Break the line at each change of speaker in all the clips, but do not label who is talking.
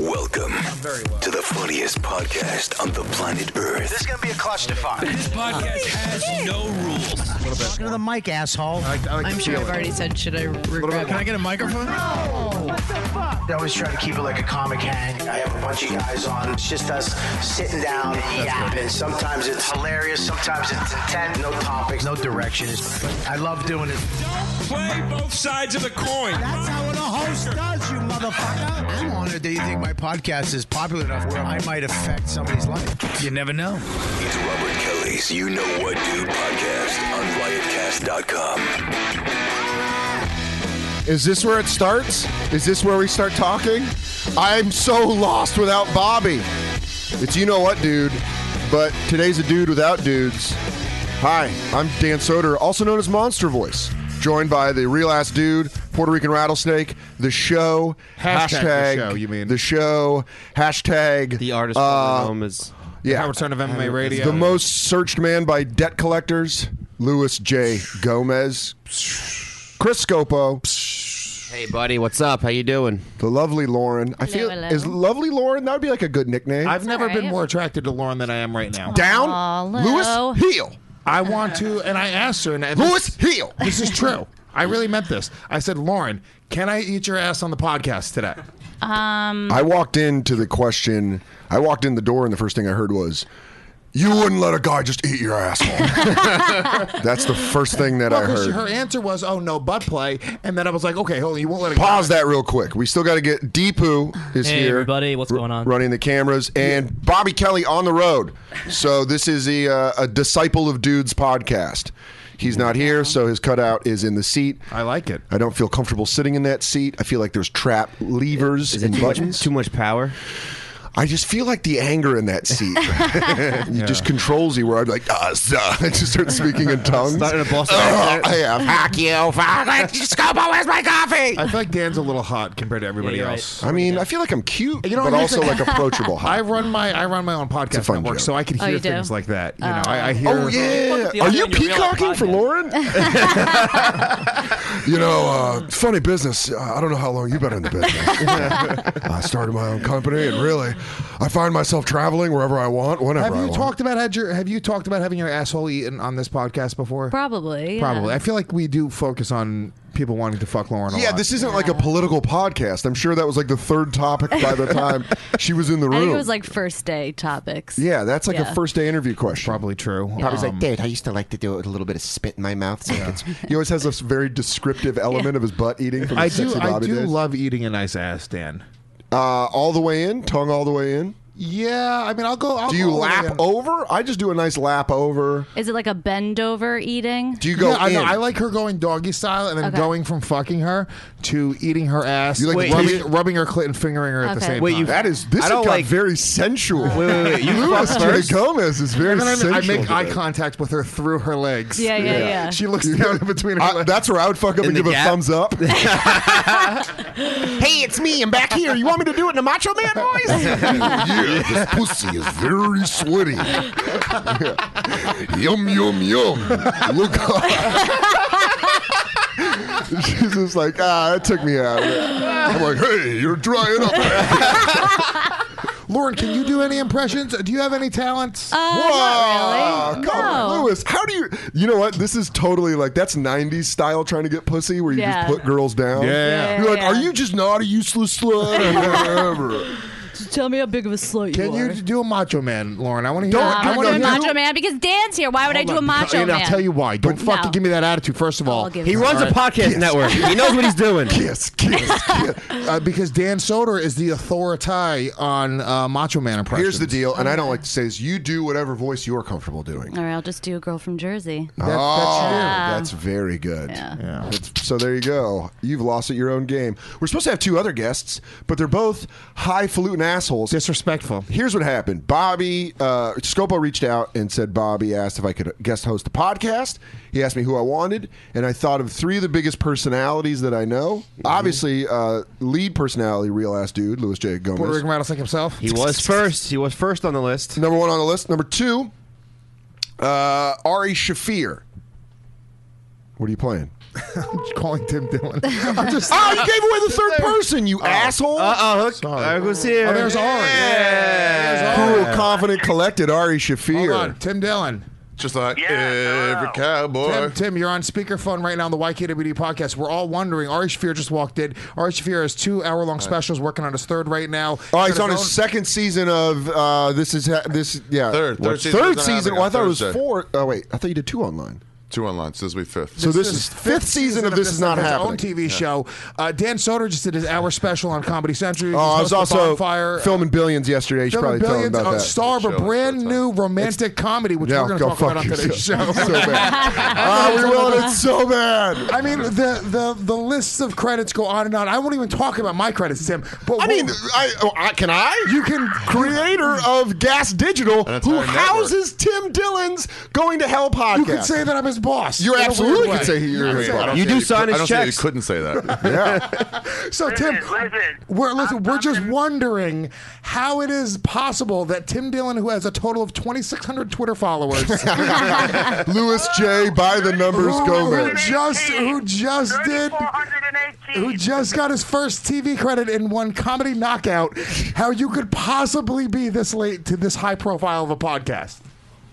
Welcome to the funniest podcast on the planet Earth.
This is gonna be a clusterfuck.
This podcast has no rules.
Talking to the mic, asshole.
I'm sure I've already said, should I regret
Can I get a microphone?
I always try to keep it like a comic hang. I have a bunch of guys on. It's just us sitting down and yapping. Sometimes it's hilarious. Sometimes it's intent. No topics. No directions. I love doing it.
Play both sides of the coin.
That's how a host does, you motherfucker.
I'm honored that you think my podcast is popular enough where I might affect somebody's life.
You never know.
It's Robert Kelly's You Know What Dude podcast on riotcast.com.
Is this where it starts? Is this where we start talking? I'm so lost without Bobby. It's you know what, dude, but today's a dude without dudes. Hi, I'm Dan Soder, also known as Monster Voice, joined by the real ass dude, Puerto Rican Rattlesnake, the show,
Hashtag
hashtag,
the show, you mean.
the show, hashtag
the artist
uh,
formerly known as
yeah,
Howard Stern of MMA Radio.
the most searched man by debt collectors, Louis J. Gomez, Chris Scopo.
Hey, buddy, what's up? How you doing?
The lovely Lauren. I feel
hello.
is lovely Lauren. That would be like a good nickname.
I've never been
right.
more attracted to Lauren than I am right now.
Um,
Down
Hello.
Lewis Heel.
I want to, and I asked her, and I-
Lewis Heel.
this is true. I really meant this. I said, Lauren, can I eat your ass on the podcast today?
Um,
I walked into the question. I walked in the door, and the first thing I heard was, "You wouldn't let a guy just eat your asshole." That's the first thing that I
Well, 'cause
heard.
her answer was, oh, no butt play. And then I was like, okay, hold on, you won't let it
Pause that real quick. We still got to get Deepu is
Hey,
here.
everybody, what's going on?
Running the cameras and Bobby Kelly on the road. So this is the uh, a disciple of dudes podcast. He's not here, so his cutout is in the seat.
I like it.
I don't feel comfortable sitting in that seat. I feel like there's trap levers
Is it
and
too much,
buttons.
too much power?
I just feel like the anger in that seat It just controls you. Where I'm like, ah, zuh." I just start speaking in tongues.
Not in a Boston
Ugh,
accent.
I have hack you, fuck you, Scopo, where's my coffee?
I feel like Dan's a little hot compared to everybody
you're right.
else.
I mean, I feel like I'm cute,
You know,
but
here's
also
the-
like approachable.
I
Hot.
run my I run my own podcast
fun
network,
joke.
so I can
Oh,
hear
you do?
things like that. You know, I, I hear.
Oh yeah,
the
are
other
you
in your real life
peacocking for
podcast?
Lauren? you know, uh, funny business. Uh, I don't know how long you've been in the business. I started my own company, and really, I find myself traveling wherever I want, whenever
Have
I
you
want.
talked about had your Have you talked about having your asshole eaten on this podcast before?
Probably. yeah.
Probably. I feel like we do focus on people wanting to fuck Lauren. A
Yeah,
lot.
this isn't like a political podcast. I'm sure that was like the third topic by the time she was in the room.
I think it was like first day topics.
yeah, that's like a
Yeah.
first day interview question. Um,
probably true.
I was like, Dave, I used to like to do it with a little bit of spit in my mouth. So it's
He always has this very descriptive element of his butt eating from the
I do.
sexy
I
Bobby
do
days.
love eating a nice ass, Dan.
uh, all the way in, tongue all the way in.
Yeah, I mean, I'll go. I'll
Do you
go all the way
lap
in.
over? I just do a nice lap over.
Is it like a bend over eating?
Do you go
yeah, I,
in?
know, I like her going doggy style and then
Okay.
going from fucking her to eating her ass,
You like
Wait,
the
rubbing,
teeth?
rubbing her clit and fingering her at the
Okay.
same
Wait,
time.
you-
that is this
I don't
got
like-
very sensual.
wait, wait, wait. You
Louis
fuck
J.
first?
Gomez is very
And then
sensual.
I, I make eye
today.
contact with her through her legs.
Yeah, yeah, Yeah. yeah.
She looks down in between her
I-
legs.
that's where I would fuck up
In
and
the
give
gap?
a thumbs up.
hey, it's me. I'm back here. You want me to do it in a Macho Man voice?
yeah, this pussy is very sweaty. Yum, yum, yum. Look She's just like, ah, that took me out of it. I'm like, hey, you're drying up.
Lauren, can you do any impressions? Do you have any talents?
Uh,
Wow,
not really.
Come on,
No.
Lewis. How do you? You know what? This is totally like that's '90s style trying to get pussy, where you
Yeah.
just put girls down.
Yeah,
You're like,
yeah.
are you just not a useless slut or whatever?
Tell me how big of a slut
Can you do a Macho Man, Lauren? I want to hear.
Don't-
Um,
I
I
want
want
to
a
hear.
macho man because Dan's here. Why would I do a macho
and
man?
I'll tell you why. Don't fucking
No.
give me that attitude. First of all,
I'll give
he
it-
runs a podcast network. He knows what he's doing.
Kiss, kiss, kiss.
uh, because Dan Soder is the authority on uh, Macho Man impressions.
Here's the deal, and I don't like to say this. You do whatever voice you're comfortable doing.
All right, I'll just do a girl from Jersey.
That-
Oh.
that's you.
Oh, that's very good. That's- So there you go. You've lost at your own game. We're supposed to have two other guests, but they're both highfalutin assholes.
Disrespectful.
Here's what happened. Bobby uh, Scopo reached out and said Bobby asked if I could guest host the podcast. He asked me who I wanted, and I thought of three of the biggest personalities that I know.
Mm-hmm.
Obviously, uh, lead personality, real ass dude, Louis J. Gomez.
Puerto Rican rattlesnake himself.
He was first. He was first on the list.
Number one on the list. Number two, uh, Ari Shafir. What are you playing? I'm calling Tim Dillon. I'm just. oh, you gave away the third person, you asshole!
Uh-oh, Hook.
Sorry.
Hook was here.
Oh, there's Ari. Yeah.
Cool, confident, collected Ari Shafir.
Hold on, Tim Dillon.
Just like
Yeah,
every
hello.
cowboy.
Tim, Tim, you're on speakerphone right now on the YKWD podcast. We're all wondering. Ari Shafir just walked in. Ari Shafir has two hour long specials, working on his third right now.
Oh, he's on his
own-
second season of uh, this is ha- this
Uh,
yeah
Third- third
What,
season
third
is
season.
happening
Well, I
on
thought it was
Thursday.
four. Oh wait, I thought you did two online.
Two online. So this will be fifth.
So this is fifth season of This Is Not
his
Happening.
Own TV show. Uh, Dan Soder just did his hour special on Comedy Central.
Oh, I was also
fire.
filming Billions yesterday. You should probably tell him
Billions
about
on
that.
Star of
Show
a
us
brand
that
new romantic comedy, which
yeah,
we're going to
go
talk
fuck
about on
yourself.
today's show.
so bad. Ah, we will. It's so bad.
I mean, the, the the lists of credits go on and on. I won't even talk about my credits, Tim. But
I mean, I, oh, I can I? You can creator of Gas Digital,
An
who
entire network.
houses Tim Dillon's Going to Hell podcast.
you could say that I'm his boss.
You
in a weird
absolutely
way.
could say
I
you're
mean,
his
I
boss.
don't
You
say
do sign
cou-
his
I don't say
checks.
You couldn't say that.
Yeah.
So Tim,
listen.
we're listen,
I'm-
we're
I'm
just
gonna-
wondering how it is possible that Tim Dillon, who has a total of 2,600 Twitter followers,
Louis J. By the numbers,
who, who
Gomez.
just who just did who just got his first TV credit in one comedy knockout, how you could possibly be this late to this high profile of a podcast?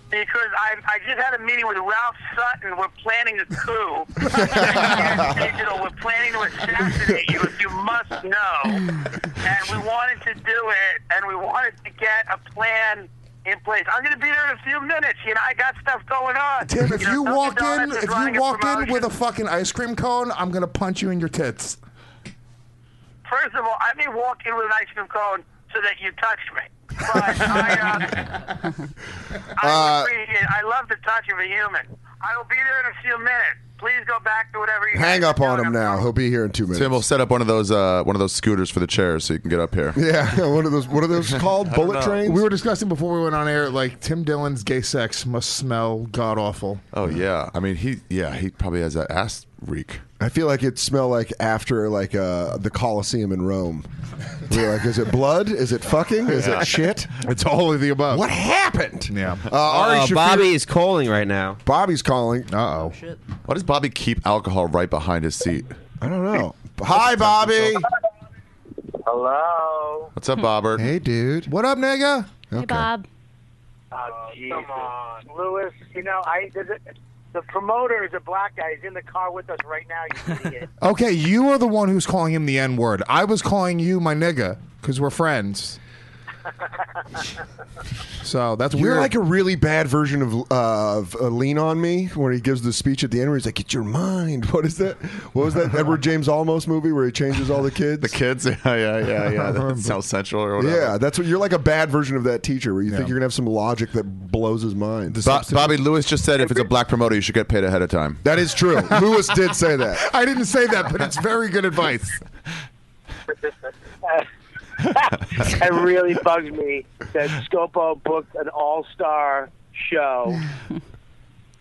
Because I, I just had a meeting with Ralph Sutton. We're planning a coup. And digital. We're planning to assassinate you, if you must know. And we wanted to do it, and we wanted to get a plan in place. I'm going to be there in a few minutes. You know, I got stuff going on.
Tim, if
know,
you
Dunkin'
walk in,
Donuts is
if
running
you walk in
promotion.
with a fucking ice cream cone, I'm gonna punch you in your tits.
First of all, I may walk in with an ice cream cone so that you touch me. But I, uh, I, appreciate, I love the touch of a human. I will be there in a few minutes. Please go back to whatever you
Hang
guys are
up on
doing.
him now. He'll be here in two minutes.
Tim, we'll set up one of those uh, one of those scooters for the chairs so you can get up here.
Yeah, one of those. What are those called? Bullet trains.
We were discussing before we went on air, like Tim Dillon's gay sex must smell god awful.
Oh yeah. I mean he yeah he probably has that ass reek.
I feel like it smelled like after like uh, the Colosseum in Rome. We were like, is it blood? Is it fucking? Is it shit?
It's all of the above.
What happened?
Yeah.
Uh, Ari
Uh,
Shafir-
Bobby is calling right now.
Bobby's calling.
Uh oh.
Why does Bobby keep alcohol right behind his seat?
I don't know. Hi, Bobby.
Hello.
What's up, Bobbert?
Hey, dude.
What up, nigga?
Hey, Bob.
Oh, come on, Lewis. You know, I the, the promoter is a black guy. He's in the car with us right now. You idiot.
Okay, you are the one who's calling him the N word. I was calling you my nigga because we're friends. so that's
You're
weird.
like a really bad version of uh, of uh, Lean on Me, where he gives the speech at the end, where he's like, "It's your mind." What is that? What was that Edward James Olmos movie where he changes all the kids?
The kids? Yeah, yeah, yeah, yeah. That's South Central or whatever.
Yeah, that's what you're like a bad version of that teacher where you think you're gonna have some logic that blows his mind.
Bo- Bobby Lewis just said if it's a black promoter, you should get paid ahead of time.
that is true. Lewis did say that.
I didn't say that, but it's very good advice.
it really bugs me that Scopo booked an all-star show.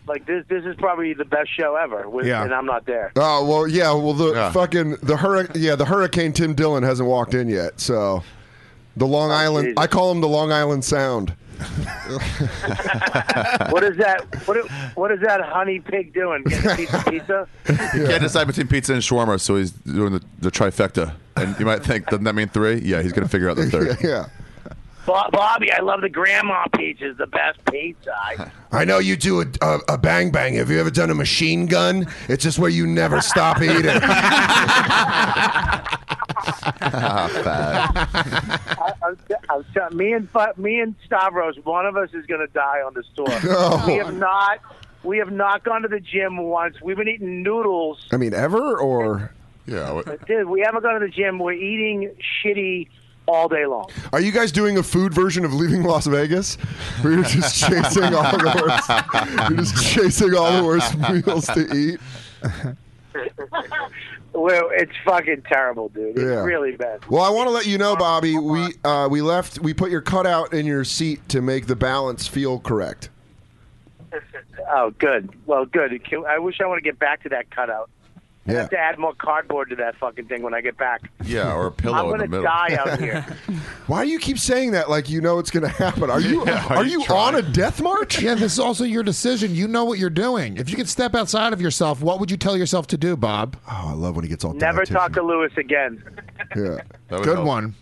Like this, this is probably the best show ever, with,
Yeah.
and I'm not there.
Oh well, yeah. Well, the
Yeah.
fucking the hurricane. Yeah, the hurricane. Tim Dillon hasn't walked in yet, so the Long Island.
Oh, Jesus.
I call him the Long Island Sound.
What is that? What, is- what is that honey pig doing? Getting a piece of pizza?
He can't decide between pizza and shawarma, so he's doing the, the trifecta. And you might think, doesn't that mean three? Yeah, he's going to figure out the third.
Yeah,
Bo- Bobby, I love the grandma pizza. It's the best pizza. I,
I know you do a, a, a bang bang. Have you ever done a machine gun? It's just where you never stop eating.
I, I'm, t- I'm t- me and Fu- me and Stavros, one of us is going to die on this tour. We have not. We have not gone to the gym once. We've been eating noodles
I mean, ever or
Yeah. what-
Dude, we haven't gone to the gym. We're eating shitty all day long.
are you guys doing a food version of Leaving Las Vegas? Where you're just chasing all the worst. You're just chasing all the worst meals to eat.
Well, it's fucking terrible, dude. It's
Yeah.
really bad.
Well, I want to let you know, Bobby. We uh, we left. We put your cutout in your seat to make the balance feel correct.
Oh, good. Well, good. I wish I want to get back to that cutout.
I have to add more cardboard to that fucking thing when I get back.
Yeah, or a pillow
I'm
in the
gonna
middle.
die out here.
Why do you keep saying that like you know it's going to happen? Are you are, you, on a death march?
Yeah, this is also your decision. You know what you're doing. If you could step outside of yourself, what would you tell yourself to do, Bob?
Oh, I love when he gets all
Never talk to Lewis again.
Yeah.
would
Good
help.
one.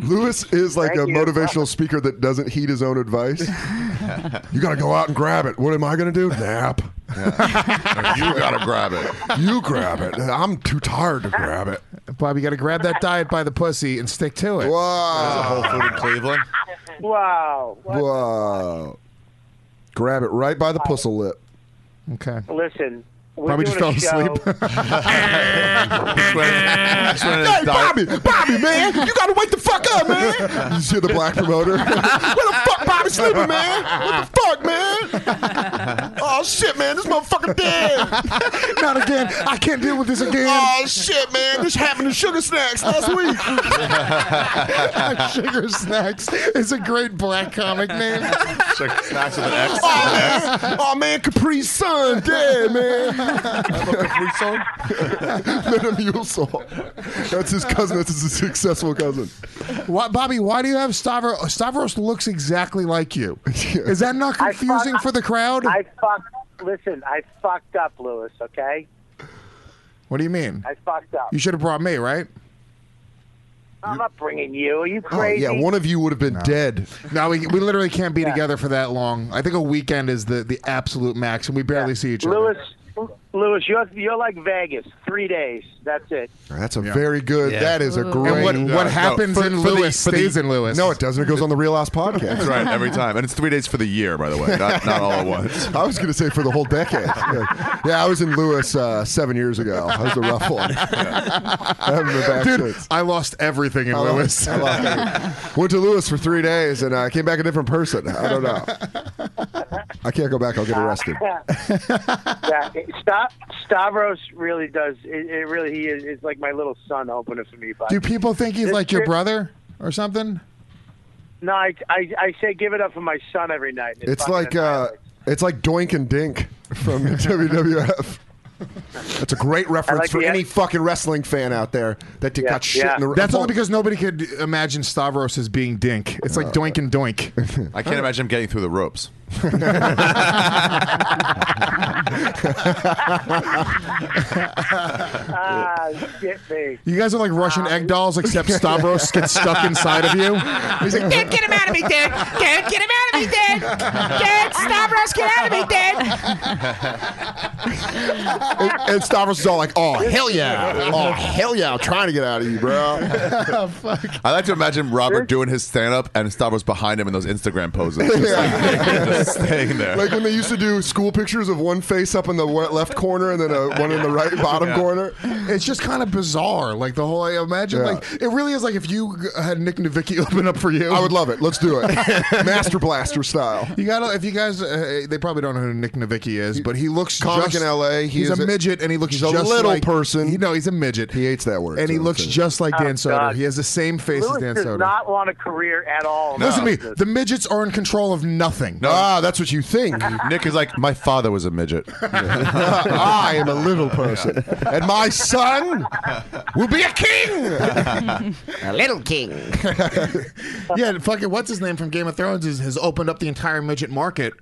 Lewis is like
Thank
a
you.
motivational speaker that doesn't heed his own advice. you got to go out and grab it. What am I going to do? Nap.
you gotta grab it.
You grab it. I'm too tired to grab it.
Bob, you got to grab that diet by the pussy and stick to it.
Wow.
Whole Food in Cleveland.
Wow. What?
Wow. Grab it right by the pussle lip.
Okay.
Listen, we're
Probably
doing
just
a
fell
show.
That's when- that's when it's
Hey,
diet-
Bobby, Bobby, man, you gotta wake the fuck up, man. You see the black promoter? Where the fuck Bobby sleeping, man? What the fuck, man? Oh shit, man, this motherfucker dead.
Not again. I can't deal with this again.
Oh shit, man, this happened to Sugar Snacks last week.
Sugar Snacks is a great black comic name.
Check snacks with an X.
Oh man, oh man, Capri Sun dead, man. Let him mule salt. That's his cousin. That's his successful cousin.
Why, Bobby, why do you have Stavros? Stavros looks exactly like you. Is that not
I fuck-
confusing for the crowd?
I fucked. Listen, I fucked up, Lewis. Okay,
what do you mean?
I fucked up.
You should have brought me, right?
I'm not bringing you. Are you
Oh,
crazy?
yeah, one of you would have been dead.
No, we, we literally can't be together for that long. I think a weekend is the, the absolute max, and we barely see each other.
Lewis, Lewis, you're you're like Vegas. Three days. That's it.
That's a very good. That is a great.
And what,
Yeah,
what
no,
happens
for-
in
for the-
Lewis
for the-
stays in Lewis.
No, it doesn't. It goes on the Real Ass podcast.
That's right, every time. And it's three days for the year, by the way, not, not all at once.
I was going to say for the whole decade. Yeah, Yeah, I was in Lewis uh, seven years ago. That was a rough one. I haven't been back
Dude,
since.
I lost everything in
I love-
Lewis.
I love it. Went to Lewis for three days and I came back a different person. I don't know. I can't go back. I'll get arrested.
yeah, it- Sta- Stavros really does. It, it really he is. It's like my little son opener for me. But
Do people think he's
This
like your
chick-
brother or something?
no, I, I I say give it up for my son every night. and it
It's
fucking
like uh,
annihilates.
it's like Doink and Dink from the WWF. That's a great reference
like
for
the-
any fucking wrestling fan out there that
Yeah,
got shit
yeah.
in the.
That's only because nobody could imagine Stavros as being dink. It's like doink and doink.
I can't imagine him getting through the ropes.
ah shit me. Ah,
You guys are like Russian egg dolls, except Stavros gets stuck inside of you. He's like,
Dad, get him out of me, Dad. Dad, get him out of me, Dad. Dad, Stavros, get out of me, Dad.
and, and Stavros is all like, "Oh hell yeah, oh hell yeah, I'm trying to get out of you, bro."
I like to imagine Robert doing his stand up and Stavros behind him in those Instagram poses. Just, like, just staying there.
Like when they used to do school pictures of one face up in the wa- left corner and then a, one in the right bottom corner.
it's just kind of bizarre. Like the whole, I imagine,
Yeah.
like it really is like if you g- had Nick Novicki open up for you.
I would love it. Let's do it, Master Blaster style.
You gotta, if you guys, uh, they probably don't know who Nick Novicki is, but he looks
Comic
just,
in LA. He
he's
is
a
a-
midget, and he looks
he's a
just
little
like-
person.
He, no, he's a midget.
He hates that word,
and he
so
looks
it's a-
just like Dan
Oh,
Soder.
God.
He has the same face
Lewis
as Dan
does
Soder.
not want a career at all.
Listen to me. The midgets are in control of nothing.
Ah, that's what you think.
Nick is like, my father was a midget.
I am a little person, and my son will be a king.
A little king.
Yeah, fucking what's his name from Game of Thrones is, has opened up the entire midget market.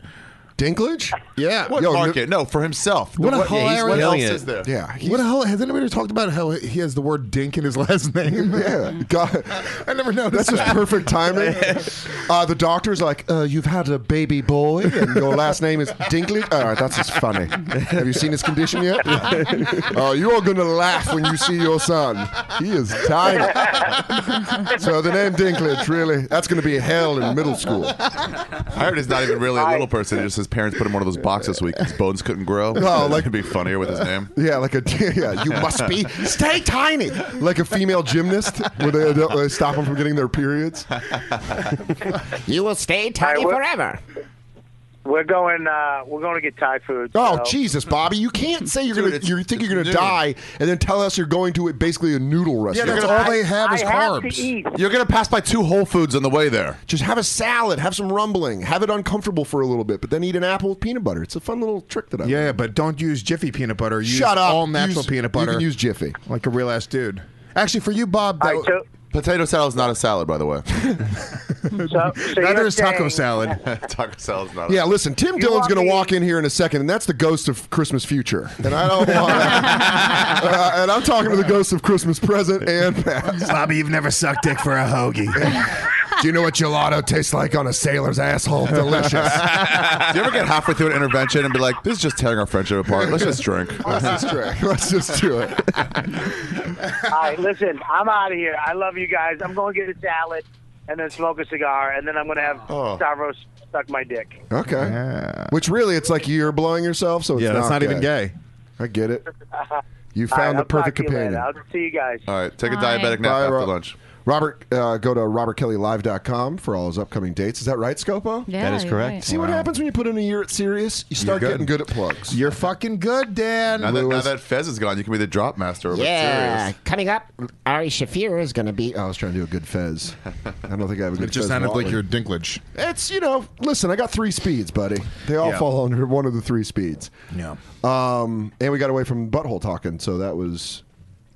Dinklage?
Yeah.
What
Yo,
market? No, for himself.
What a
what,
hilarious-
what else
Brilliant.
is there?
Yeah. He's,
what the hell? Has anybody talked about how he has the word "dink" in his last name?
yeah. God,
I never noticed.
that's just
that.
perfect timing. Uh, the doctor's like, uh, "You've had a baby boy, and your last name is Dinklage." All right, that's just funny. Have you seen his condition yet? Oh, you are gonna laugh when you see your son. He is tiny. so the name Dinklage really, that's gonna be hell in middle school.
I heard he's not even really a little person. Just his parents put him in one of those boxes this week. His bones couldn't grow.
No, Oh, like-
it'd be funnier with his name.
Yeah, like a yeah. You must be stay tiny, like a female gymnast, where they, don't- they stop them from getting their periods.
You will stay tiny
what-
forever.
We're going. Uh, we're going to get Thai food.
Oh
so-
Jesus, Bobby! You can't say you're gonna you think you're gonna
dude.
die and then tell us you're going to basically a noodle restaurant.
that's all they have is I have
to carbs. eat.
You're gonna pass by two Whole Foods on the way there.
Just have a salad, have some rumbling, have it uncomfortable for a little bit, but then eat an apple with peanut butter. It's a fun little trick that I.
Yeah, but don't use Jiffy peanut butter. Use
Shut up.
All natural
Use-
peanut butter.
you can use Jiffy,
like a real ass dude. Actually, for you, Bob, that
Potato salad's not a salad, by the way.
neither is taco salad.
taco salad's not.
Yeah,
a
listen, Tim
You
Dillon's
want
going to
me-
walk in here in a second, and that's the ghost of Christmas future. And I don't want that. Uh, and I'm talking to the ghost of Christmas present and past.
Bobby, you've never sucked dick for a hoagie.
Do you know what gelato tastes like on a sailor's asshole? Delicious.
Do you ever get halfway through an intervention and be like, "This is just tearing our friendship apart. Let's just drink."
Let's just drink. Let's just do it.
All right, listen, I'm out of here. I love you guys. I'm going to get a salad and then smoke a cigar, and then I'm going to have
Oh.
Stavros suck my dick.
Okay. Which really, it's like you're blowing yourself, so it's
Yeah,
not
that's not even gay.
I get it. You
All right,
found
I'll
the perfect
talk to you later.
companion.
I'll see you guys.
All right, take a diabetic nap
Bye,
after
Rob.
lunch.
Robert, uh, go to robertkellylive.com for all his upcoming dates. Is that right, Scopo?
Yeah, That is you're correct. right.
See what
Wow.
happens when you put in a year at Sirius? You start getting good at plugs.
You're fucking good, Dan.
Now that, now that Fez is gone, you can be the drop master. over at
Yeah.
Sirius.
Coming up, Ari Shafir is going to be.
I was trying to do a good Fez. I don't think I have a good
It
Fez
just sounded
Watley.
like your dinklage.
It's, you know, listen, I got three speeds, buddy. They all
Yeah.
fall under one of the three speeds.
Yeah.
Um, and we got away from butthole talking, so that was.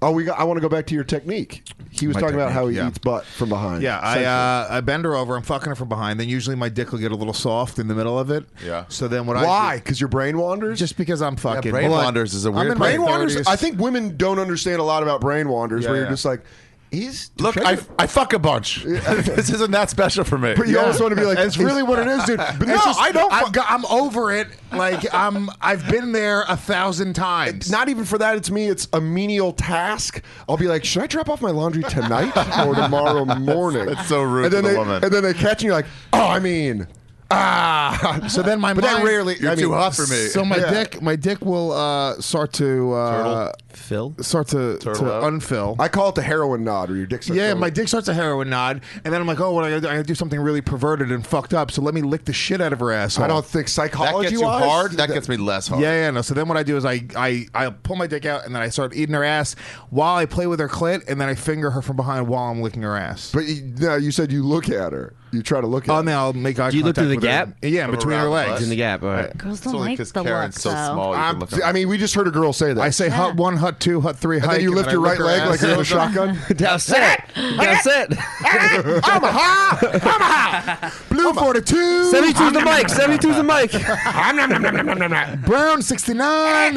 Oh, we got. I want to go back to your technique. He was
My
talking about how he
technique, yeah.
eats butt from behind.
Yeah, I uh, I bend her over. I'm fucking her from behind. Then usually my dick will get a little soft in the middle of it.
Yeah.
So then what?
Why?
I
Because your brain wanders.
Just because I'm fucking
brain
Hold on.
wanders is a
I'm
weird
in my
brain wanders.
30s.
I think women don't understand a lot about brain wanders,
Yeah,
where
yeah.
you're just like, he's
Look, I, I fuck a bunch. this isn't that special for me.
But you always want to be like,
That's really what it is, dude.
But
It's
no,
just-
I don't.
I've
fu-
got- I'm over it. Like I'm. I've been there a thousand times.
not even for that. It's me. It's a menial task. I'll be like, should I drop off my laundry tonight or tomorrow morning?
that's so rude
And then
to the
they,
woman.
And then they catch you. You're like, oh, I mean, ah.
So then my
but
mind.
that rarely.
You're
I
too
mean,
hot for me.
So my
Yeah.
dick, my dick will uh, start to uh,
Phil?
start to, to
Turtle out?
unfill.
I call it the heroin nod, or your dick. starts
yeah,
going-
my dick starts a heroin nod, and then I'm like, oh, what do I gotta do? I gotta do something really perverted and fucked up. So let me lick the shit out of her asshole.
I don't think
that
psychology
gets you
wise,
hard. That gets me less hard.
Yeah, yeah, no. So then what I do is I, I I pull my dick out and then I start eating her ass while I play with her clit and then I finger her from behind while I'm licking her ass.
But you, no, you said you look at her. You try to look at.
oh,
her.
now I'll make eye
Do you look
contact
through the
with her.
gap?
Yeah, in between her
around the
legs.
butt?
In the gap. All right.
Girls
It's
don't
only
like the
because
look,
Karen's so
though.
small. You
I'm-
can look
I mean, we just heard a girl say that.
I say hut one, hut two, hut three,
and
hike,
then you
and
lift
I
your right
lick her
leg
ass.
like you're in a shotgun.
That's it. That's it.
Blue 42.
72's the mic. 72's the mic.
Brown 69.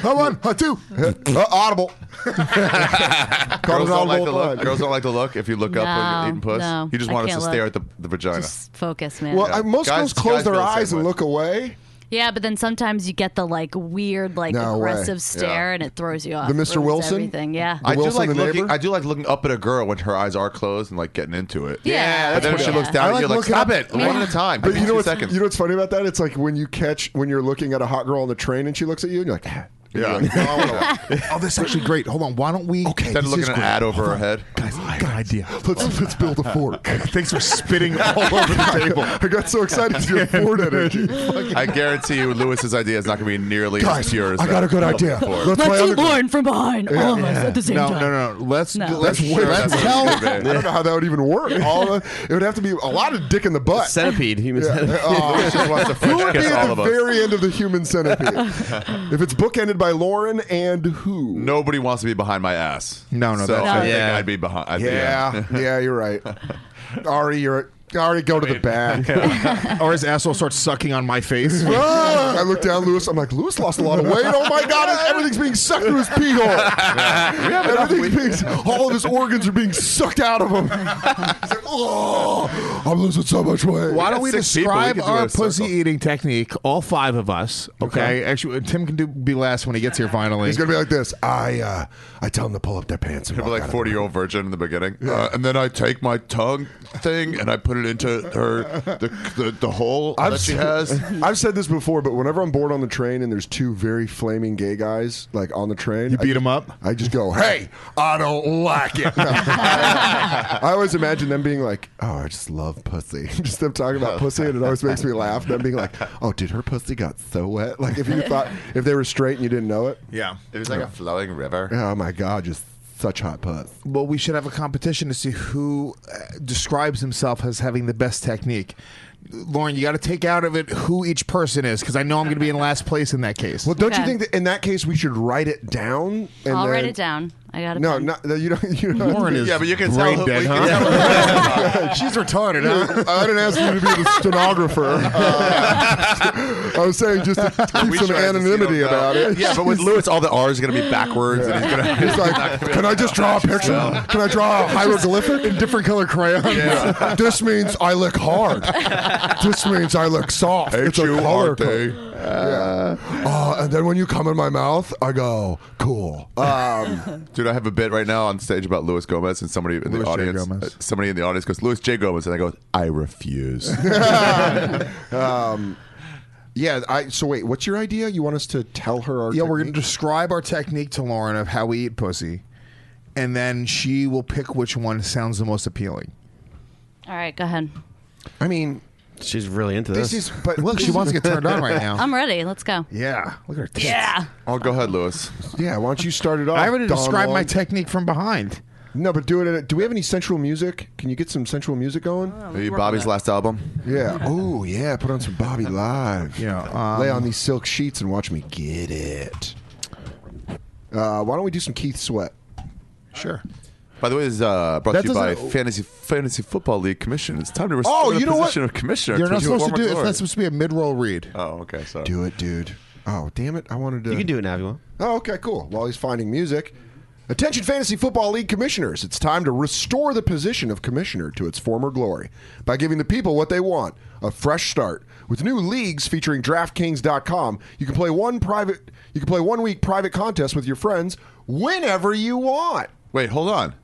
hut one, hut two.
Uh, audible. Called
Girls
it
don't like
audible
the
at five.
look. Girls don't like the look. If you look up when
No,
you're eating puss,
no,
you just
I
want us to
can't
stare
look.
at the, the vagina.
Just focus, man.
Well, I- most
Guys-
girls close
guys
their
feel the
eyes
same
and
way.
look away.
yeah, but then sometimes you get the like weird, like
No way.
aggressive stare, and it throws you off.
The
It
Mr.
ruins
Wilson?
Everything. Yeah.
I do
Wilson
like
the
looking.
neighbor?
I do like looking up at a girl when her eyes are closed and like getting into it.
Yeah, Yeah,
but
that's
then when
what-
she looks
yeah.
down,
I
at
like
you, you're like,
looking
stop
up-
it, one at a time.
But you know, what's,
seconds.
you know what's funny about that? It's like when you catch when you're looking at a hot girl on the train and she looks at you and you're like, "Ah." And you're like,
yeah.
Oh, this is actually great. Hold on. Why don't we? Okay.
Instead of looking at an ad over her head.
Guys, I got an idea.
let's let's build a fork.
Thanks for spitting all over the table.
I got so excited to your fork energy.
I guarantee you, Lewis's idea is not going to be nearly
Guys,
as pure as
I
that.
got a good idea.
Before.
Let's play
Let's eat
underground.
Lauren from behind, all of us at the same
No,
time.
no, no. Let's
No.
let's
That's
wait.
sure
Let's
that's
tell.
what it's gonna
I don't know how that would even work. All the- it would have to be a lot of dick in the butt.
Centipede. He was.
Oh,
Just wants to
Who
French
would be
kiss all
at
of
the
us.
very end of the human centipede? if it's bookended by Lauren and who?
Nobody wants to be behind my ass.
No, no,
So
that's-
I think
Yeah.
I'd be behind. I'd Be,
Yeah, yeah, you're right. Ari, you're Ari. Go to the back.
or his asshole starts sucking on my face.
Ah, I look down, Lewis. I'm like, Lewis lost a lot of weight. Oh my god, everything's being sucked through his pee hole. Everything's being, all of his organs are being sucked out of him. He's like, oh, I'm losing so much weight.
Why don't we
That's six people. We
describe
could do
our
a circle.
pussy eating technique? All five of us. Okay. Actually, Tim can do be last when he gets here. Finally.
He's gonna be like this. I uh, I tell him to pull up their pants. And
People
walk
like
out of
forty year old virgin in the beginning, uh, and then I take my tongue thing and I put it into her the the, the hole that she
s-
has.
I've said this before, but when whenever I'm bored on the train and there's two very flaming gay guys like on the train, you beat
them up.
I just go, hey, I don't like it. I always imagine them being like, oh, I just love pussy. just them talking about pussy, and it always makes me laugh. Them being like, oh, dude, her pussy got so wet. Like if you thought if they were straight and you didn't know it.
Yeah.
It was like
Yeah.
a flowing river.
Oh my god, just such hot putts.
Well, we should have a competition to see who uh, describes himself as having the best technique. Lauren, you got to take out of it who each person is because I know I'm going to be in last place in that case. Well,
don't
you Okay. think
that in that case we should write it down?
I'll write it down. I got it.
No, not that you don't. You don't
Lauren is
Yeah, but you can tell who- we can
She's retarded.
huh? I didn't ask you to be the stenographer. Uh, I was saying just to keep
We
some
sure as a
anonymity
zero
about
bell.
it.
Yeah, but with Lewis, all the R's going to be backwards, and he's going to.
He's like, can I just draw a picture? Can I draw a hieroglyphic in different color crayons?
Yeah.
this means I look hard. This means I look soft. It's a color
H-U-R-T.
code. Yeah. Uh, and then when you come in my mouth, I go cool.
Um, Dude, I have a bit right now on stage about Luis Gomez, and somebody in
Luis
the
J.
audience,
Gomez.
uh, somebody in the audience goes, "Luis J. Gomez," and I go, "I refuse."
um, yeah. I so wait. What's your idea? You want us to tell her our?
Yeah, we're going to describe our technique to Lauren of how we eat pussy, and then she will pick which one sounds the most appealing.
All right, go ahead.
I mean,
she's really into this.
This is, but look, she wants to get turned on right now.
I'm ready. Let's go.
yeah, look at her. Tits.
Yeah.
Oh, go ahead, Lewis.
Yeah. Why don't you start it off?
I already
Don
described my
Long?
technique from behind.
No, but do it. In a, do we have any sensual music? Can you get some sensual music going?
Maybe Bobby's last album.
Yeah. Oh, yeah. Put on some Bobby Live.
Yeah. um,
Lay on these silk sheets and watch me get it. Uh, why don't we do some Keith Sweat?
Sure.
By the way, this is uh, brought
That
to you by
doesn't-
Fantasy Fantasy Football League Commission. It's time to restore
Oh,
the
you know what?
position of commissioner.
You're not
Warmer
supposed to do. It's
glory.
not supposed to be a mid-roll read.
Oh, okay. So
Do it, dude. Oh, damn it. I wanted to.
You can do it now if you want.
Oh, okay, cool. While he's finding music. Attention, Fantasy Football League commissioners. It's time to restore the position of commissioner to its former glory by giving the people what they want a fresh start. With new leagues featuring DraftKings.com, you can play one private you can play one week private contest with your friends whenever you want.
Wait, hold on.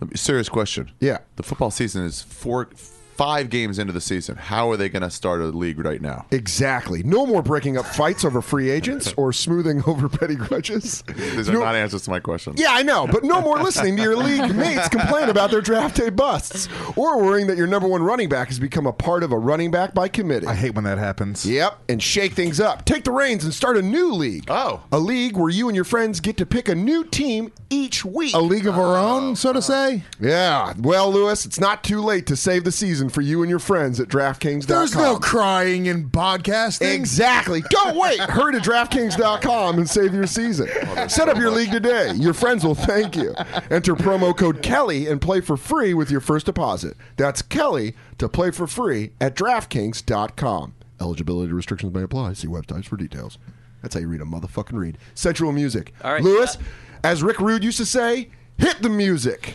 Let me- Serious question.
Yeah.
The football season is four, five games into the season. How are they going to start a league right now?
Exactly. No more breaking up fights over free agents or smoothing over petty grudges.
These are
No-
not answers to my question.
Yeah, I know, but no more listening to your league mates complain about their draft day busts or worrying that your number one running back has become a part of a running back by committee.
I hate when that happens.
Yep, and shake things up. Take the reins and start a new league. Oh. A league where you and your friends get to pick a new team each week.
A league of our own, so to say.
Yeah. Well, Lewis, it's not too late to save the season for you and your friends at DraftKings.com.
There's no crying in podcasting.
Exactly. Don't wait. Hurry to DraftKings.com and save your season. Set up your league today. Your friends will thank you. Enter promo code Kelly and play for free with your first deposit. That's Kelly to play for free at DraftKings.com. Eligibility restrictions may apply. See websites for details. That's how you read a motherfucking read. Sensual music. All right. Lewis, as Rick Rude used to say, hit the music.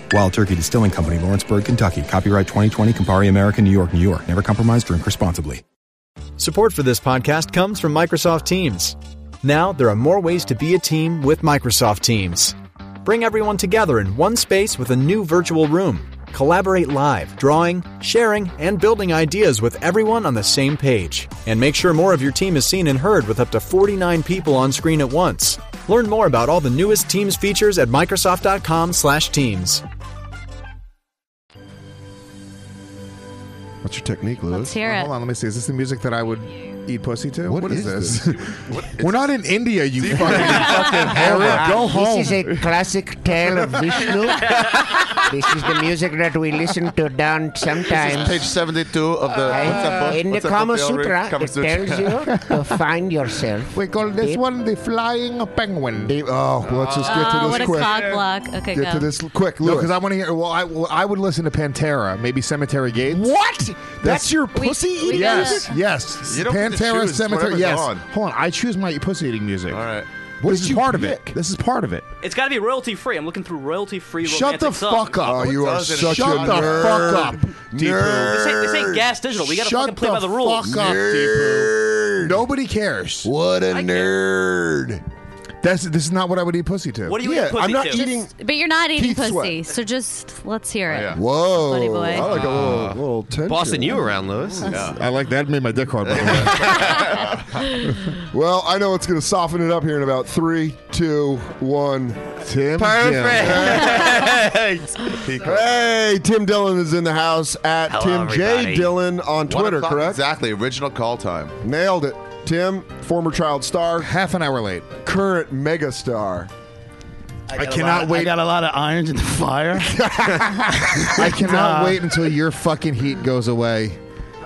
Wild Turkey Distilling Company, Lawrenceburg, Kentucky. Copyright 2020, Campari America, New York, New York. Never compromise, drink responsibly.
Support for this podcast comes from Microsoft Teams. Now, there are more ways to be a team with Microsoft Teams. Bring everyone together in one space with a new virtual room. Collaborate live, drawing, sharing, and building ideas with everyone on the same page. And make sure more of your team is seen and heard with up to 49 people on screen at once. Learn more about all the newest Teams features at Microsoft.com/Teams.
What's your technique, Lewis?
Let's hear it. Hold on, let me see. Is this the music that I would eat pussy to? what is,
is
this? We're not in India, you fucking, fucking
Ah.
Arab. Go home.
This is a classic tale of Vishnu. this is the music that we listen to down
This is
sometimes.
page 72 of the.
Uh,
what's that book?
in the
What's that book
Kama
they all read?
Sutra,
Kama
it tells you to find yourself.
We call this one the flying penguin.
oh, let's just get
Oh,
to
what
this
a
quick.
cock block. Okay, go.
quick,
No,
Lewis.
because I want to hear. Well, I well, I would listen to Pantera, maybe Cemetery Gates. What? That's,
your pussy eating
we
Yes,
gotta-
yes.
You don't get to
Pantera,
choose, it's
Cemetery.
whatever's
Yes.
on.
Hold on, I choose my pussy eating music. All
right.
What this is part of it. This is part of it.
It's got to be royalty free. I'm looking through royalty free.
Shut the fuck up.
Oh, you are such
Shut
a
the
nerd.
fuck up.
Nerd.
This ain't, this ain't gas digital. We got to
Shut
fucking play by the rules.
Fuck up, Deepu. Nobody cares.
What a nerd.
That's this is not what I would eat pussy to.
What
do you
yeah,
eat pussy
I'm not
to?
Just-
eating.
but you're not eating
Keith Sweat. Oh,
pussy, so just let's hear it.
Whoa.
Buddy boy.
I like a little,
Uh,
little tension.
bossing you around, Lewis. Yeah.
I like that. Made my dick hard. By the way.
Well, I know it's going to soften it up here in about three, two, one. Tim.
Perfect.
Hey, Tim Dillon is in the house at
Hello,
Tim J.
everybody.
Dillon on
One
Twitter,
o'clock
correct?
Exactly. Original call time.
Nailed it. Tim, former child star,
half an hour late,
current megastar.
I,
cannot wait-
I got a lot of irons in the fire.
I cannot
Nah.
wait until your fucking heat goes away.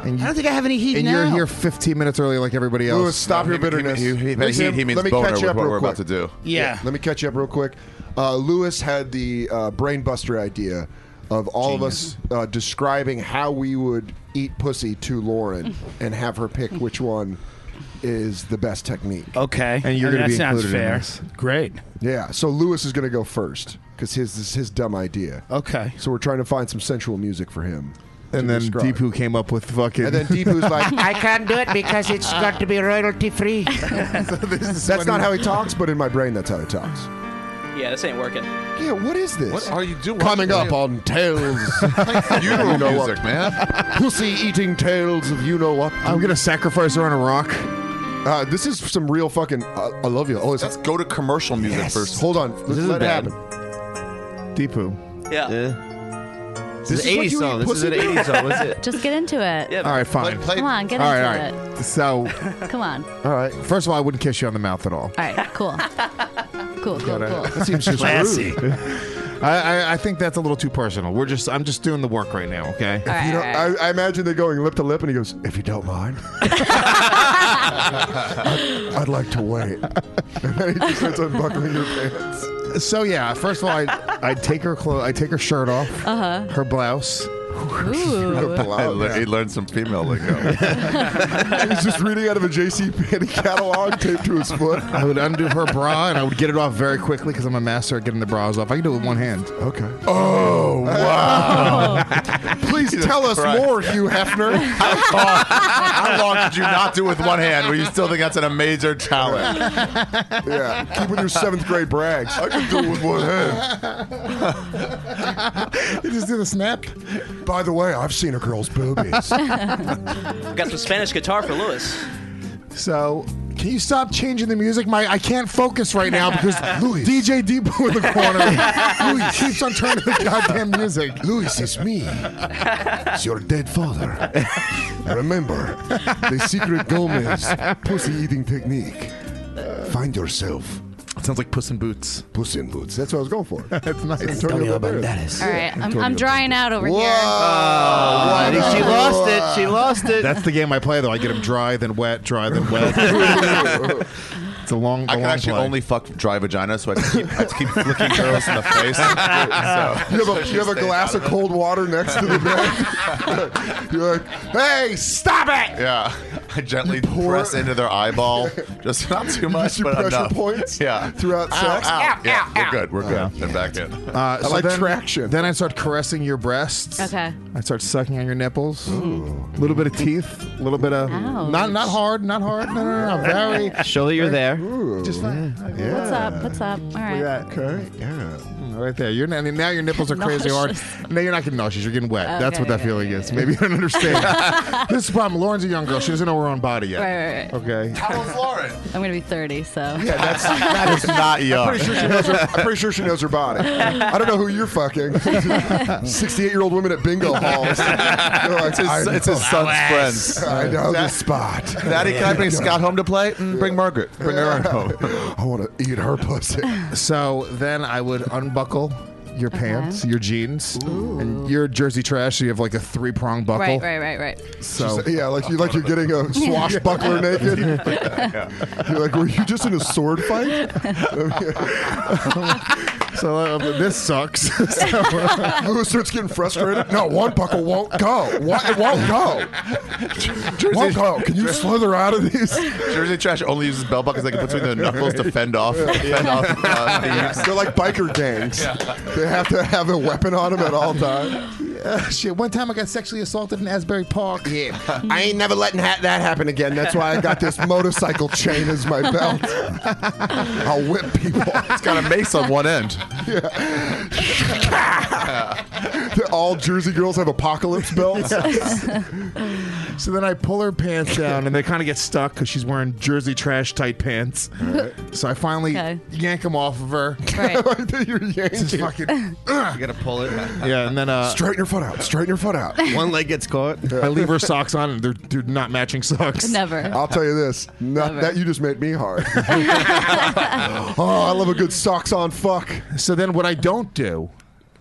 And
I don't think I have any heat
and
now.
you're here 15 minutes early like everybody else.
Lewis, stop your bitterness.
He, he,
Let me-
he, he means
let me
boner
catch
with
you
what
up real
we're about to
quick.
do.
Yeah.
Let me catch you up real quick. Uh, Lewis had the uh, brainbuster idea of all of us uh, describing how we would eat pussy to Lauren and have her pick which one is the best technique.
Okay.
And you're
I mean,
gonna be
that sounds
included in
fair.
this.
Great.
Yeah, so Lewis is going to go first because his this is his dumb idea.
Okay.
So we're trying to find some sensual music for him.
And
to
then
describe.
Deepu came up with fucking.
And then Deepu's like,
I can't do it because it's got to be royalty free.
that's not how he talks, but in my brain, that's how he talks.
Yeah, this ain't working.
Yeah, what is this?
What are you doing?
Coming up on Tales.
you know music,
what.
man.
Pussy eating tales of you know what. I'm
gonna sacrifice her on a rock.
Uh, this is some real fucking. Uh, I love you. Oh, it's
Let's go to commercial music
yes.
first.
Hold on. Let's
isn't
let it
bad.
happen.
Deepu.
Yeah.
This, is an
what
80s
you eat
song. This is
pussy
an
to?
80s song. What's it?
Just get into it.
All right, fine.
Come on, get
all
into
right, all right. So,
it. Come on. All
all right. First of all, I wouldn't kiss you on the mouth at all.
right, cool. cool, cool, cool.
uh, That seems just
Classy.
rude. I, I, I think that's a little too personal. We're just I'm just doing the work right now. Okay.
If you don't, I, I imagine they're going lip to lip, and he goes, "If you don't mind, I'd, I'd like to wait." And then he just starts unbuckling your pants.
So yeah, first of all, I I take her clo- I take her shirt off,
Uh
her blouse.
huh. Ooh.
I le- He learned some female lingo.
He's just reading out of a J.C. Penney catalog taped to his foot.
I would undo her bra and I would get it off very quickly because I'm a master at getting the bras off. I can do it with one hand.
Okay.
Oh wow!
Please tell us
Christ.
more, Hugh Hefner.
How long did you not do with one hand? Where you still think that's an amazing talent?
yeah, keep with your seventh grade brags. I can do it with one hand.
you just do the snap.
By the way, I've seen a girl's boobies.
I've got some Spanish guitar for Lewis.
So, can you stop changing the music? My I can't focus right now because DJ Deepu in the corner Louis keeps on turning the goddamn music.
Luis, it's me. It's your dead father. Remember, the secret Gomez pussy eating technique. Find yourself.
It sounds like Puss in Boots.
Pussy in boots. That's what I was going for.
That's nice.
Antonio
All right, I'm, I'm drying out over here.
Whoa!
Oh, she lost it. She lost it.
That's the game I play though. I get them dry, then wet, dry, then wet. it's a long. A
I can
long
actually
play.
only fuck dry vagina, so I have to keep, I have to keep flicking girls in the face. So-
You
so
have a,
she
you have a
stays
glass
out
of
it.
cold water next to the bed. You're like, hey, stop it!
Yeah, I gently press into their eyeball, just not too much,
your
but
pressure
enough.
points
Yeah,
throughout
Ow,
sex?
ow.
Ow,
Yeah,
ow,
we're
ow.
good. We're good. They're back in.
Uh, so
like
then,
traction.
Then I start caressing your breasts.
Okay.
I start sucking on your nipples. A little bit of teeth. A little bit of
Ouch.
not not hard, not hard. No, no, no, no. Very
Show that you're there.
just fine.
What's up? What's up? All right.
Okay, yeah.
Mm, Right there. You're and now your nipples are crazy hard. No, you're not getting nauseous. You're getting wet. That's
Okay,
what that
okay,
feeling is. Maybe you don't understand. this is the problem. Lauren's a young girl. She doesn't know her own body yet.
Right, right, right.
Okay.
How old's Lauren?
I'm gonna be 30, so
Yeah, that's,
That is not young.
pretty sure she knows her, I'm pretty sure she knows her body. I don't know who you're fucking. 68 year old women at bingo halls. They're like,
It's his,
I
it's his
know-
son's friends.
I know
That-
the spot.
Daddy, can I bring Scott home to play? Mm, Bring Margaret. Bring her home.
I want to eat her pussy.
So then I would unbuckle your
Uh-huh.
pants, your jeans, and your jersey trash. So you have like a three prong buckle.
right, right, right, right.
So
Yeah, like you like you're getting a swashbuckler naked. You're like, were you just in a sword fight?
So uh, this sucks.
Lewis starts getting frustrated. No, one buckle won't go. What? It won't go. won't go. Can you slither out of these?
Jersey Trash only uses bell buckets they can put between their knuckles to fend off. Fend off uh, thieves.
They're like biker gangs. They have to have a weapon on them at all times.
Uh, shit, one time I got sexually assaulted in Asbury Park.
Yeah. I ain't never letting ha- that happen again. That's why I got this motorcycle chain as my belt. I'll whip people.
It's got a mace on one end.
all Jersey girls have apocalypse belts.
so then I pull her pants down, and they kind of get stuck because she's wearing Jersey trash tight pants. So I finally
Okay.
yank them off of her.
Right.
You're
Just fucking,
you gotta pull it.
yeah, and then uh,
Straighten your foot out. Straighten your foot out.
One leg gets caught.
I leave her socks on, and they're, they're not matching socks.
Never.
I'll tell you this. Not,
Never.
That you just made me hard. oh, I love a good socks on fuck.
So then what I don't do.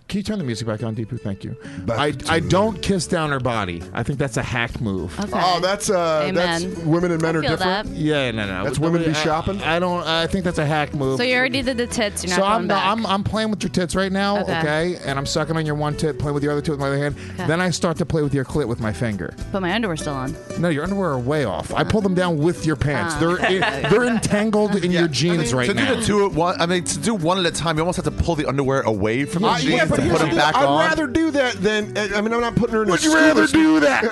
Can you turn the music back on, Deepu? Thank you. I, I don't kiss down her body. I think that's a hack move.
Okay.
Oh, that's uh, that's
Amen.
women and men
I
are
feel
different.
that.
Yeah, no, no.
That's women be
I-
shopping?
I, don't. I think that's a hack move.
So you already did the tits. You're not
so
going
I'm,
back.
I'm I'm playing with your tits right now,
Okay.
okay. And I'm sucking on your one tit, playing with the other tit with my other hand.
Okay.
Then I start to play with your clit with my finger.
but my underwear's still on.
No, your underwear are way off. I pull them down with your pants.
Ah.
they're they're entangled in your jeans right
to
now.
do the two at one, I mean, to do one at a time, you almost have to pull the underwear away from the
Uh,
jeans
but
to put
here's
them
the-
back
I'd
on.
rather do that than. eh, I mean, I'm not putting her in. a
Would you
school
rather
this-
do that?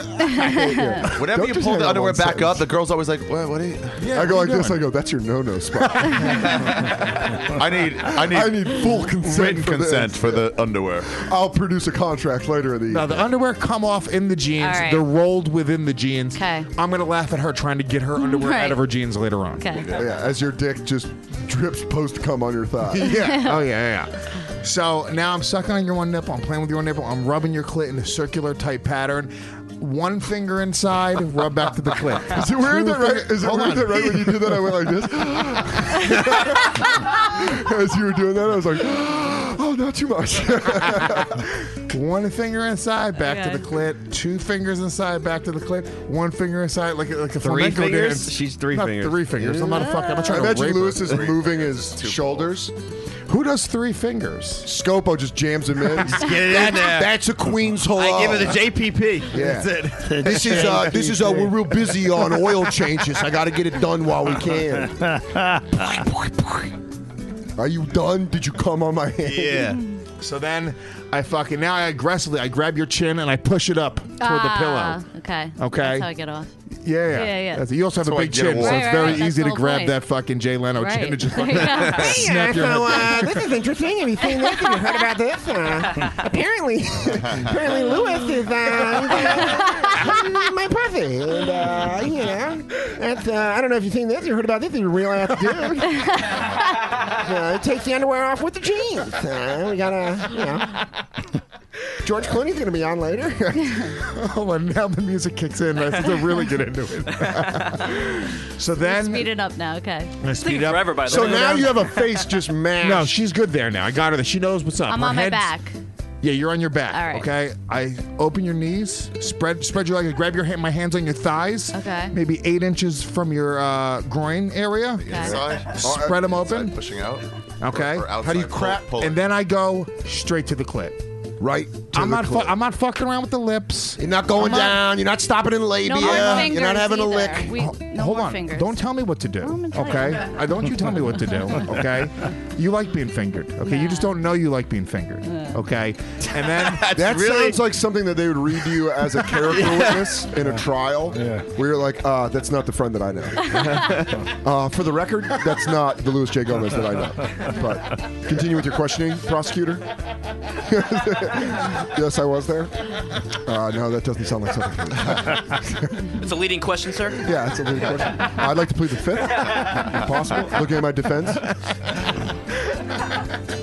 Whenever
Don't
you
just
pull
hang
the
on
underwear
one
back
sentence.
up, the girl's always like, "What? What are you?"
I go like this. I go. That's your no-no spot.
I need, I need,
I need full consent
written
for this.
consent for the underwear.
I'll produce a contract later in the
Now
evening.
the underwear come off in the jeans.
All right.
They're rolled within the jeans.
Okay.
I'm gonna laugh at her trying to get her underwear
Right.
out of her jeans later on.
Okay.
yeah, as your dick just drips post cum on your thigh.
yeah. Oh yeah, yeah. So now I'm sucking on your one nipple. I'm playing with your one nipple. I'm rubbing your clit in a circular type pattern. One finger inside, rub back to the clit.
Is it weird that right? Is it
Hold
weird
on.
that right when you did that I went like this? As you were doing that, I was like, oh, not too much.
One finger inside, back to the clit. Two fingers inside, back to the clit. One finger inside, like a- like a
Three
flamenco
fingers?
dance.
She's three
Not
fingers.
Three fingers. I'm not a fuck. I'm not
I
trying to
imagine
rape her.
Lewis is moving his shoulders.
Who does three fingers?
Scopo just jams him in.
Just get it in
That's-
there.
That's a Queen's hello.
I give her the JPP.
Yeah.
That's it.
This is uh, this is uh, we're real busy on oil changes. I got to get it done while we can. Are you done? Did you come on my hand?
Yeah.
So then I fucking now I aggressively I grab your chin and I push it up toward the pillow.
Ah, Okay.
Okay.
That's how I get off.
Yeah, yeah.
Yeah, yeah.
That's- you also have
That's
a
how I
big
get a
chin, so
walk.
it's
Right,
very
right, that's
easy
the
to
whole
grab
point.
that fucking Jay Leno chin and just fucking
Yeah.
snap your
so,
head.
uh, this is interesting. Have you seen this? Have you heard about this? Uh, apparently, apparently Lewis is uh, my pussy, and uh, you know, that's, uh, I don't know if you've seen this. You heard about this? You real ass dude. Uh, it takes the underwear off with the jeans. Uh, we gotta, you know. George Clooney's gonna be on later.
Oh, and now the music kicks in. I have to really get into it. so then
Speed it up now. Okay.
I speed up.
forever, by the
so
way.
now you have a face just mashed. No, she's good there now. I got her. there. She knows what's up.
I'm
Her
on my
Uh, head's-
back.
Yeah, you're on your back.
All right.
Okay. I open your knees, spread spread your legs, grab your hand, my hands on your thighs.
Okay.
Maybe eight inches from your uh, groin area.
Inside,
Spread them
Inside,
open.
pushing out.
Okay.
Or- or
How do you
outside, pull-
crap?
pull it.
and then I go straight to the clit.
Right. to
I'm
the
not. Fu-
clit.
I'm not fucking around with the lips.
You're not going
I'm not-
down. You're not stopping in labia.
No more fingers.
you're not having
either.
a lick.
We, no
Hold
more
on.
fingers.
Don't tell me what to do.
I'm gonna tell
okay.
you.
Uh, don't you tell me what to do. Okay. You like being fingered. Okay. You just don't know you like being fingered. Okay. And then
That
really-
sounds like something that they would read to you as a character witness in a trial, where you're like, uh, "That's not the friend that I know." uh, for the record, that's not the Louis J. Gomez that I know. But continue with your questioning, prosecutor. yes, I was there. Uh, no, that doesn't sound like something.
It's a leading question, sir.
yeah, it's a legal question. I'd like to plead the fifth, if possible. Looking at my defense. Uh,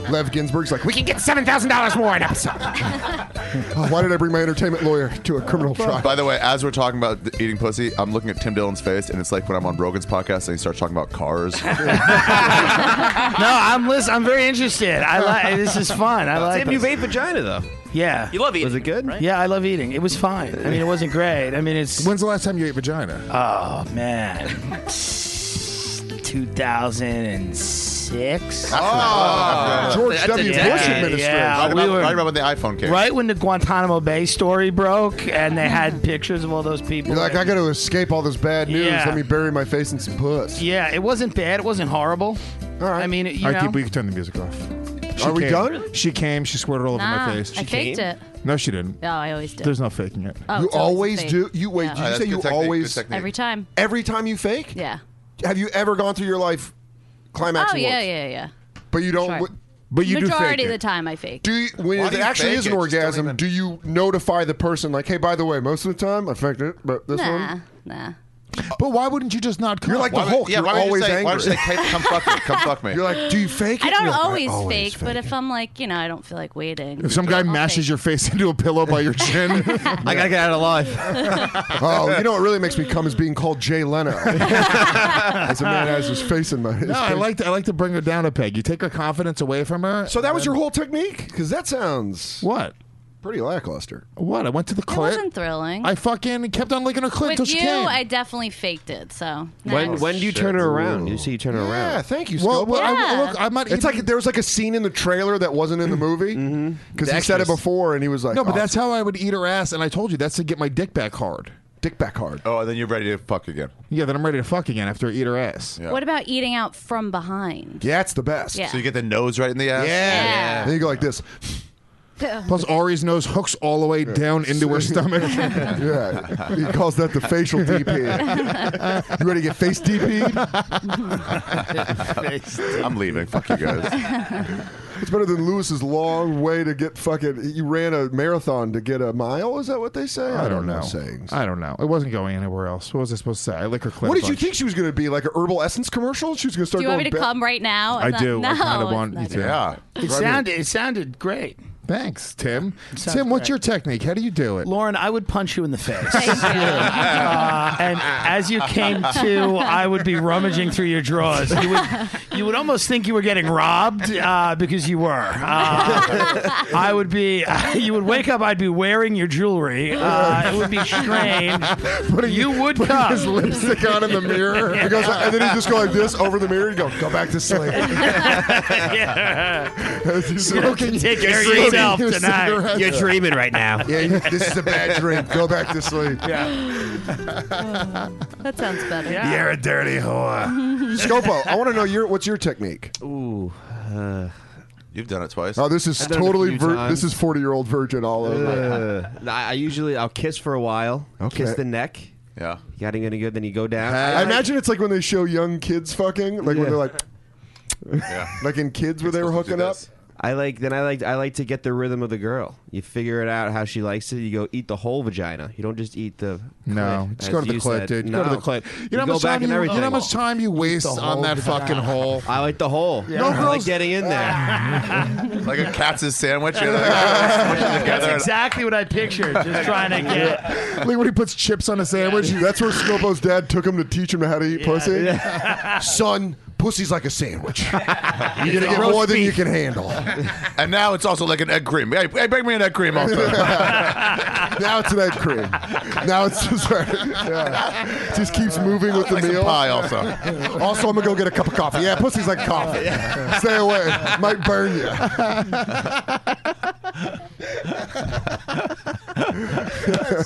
Lev Ginsburg's like, we can get seven thousand dollars more an episode. Why did I bring my entertainment lawyer to a criminal trial?
By the way, as we're talking about the eating pussy, I'm looking at Tim Dillon's face, and it's like when I'm on Rogan's podcast and he starts talking about cars.
No, I'm listen. I'm very interested. I like this is fun. I like.
Tim, you
this.
ate vagina though.
Yeah.
You love eating.
Was it good?
Yeah, I love eating. It was fine. I mean, it wasn't great. I mean, it's.
when's the last time you ate vagina?
Oh man. 2006. six.
Oh.
George
That's a
W. Bush
decade.
administration.
Right,
Yeah, we
about,
were-
right about when the iPhone came.
Right when the Guantanamo Bay story broke, and they had pictures of all those people.
You're like, I got to escape all this bad news.
Yeah.
Let me bury my face in some puss.
yeah, it wasn't bad. It wasn't horrible. All right. I mean, it- you
All
know.
right, we can turn the music off.
Are we
came.
done?
She came. She squirted all over
Nah,
my face.
Ah, I She faked came? it.
No, she didn't.
No, I always do.
There's no faking it.
Oh, it's always a fake. Yeah.
did you say you always-
every time?
Every time you fake?
Yeah.
Have you ever gone through your life climaxing
oh yeah,
once?
yeah, yeah.
But you don't.
Sure.
w-
Majority of the time, I fake.
Do you, when
Why
it
do you
actually
fake
is
it?
an
Just don't
orgasm, do you notify the person like, "Hey, by the way, most of the time I faked it, but this
nah,
one."
nah.
Uh,
But why wouldn't you just not come?
You're like
Why
the
would-
Hulk.
yeah,
You're
why would you
always
say-
angry.
why would you say, "Hey, come fuck me, come fuck me."
You're like, do you fake it?
I don't
You're like,
always,
always
fake, but if I'm like, you know, I don't feel like waiting.
If some guy
I'll
mashes your face into a pillow by your chin, I
gotta
get out alive.
oh, you know what really makes me come is being called Jay Leno. As a man has his face in my. His
No, I
face.
like to, I like to bring her down a peg. You take her confidence away from her.
So that was your whole technique? Because that sounds
what?
Pretty lackluster.
What? I went to the
It
clit.
wasn't thrilling.
I fucking kept on licking her clit
With
until she
you,
came.
I definitely faked it. So
Oh,
When
next.
when do you turn her around? You see you turn her around.
Yeah, thank you.
Well,
Scopa.
well,
I- Yeah.
look, I might
It's like there was like a scene in the trailer that wasn't in the movie because
Mm-hmm.
The
he said it
extras.
before and he was like,
no, but
"Oh,
that's how I would eat her ass, and I told you that's to get my dick back hard.
dick back hard."
Oh, and then you're ready to fuck again.
Yeah, then I'm ready to fuck again after I eat her ass.
What about eating out from behind?
Yeah, it's the best.
Yeah.
So you get the nose right in the ass.
Yeah. Yeah.
Then you go like this.
Plus, Ari's nose hooks all the way down into her stomach.
yeah, he calls that the facial DP. you ready to get face DP'd?
I'm leaving. Fuck you guys.
It's better than Lewis's long way to get fucking. You ran a marathon to get a mile. Is that what they say?
I don't know.
Sayings.
I don't know. It wasn't going anywhere else. What was I supposed to say? I lick her clit.
What
a
did you
bunch.
think she was going to be? Like a herbal essence commercial? She was going to
Do
start
you
going
want me to
back-
come right now?
I
It's not-
do. I kind
no,
of want you
it's
to.
not.
It sounded it sounded great.
Thanks, Tim.
sounds
Tim, what's
great.
your technique? How do you do it?
Lauren, I would punch you in the face. Uh, and as you came to, I would be rummaging through your drawers. You would, you would almost think you were getting robbed uh, because you were. Uh, I would be. you would wake up. I'd be wearing your jewelry. Uh, it would be strange. you would
putting
come.
his lipstick on in the mirror. He goes, and then he just go like this over the mirror. You go, go back to sleep.
Smoking. Take care of yourself tonight.
You're dreaming right now.
Yeah, you- this is a bad dream. Go back to sleep.
That sounds better.
You're a dirty whore. Uh, Scopo, I want to know your what's your technique.
Ooh. Uh,
You've done it twice.
Oh, this is
I've done it a
totally
few
vir-
times.
this is forty year old virgin all over.
Uh, I I usually I'll kiss for a while. Kiss the neck.
Yeah.
You gotta get good, then you go down.
I imagine it's like when they show young kids fucking, like when they're like, like in kids where they were hooking up.
I like then I like I like to get the rhythm of the girl. You figure it out how she likes it. You go eat the whole vagina. You don't just eat the
No,
clit,
just go
as
to the
you
clit,
said.
dude.
No.
Go to the clit. You, know how
go
much
back
time
and
you, you
everything.
know how much time you waste on that fucking hole.
I like the hole.
Yeah. No
No I like
girls-
getting in
Ah.
there.
like a Katz's sandwich. You know, like, smush it
That's
together.
exactly what I pictured. Just trying to get.
Like when he puts chips on a sandwich. That's where Scopo's dad took him to teach him how to eat pussy. Son, pussy's like a sandwich. You're gonna get more than you can handle.
and now it's also like an egg cream. Hey, hey bring me an egg cream also.
Now it's an egg cream. Now it's just yeah. just keeps
Uh,
moving with the
Like some
meal.
pie also.
Also, I'm gonna go get a cup of coffee. Yeah, pussy's like coffee. Stay away, might burn you.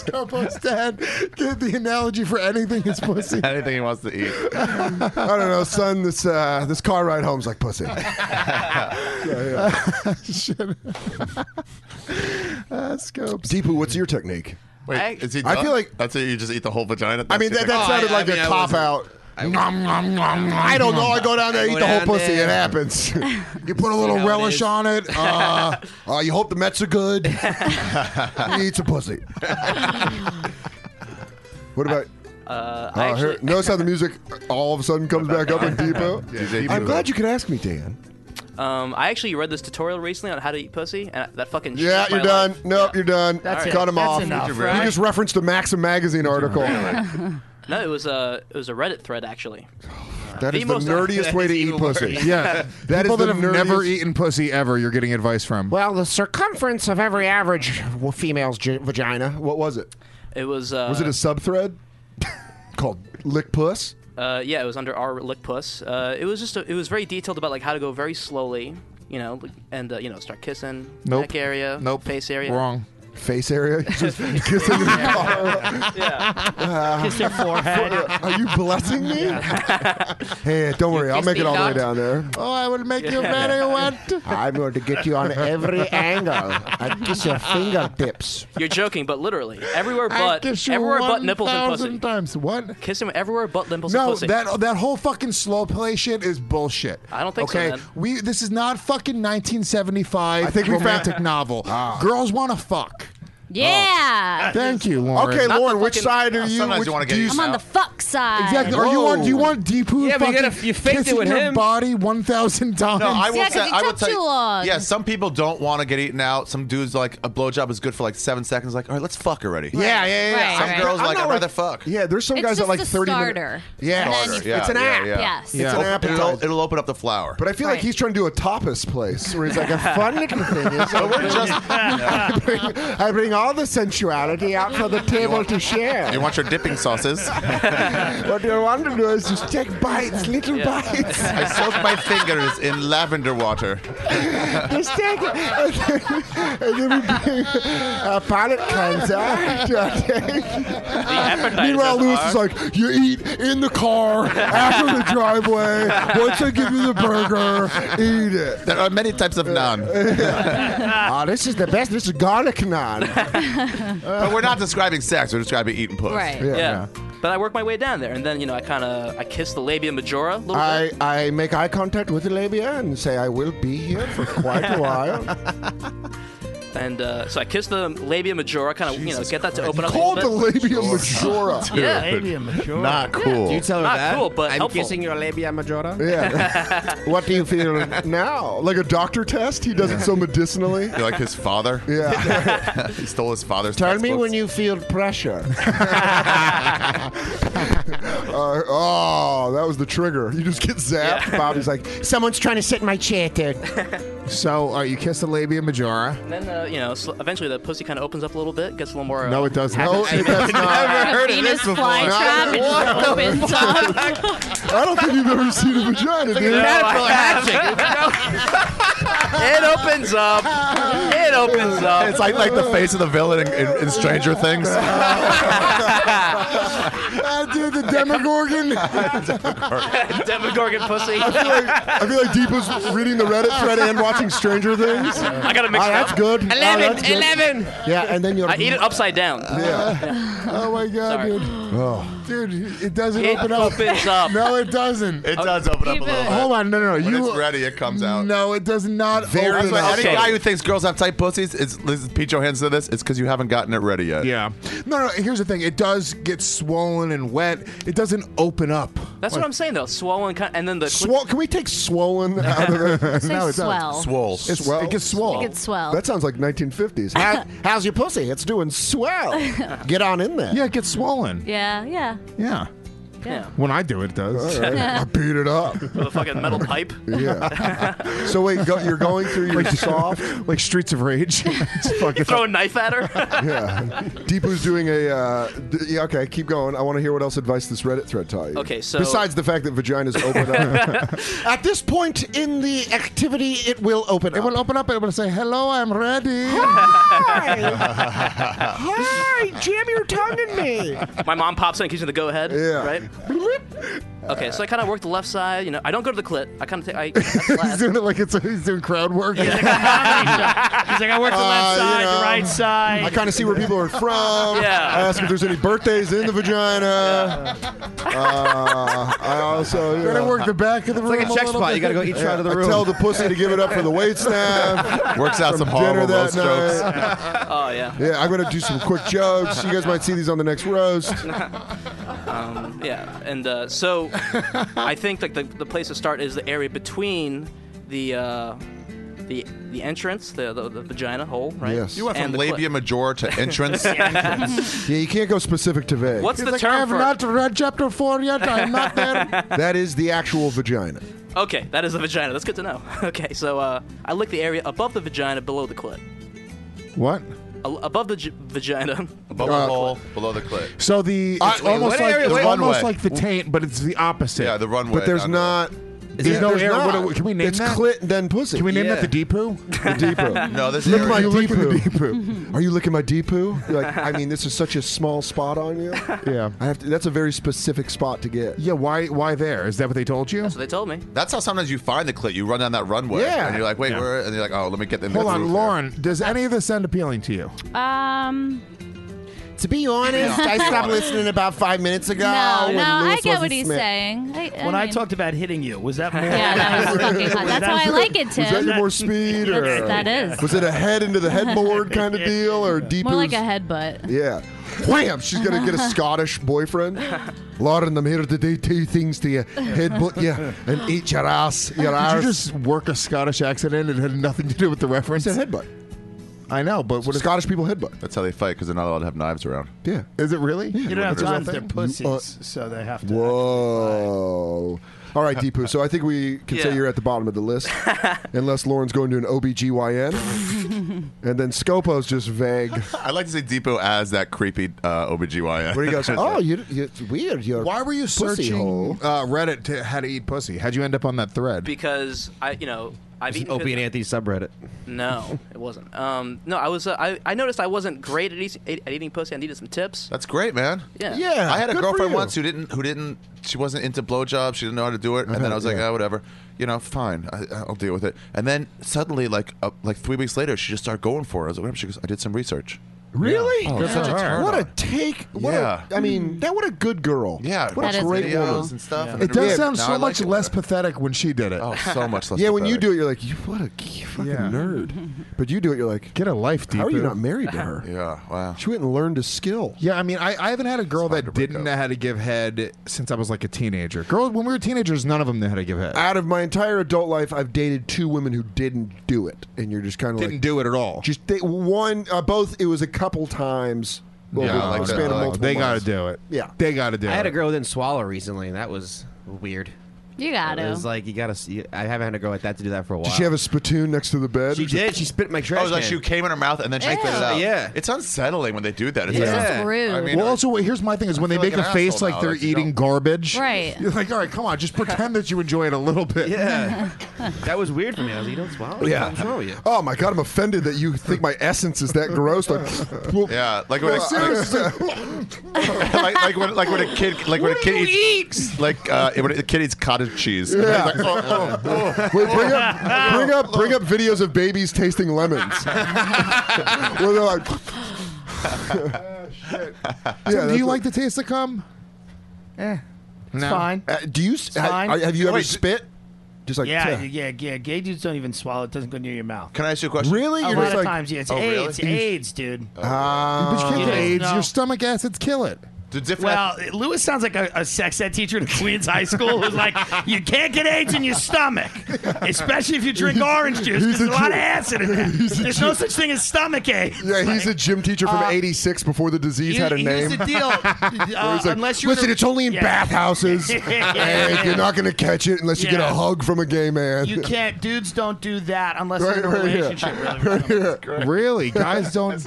Scopo's dad did the analogy for anything is pussy.
Anything he wants to eat.
I don't know, son. This uh, this car ride home's like pussy.
Shit. uh, Scopes.
Deepu, what's your technique?
Wait,
I-
is he
I
done?
feel like-
that's it. You just eat the whole vagina.
I mean,
That's
that,
it.
that sounded like a
mean, I
cop
wasn't-
out. Nom, nom, nom, nom, I don't know. I go down there,
I
eat
go
the whole
down
pussy.
there.
It happens. you put a little
how it
relish
is.
on it. Uh, uh, you hope the Mets are good. you eat some pussy. what about?
Uh,
Uh,
I actually,
here- notice how the music all of a sudden comes back up in Depot.
DJ
I'm
Depot.
glad you could ask me, Dan.
um, I actually read this tutorial recently on how to eat pussy, and that fucking
Yeah, you're
changed my life.
done. Nope, you're done.
That's
Cut
it.
him
That's
off.
enough,
you
right?
just referenced a Maxim magazine article.
No, it was a it was a Reddit thread actually.
That
The
is the
most-
nerdiest way to eat
even
pussy.
worse.
Yeah,
That is
people
the
that have never
nerdiest-
eaten pussy ever. You're getting advice from.
Well, the circumference of every average w- female's j- vagina.
What was it?
It was uh,
Was it a sub thread called Lick Puss?
Uh, yeah, it was under our lick puss. Uh, it was just a, it was very detailed about like how to go very slowly, you know, and uh, you know start kissing
Nope.
neck area,
Nope.
face area.
Wrong. Face area? Just kissing the
Kiss their forehead.
Are you blessing me? hey, don't worry. I'll
kiss
make it
me,
all the way
dog?
down there.
Oh, I will make you
Yeah.
very wet.
I'm going to get you on every angle. I kiss your fingertips.
You're joking, but literally everywhere
I
but
kiss you
everywhere but nipples and
1,000
pussy.
times. What?
Kiss him everywhere but nipples and
No,
pussy.
that that whole fucking slow play shit is bullshit. I don't
think so,
okay?
man.
we this is not fucking 1975
I think we found-
romantic novel.
Ah.
Girls want to fuck.
Oh. Yeah.
Thank you, Lauren.
Okay, Lauren, which side are
uh,
Sometimes
you?
you
which-
wanna get
do you-
I'm on the fuck side.
Exactly. Are you on? Do you want deep poo?
Yeah, but you
fucking
gotta- you faked it
kissing
with
your
him.
body one thousand times.
No, I will
Yeah, 'cause
say.
it
I will
took
tell
too
you.
long.
Yeah, some people don't want to get eaten out. Some dudes like a blowjob is good for like seven seconds. Like, all right, let's fuck already.
Yeah, yeah, yeah, yeah.
Some girls
I'm
like
not
I'd rather fuck.
Yeah, there's some
It's
guys that
just
like
the
30 minute-
starter.
Yeah.
And then
Starter,
you-
yeah,
it's an
yeah,
app.
yeah.
Yes.
It's an
It'll-
appetizer.
It'll, it'll open up the flower.
But I feel like he's trying to do a tapas place where he's like a
Fun
fun.
little thing is
But we're
just-
I, bring, I bring all the sensuality out for the table to share.
You want your dipping sauces?
What you want to do is just take bites, little
Yeah.
bites.
I soak my fingers in lavender water.
Just take it. And then, and then we bring a palate cleanser.
Meanwhile, Lewis is like, you eat in the car after the driveway. Once I give you the burger, eat it.
There are many types of naan.
oh, this is the best. This is garlic naan.
but we're not describing sex. We're describing eating puss.
Right.
Yeah.
Yeah,
But I work my way down there, and then you know I kind of I kiss the labia majora a little
I,
bit.
I make eye contact with the labia and say I will be here for quite a while.
And uh, so I kiss the labia majora, kind of you know get that to open up.
Call
a
the
little bit.
labia majora.
Yeah.
Not cool.
Do you tell her
Not
that?
cool, but
I'm
helpful.
kissing your labia majora.
Yeah.
what do you feel now?
Like a doctor test? He does it so medicinally.
You're like his father.
Yeah.
he stole his father's.
Tell me
textbooks.
when you feel pressure.
Uh, oh, that was the trigger. You just get zapped.
Bobby's like, someone's trying to sit in my chair, dude.
Oh,
So, all right, you kiss the labia majora.
And then uh, you know sl- eventually the pussy kind of opens up a little bit, gets a little more. Uh,
No, it doesn't. No,
happy-
it does not. I've never
heard of
Venus this before. flytrap,
it just opens I don't think you've ever seen a vagina, dude.
it opens up. It opens up.
It's like like the face of the villain in, in, in Stranger Things.
Ah, dude, the Demogorgon.
Demogorgon pussy.
I feel like I feel like Deep was reading the Reddit thread and watching Stranger Things.
I got it mixed
Ah,
up.
That's good. Ah, that's good.
Yeah, and then you're.
I eat it upside down.
Yeah. oh my god,
Sorry.
dude.
Oh,
Dude, it doesn't
It
open up.
opens up.
No, it doesn't.
It does open up a little bit.
Hold on, no, no, no.
When
you
it's ready, it comes out.
No, it does not
That's
open
why
up.
any guy who thinks girls have tight pussies, it's, this is Pete Johansson. This it's because you haven't gotten it ready yet.
Yeah.
No, no. Here's the thing. It does get swollen and wet. It doesn't open up.
That's what I'm saying though. Swollen, kind, and then the
Swole, can we take swollen out of the?
Say
it doesn't.
swell. Swole.
It's- It gets swole.
It gets swell.
That sounds like 1950s.
How, how's your pussy? It's doing swell. Get on in there.
Yeah, it gets swollen.
Yeah, yeah.
Yeah.
Yeah.
When I do it, it does.
All right. I beat it up.
with a fucking metal pipe.
Yeah. so wait, go, you're going through your soft.
like Streets of Rage. It's
You
fucking
throw a knife at her.
Yeah. Deepu's doing a. Uh, d- yeah, okay, keep going. I want to hear what else advice this Reddit thread taught you.
Okay, so-
besides the fact that vaginas open up,
At this point in the activity, it will open up.
It will open up and it will say, "Hello, I'm ready."
Hi, jam your tongue in me.
My mom pops in, gives me the go ahead. Yeah. Right. Okay, so I kind of work the left side. You know, I don't go to the clit. I kind of take. I, that's
he's
last.
doing it like it's he's doing crowd work.
He's like, I work the left
Uh, you
side,
know,
the right side.
I kind of see where people are from.
Yeah.
I ask if there's any birthdays in the vagina. Uh, I also you
Gotta
know,
work the back of
It's
the room.
like a
a
check
little
spot.
bit.
You gotta go each side of the I room. tell the pussy to give it up for the wait staff.
Works out
From
some horrible
dinner that
roast jokes.
oh yeah.
Yeah, I'm gonna do some quick jokes. You guys might see these on the next roast.
Um, yeah, and uh, so I think like the, the place to start is the area between the uh, the the entrance, the, the the vagina hole, right?
Yes.
You went from
And the clit.
labia majora to entrance.
Yeah, you can't go specific to vague.
What's
He's
the
like,
term
I have
for it?
not read chapter four yet. I'm not there.
That is the actual vagina.
Okay, that is the vagina. That's good to know. Okay, so uh, I lick the area above the vagina, below the clit.
What?
a- above the j- vagina.
Above the hole, below the clit.
So the
Uh,
it's
wait,
almost
what
like
area-
it's
wait,
almost
runway.
like the taint, but it's the opposite.
Yeah, the runway,
But there's
not-
not. There's no air. What do we- can we name
it's
that?
clit then pussy.
Can we name that the D poo?
The D poo.
No, this
Lick
area-
my
You
D
licking
poo.
the
Are you licking my D poo? You're like, I mean, this is such a small spot on you.
Yeah.
I have to. That's a very specific spot to get.
Yeah. Why? Why there? Is that what they told you?
That's what they told me.
That's how sometimes you find the clit. You run down that runway.
Yeah.
And you're like, wait, where? And you're like, oh, let me get the.
Hold on,
move
Lauren. Does any of this sound appealing to you?
Um.
To be honest, I stopped listening about five minutes ago.
No,
when
no, I
Lewis
get
wasn't
what he's
Smith.
saying. I, I
When I
mean,
talked about hitting you, was that more?
Yeah, that was fucking hot. That's why I like it,
Was that
Tim.
your more speed, or
That's- that is.
was it a head into the headboard kind of deal, or deep?
more like a headbutt.
Yeah. Wham! She's gonna get a Scottish boyfriend. Lauren, I'm here to do two things to you: headbutt you and eat your ass. Your
Did you
ass.
just work a Scottish accent in? It had nothing to do with the reference.
It's a headbutt.
I know, but what
Scottish people headbutt?
That's how they fight because they're not allowed to have knives around.
Yeah.
Is it really?
You don't have
Whatever.
guns; they're
You
pussies,
are-
Uh,
so they have to.
Whoa. All right, Deepu. So I think we can say
Yeah.
you're at the bottom of the list, unless Lauren's going to an OBGYN. and then Scopo's just vague.
I like to see Depot as that creepy uh, OBGYN.
Where he goes, oh, you, you, it's weird. You're
Why were you
pussy
searching
hole.
uh, Reddit to how to eat pussy? How'd you end up on that thread?
Because I, you know, I've eaten.
Opie and Anthony subreddit.
No, it wasn't. Um, no, I was. Uh, I, I noticed I wasn't great at, eat, at eating pussy. I needed some tips.
That's great, man.
Yeah.
I had a
good for
girlfriend
you.
once who didn't, who didn't, she wasn't into blowjobs. She didn't know how to do it, and then I was like,
yeah.
oh, whatever, you know, fine, I, I'll deal with it. And then suddenly, like, uh, like three weeks later, she just started going for it. I was like, whatever. She goes, I did some research.
Really?
Oh, Good that's for such a her. turn
What a
on.
take. What
Yeah.
a, I mean, that what a good girl.
Yeah,
What
watched
a great
videos
woman.
and stuff. and
It
then-
does
Yeah,
sound
now
so
I like
much
it.
less pathetic when she did it.
Oh, so much less.
yeah, when you
pathetic.
do it, you're like, you, what a g- fucking nerd. But you do it, you're like,
get a life,
How are you
Deepu.
not married to her?
yeah, wow.
She went and learned a skill.
Yeah, I mean, I, I haven't had a girl that didn't know how to give head since I was like a teenager. Girl, when we were teenagers, none of them knew how to give head.
Out of my entire adult life, I've dated two women who didn't do it, and you're just kind of
Didn't
like,
do it at all.
Just they, one, uh, both. It was a couple times. Well,
Yeah,
we-
like
span of
that, like-
multiple
they gotta
months.
do
it.
Yeah,
they got to do
I had
it.
a girl who didn't swallow recently, and that was weird.
You got
It was
to.
like you gotta. See, I haven't had a girl like that to do that for a while.
Did she have a spittoon next to the bed?
She did. She spit in my trash.
Oh, like
can.
she came in her mouth and then she
Ew.
spit it out.
Yeah.
it's unsettling when they do that. It's
Yeah.
like-
It's just rude.
I mean,
well, also, here's my thing: is when they
feel like
make
an
a face
asshole
like
now,
they're
like, you
eating garbage,
Right.
You're like, all right, come on, just pretend that you enjoy it a little bit.
Yeah, that was weird for me. I was like, you don't swallow.
Yeah.
What's wrong with you?
Oh my god, I'm offended that you think my essence is that gross. Like, well, uh,
Yeah, like when,
well,
a, like,
seriously.
like, like when like when a kid like when a kid eats like uh, when a kid eats cottage cheese. And
Yeah.
he's like, oh, oh, oh.
Wait, bring up, bring up, bring up videos of babies tasting lemons. Where they're like, Yeah,
Tim, do you
that's
like the taste of cum?
Eh.
No.
fine.
Uh, do you? s- ha-
fine.
are- have you ever
Wait,
spit? Just like
yeah,
"Tuh."
yeah, yeah. Gay dudes don't even swallow; it doesn't go near your mouth.
Can I ask you a question?
A
You're
lot
just
of
like-
times, yeah. It's
Oh, really? Oh,
AIDS, AIDS, dude.
Ah.
but you can't
Yeah.
get AIDS.
No.
Your stomach acids kill it.
The different
Well, Lewis sounds like a, a sex ed teacher in Queens High School who's like, you can't get AIDS in your stomach, especially if you drink orange juice because
He's a
there's a lot of
Jew.
acid in there.
He's a
There's no
Jew.
such thing as stomach AIDS.
Yeah, he's a gym teacher from
uh,
'86 before the disease had a
Here-
name.
Here's the deal.
Where
Uh,
he's like,
unless you're
listen,
in a-
it's only in
Yeah.
bathhouses. and you're not going to catch it unless you get a
Yeah.
hug from a gay man.
You can't. Dudes don't do that unless
Right,
they're in
right,
a
yeah. Oh,
relationship. Really.
Right here.
Really, guys don't.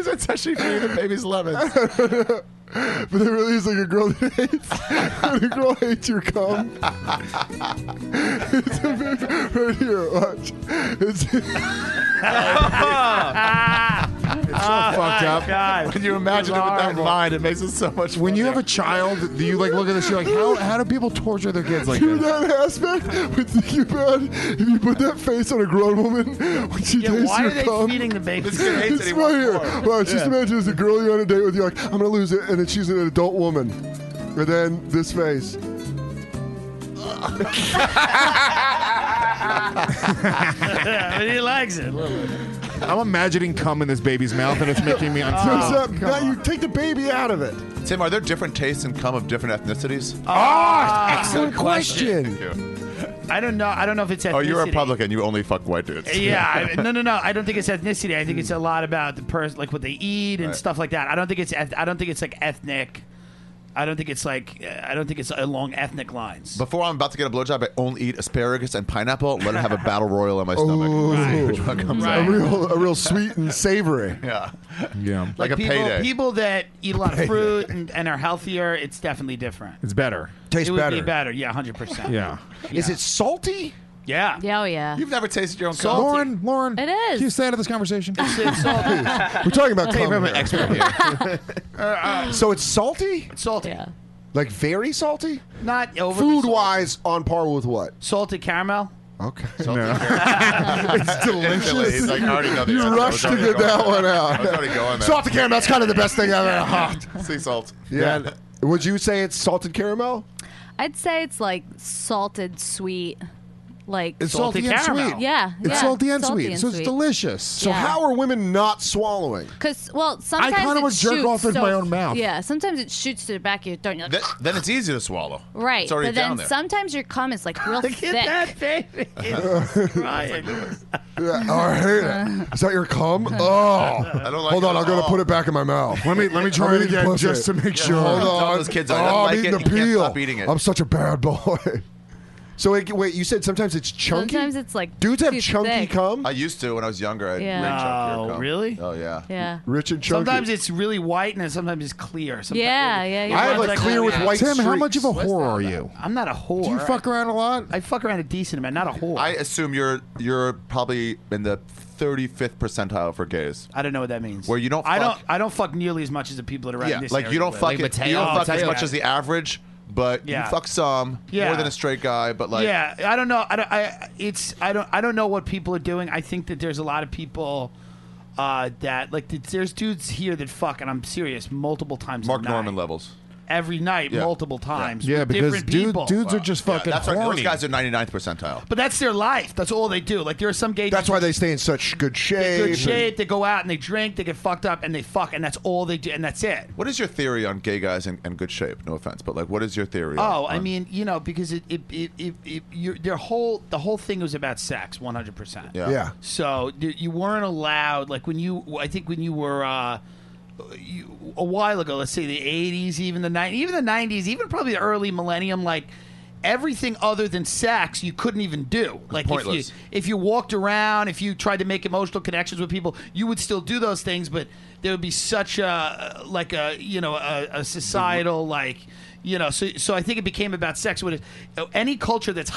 Who's a touchy feeding the baby's lemons?
But there really is like a girl that hates when a girl hates your cum. it's a bit- right here, watch. It's,
It's so fucked up.
When you imagine it with that in mind, it makes it so much.
When you have a child, do you like look at this? You're like, how, how do people torture their kids like
Give
this?
that aspect, but think about if you put that face on a grown woman when she
Yeah,
tastes
why
your
are they
cum.
feeding the baby?
It's right here. Well, just
Yeah.
imagine there's a girl you're on a date with. You're like, I'm gonna lose it, and then she's an adult woman, and then this face.
but he likes it. a little bit.
I'm imagining cum in this baby's mouth, and it's making me
Oh,
What's
uncomfortable.
up? Now you take the baby out of it.
Tim, are there different tastes and cum of different ethnicities?
Ah,
excellent question.
Thank you.
I don't know. I don't know if it's ethnicity.
Oh, you're a Republican. You only fuck white dudes.
Yeah, I, no, no, no. I don't think it's ethnicity. I think it's a lot about the person, like what they eat and
Right.
stuff like that. I don't think it's. eth- I don't think it's like ethnic I don't think it's like I don't think it's along ethnic lines.
Before I'm about to get a blowjob, I only eat asparagus and pineapple. Let it have a battle royal on my
Oh.
stomach.
Ooh.
See which one comes out.
A real, a real sweet and savory.
Yeah,
yeah.
Like a
people,
payday.
People that eat a lot of fruit and, and are healthier, it's definitely different.
It's better.
it would be better. Yeah, hundred percent.
Yeah.
Is
it salty?
Yeah.
Yeah, oh yeah.
You've never tasted your own
Salty.
Lauren, Lauren, it is. Can you stay out of this conversation?
We're talking about
Hey,
cum
from an
here. Uh,
expert
so it's salty?
It's salty. Yeah.
Like very salty?
Not over.
Food wise, on par with what?
Salted caramel.
Okay.
it's
delicious.
He's like, I already know the
You
answer. I was
rushed to
already
get
going
that
there.
one out.
I was already going there.
Salted caramel, that's kind of the best thing I've ever had.
Sea salt.
Yeah. Would you say it's salted caramel?
I'd say it's like salted sweet, like
It's salty Salty and caramel. sweet.
Yeah,
It's
yeah,
salty and sweet, so it's delicious. So
Yeah.
how are women not swallowing?
Because well, sometimes
kinda
it
would jerk
shoots
off with
so-
my own mouth.
Yeah, sometimes it shoots to the back of your throat. And you're like,
Th- then it's easy to swallow.
right,
It's already
but
down
then
there.
sometimes your cum is like real thick.
that baby.
Yeah, oh, I hate it. Is that your cum? Oh,
I don't like
hold
it
on.
at
I'm gonna
all.
put it back in my mouth.
Let me- let me try
I'm
it
eating
again
pussy.
just to make
Yeah,
sure.
Hold
tell
on.
those kids,
oh,
I don't
I'm
like
eating
it.
the
You can't
peel.
stop eating it.
I'm such a bad boy. So wait, wait, you said sometimes it's chunky.
Sometimes it's like
Dudes have
too
chunky
thick.
cum.
I used to when I was younger. I
Yeah.
No,
really? Oh yeah.
Yeah.
Rich and chunky.
Sometimes it's really white and then sometimes it's clear. Sometimes
Yeah,
really-
yeah,
yeah. I have,
Sometimes
like, clear with white
Tim, how
streaks.
much of a whore are you?
I'm not a whore.
Do you fuck around a lot?
I fuck around a decent amount, not a whore.
I assume you're you're probably in the 35th percentile for gays.
I don't know what that means.
Where you don't fuck,
I don't. I don't fuck nearly as much as the people that are around
yeah,
this
like you
area
don't
live.
fuck it, you don't
Oh,
fuck as
Mateo.
much as the average, but
Yeah.
you fuck some
Yeah.
more than a straight guy, but like
yeah, I don't know. I don't. I it's I don't. I don't know what people are doing. I think that there's a lot of people uh, that like th- there's dudes here that fuck, and I'm serious, multiple times.
Mark
a night.
Norman levels.
every night,
Yeah.
multiple times.
Yeah.
with
Yeah, because
different
dude-
people.
dudes are Wow.
just
Yeah, that's right. Those guys are 99th percentile.
But that's their life. That's all they do. Like there are some gay.
That's why they stay in such good shape.
Good shape. They go out and they drink. They get fucked up and they fuck, and that's all they do. And that's it.
What is your theory on gay guys and, and good shape? No offense, but like, what is your theory?
Oh,
on-
I mean, you know, because it, it, it, it, it your, their whole the whole thing was about sex, one hundred percent.
Yeah. Yeah.
So th- you weren't allowed, like when you, I think when you were uh, you, a while ago, let's say the eighties, even the nine, even the nineties, even probably the early millennium, like. Everything other than sex, you couldn't even do. Like if
pointless.
you if you walked around, if you tried to make emotional connections with people, you would still do those things, but there would be such a like a you know a, a societal like you know so so I think it became about sex. What it, any culture that's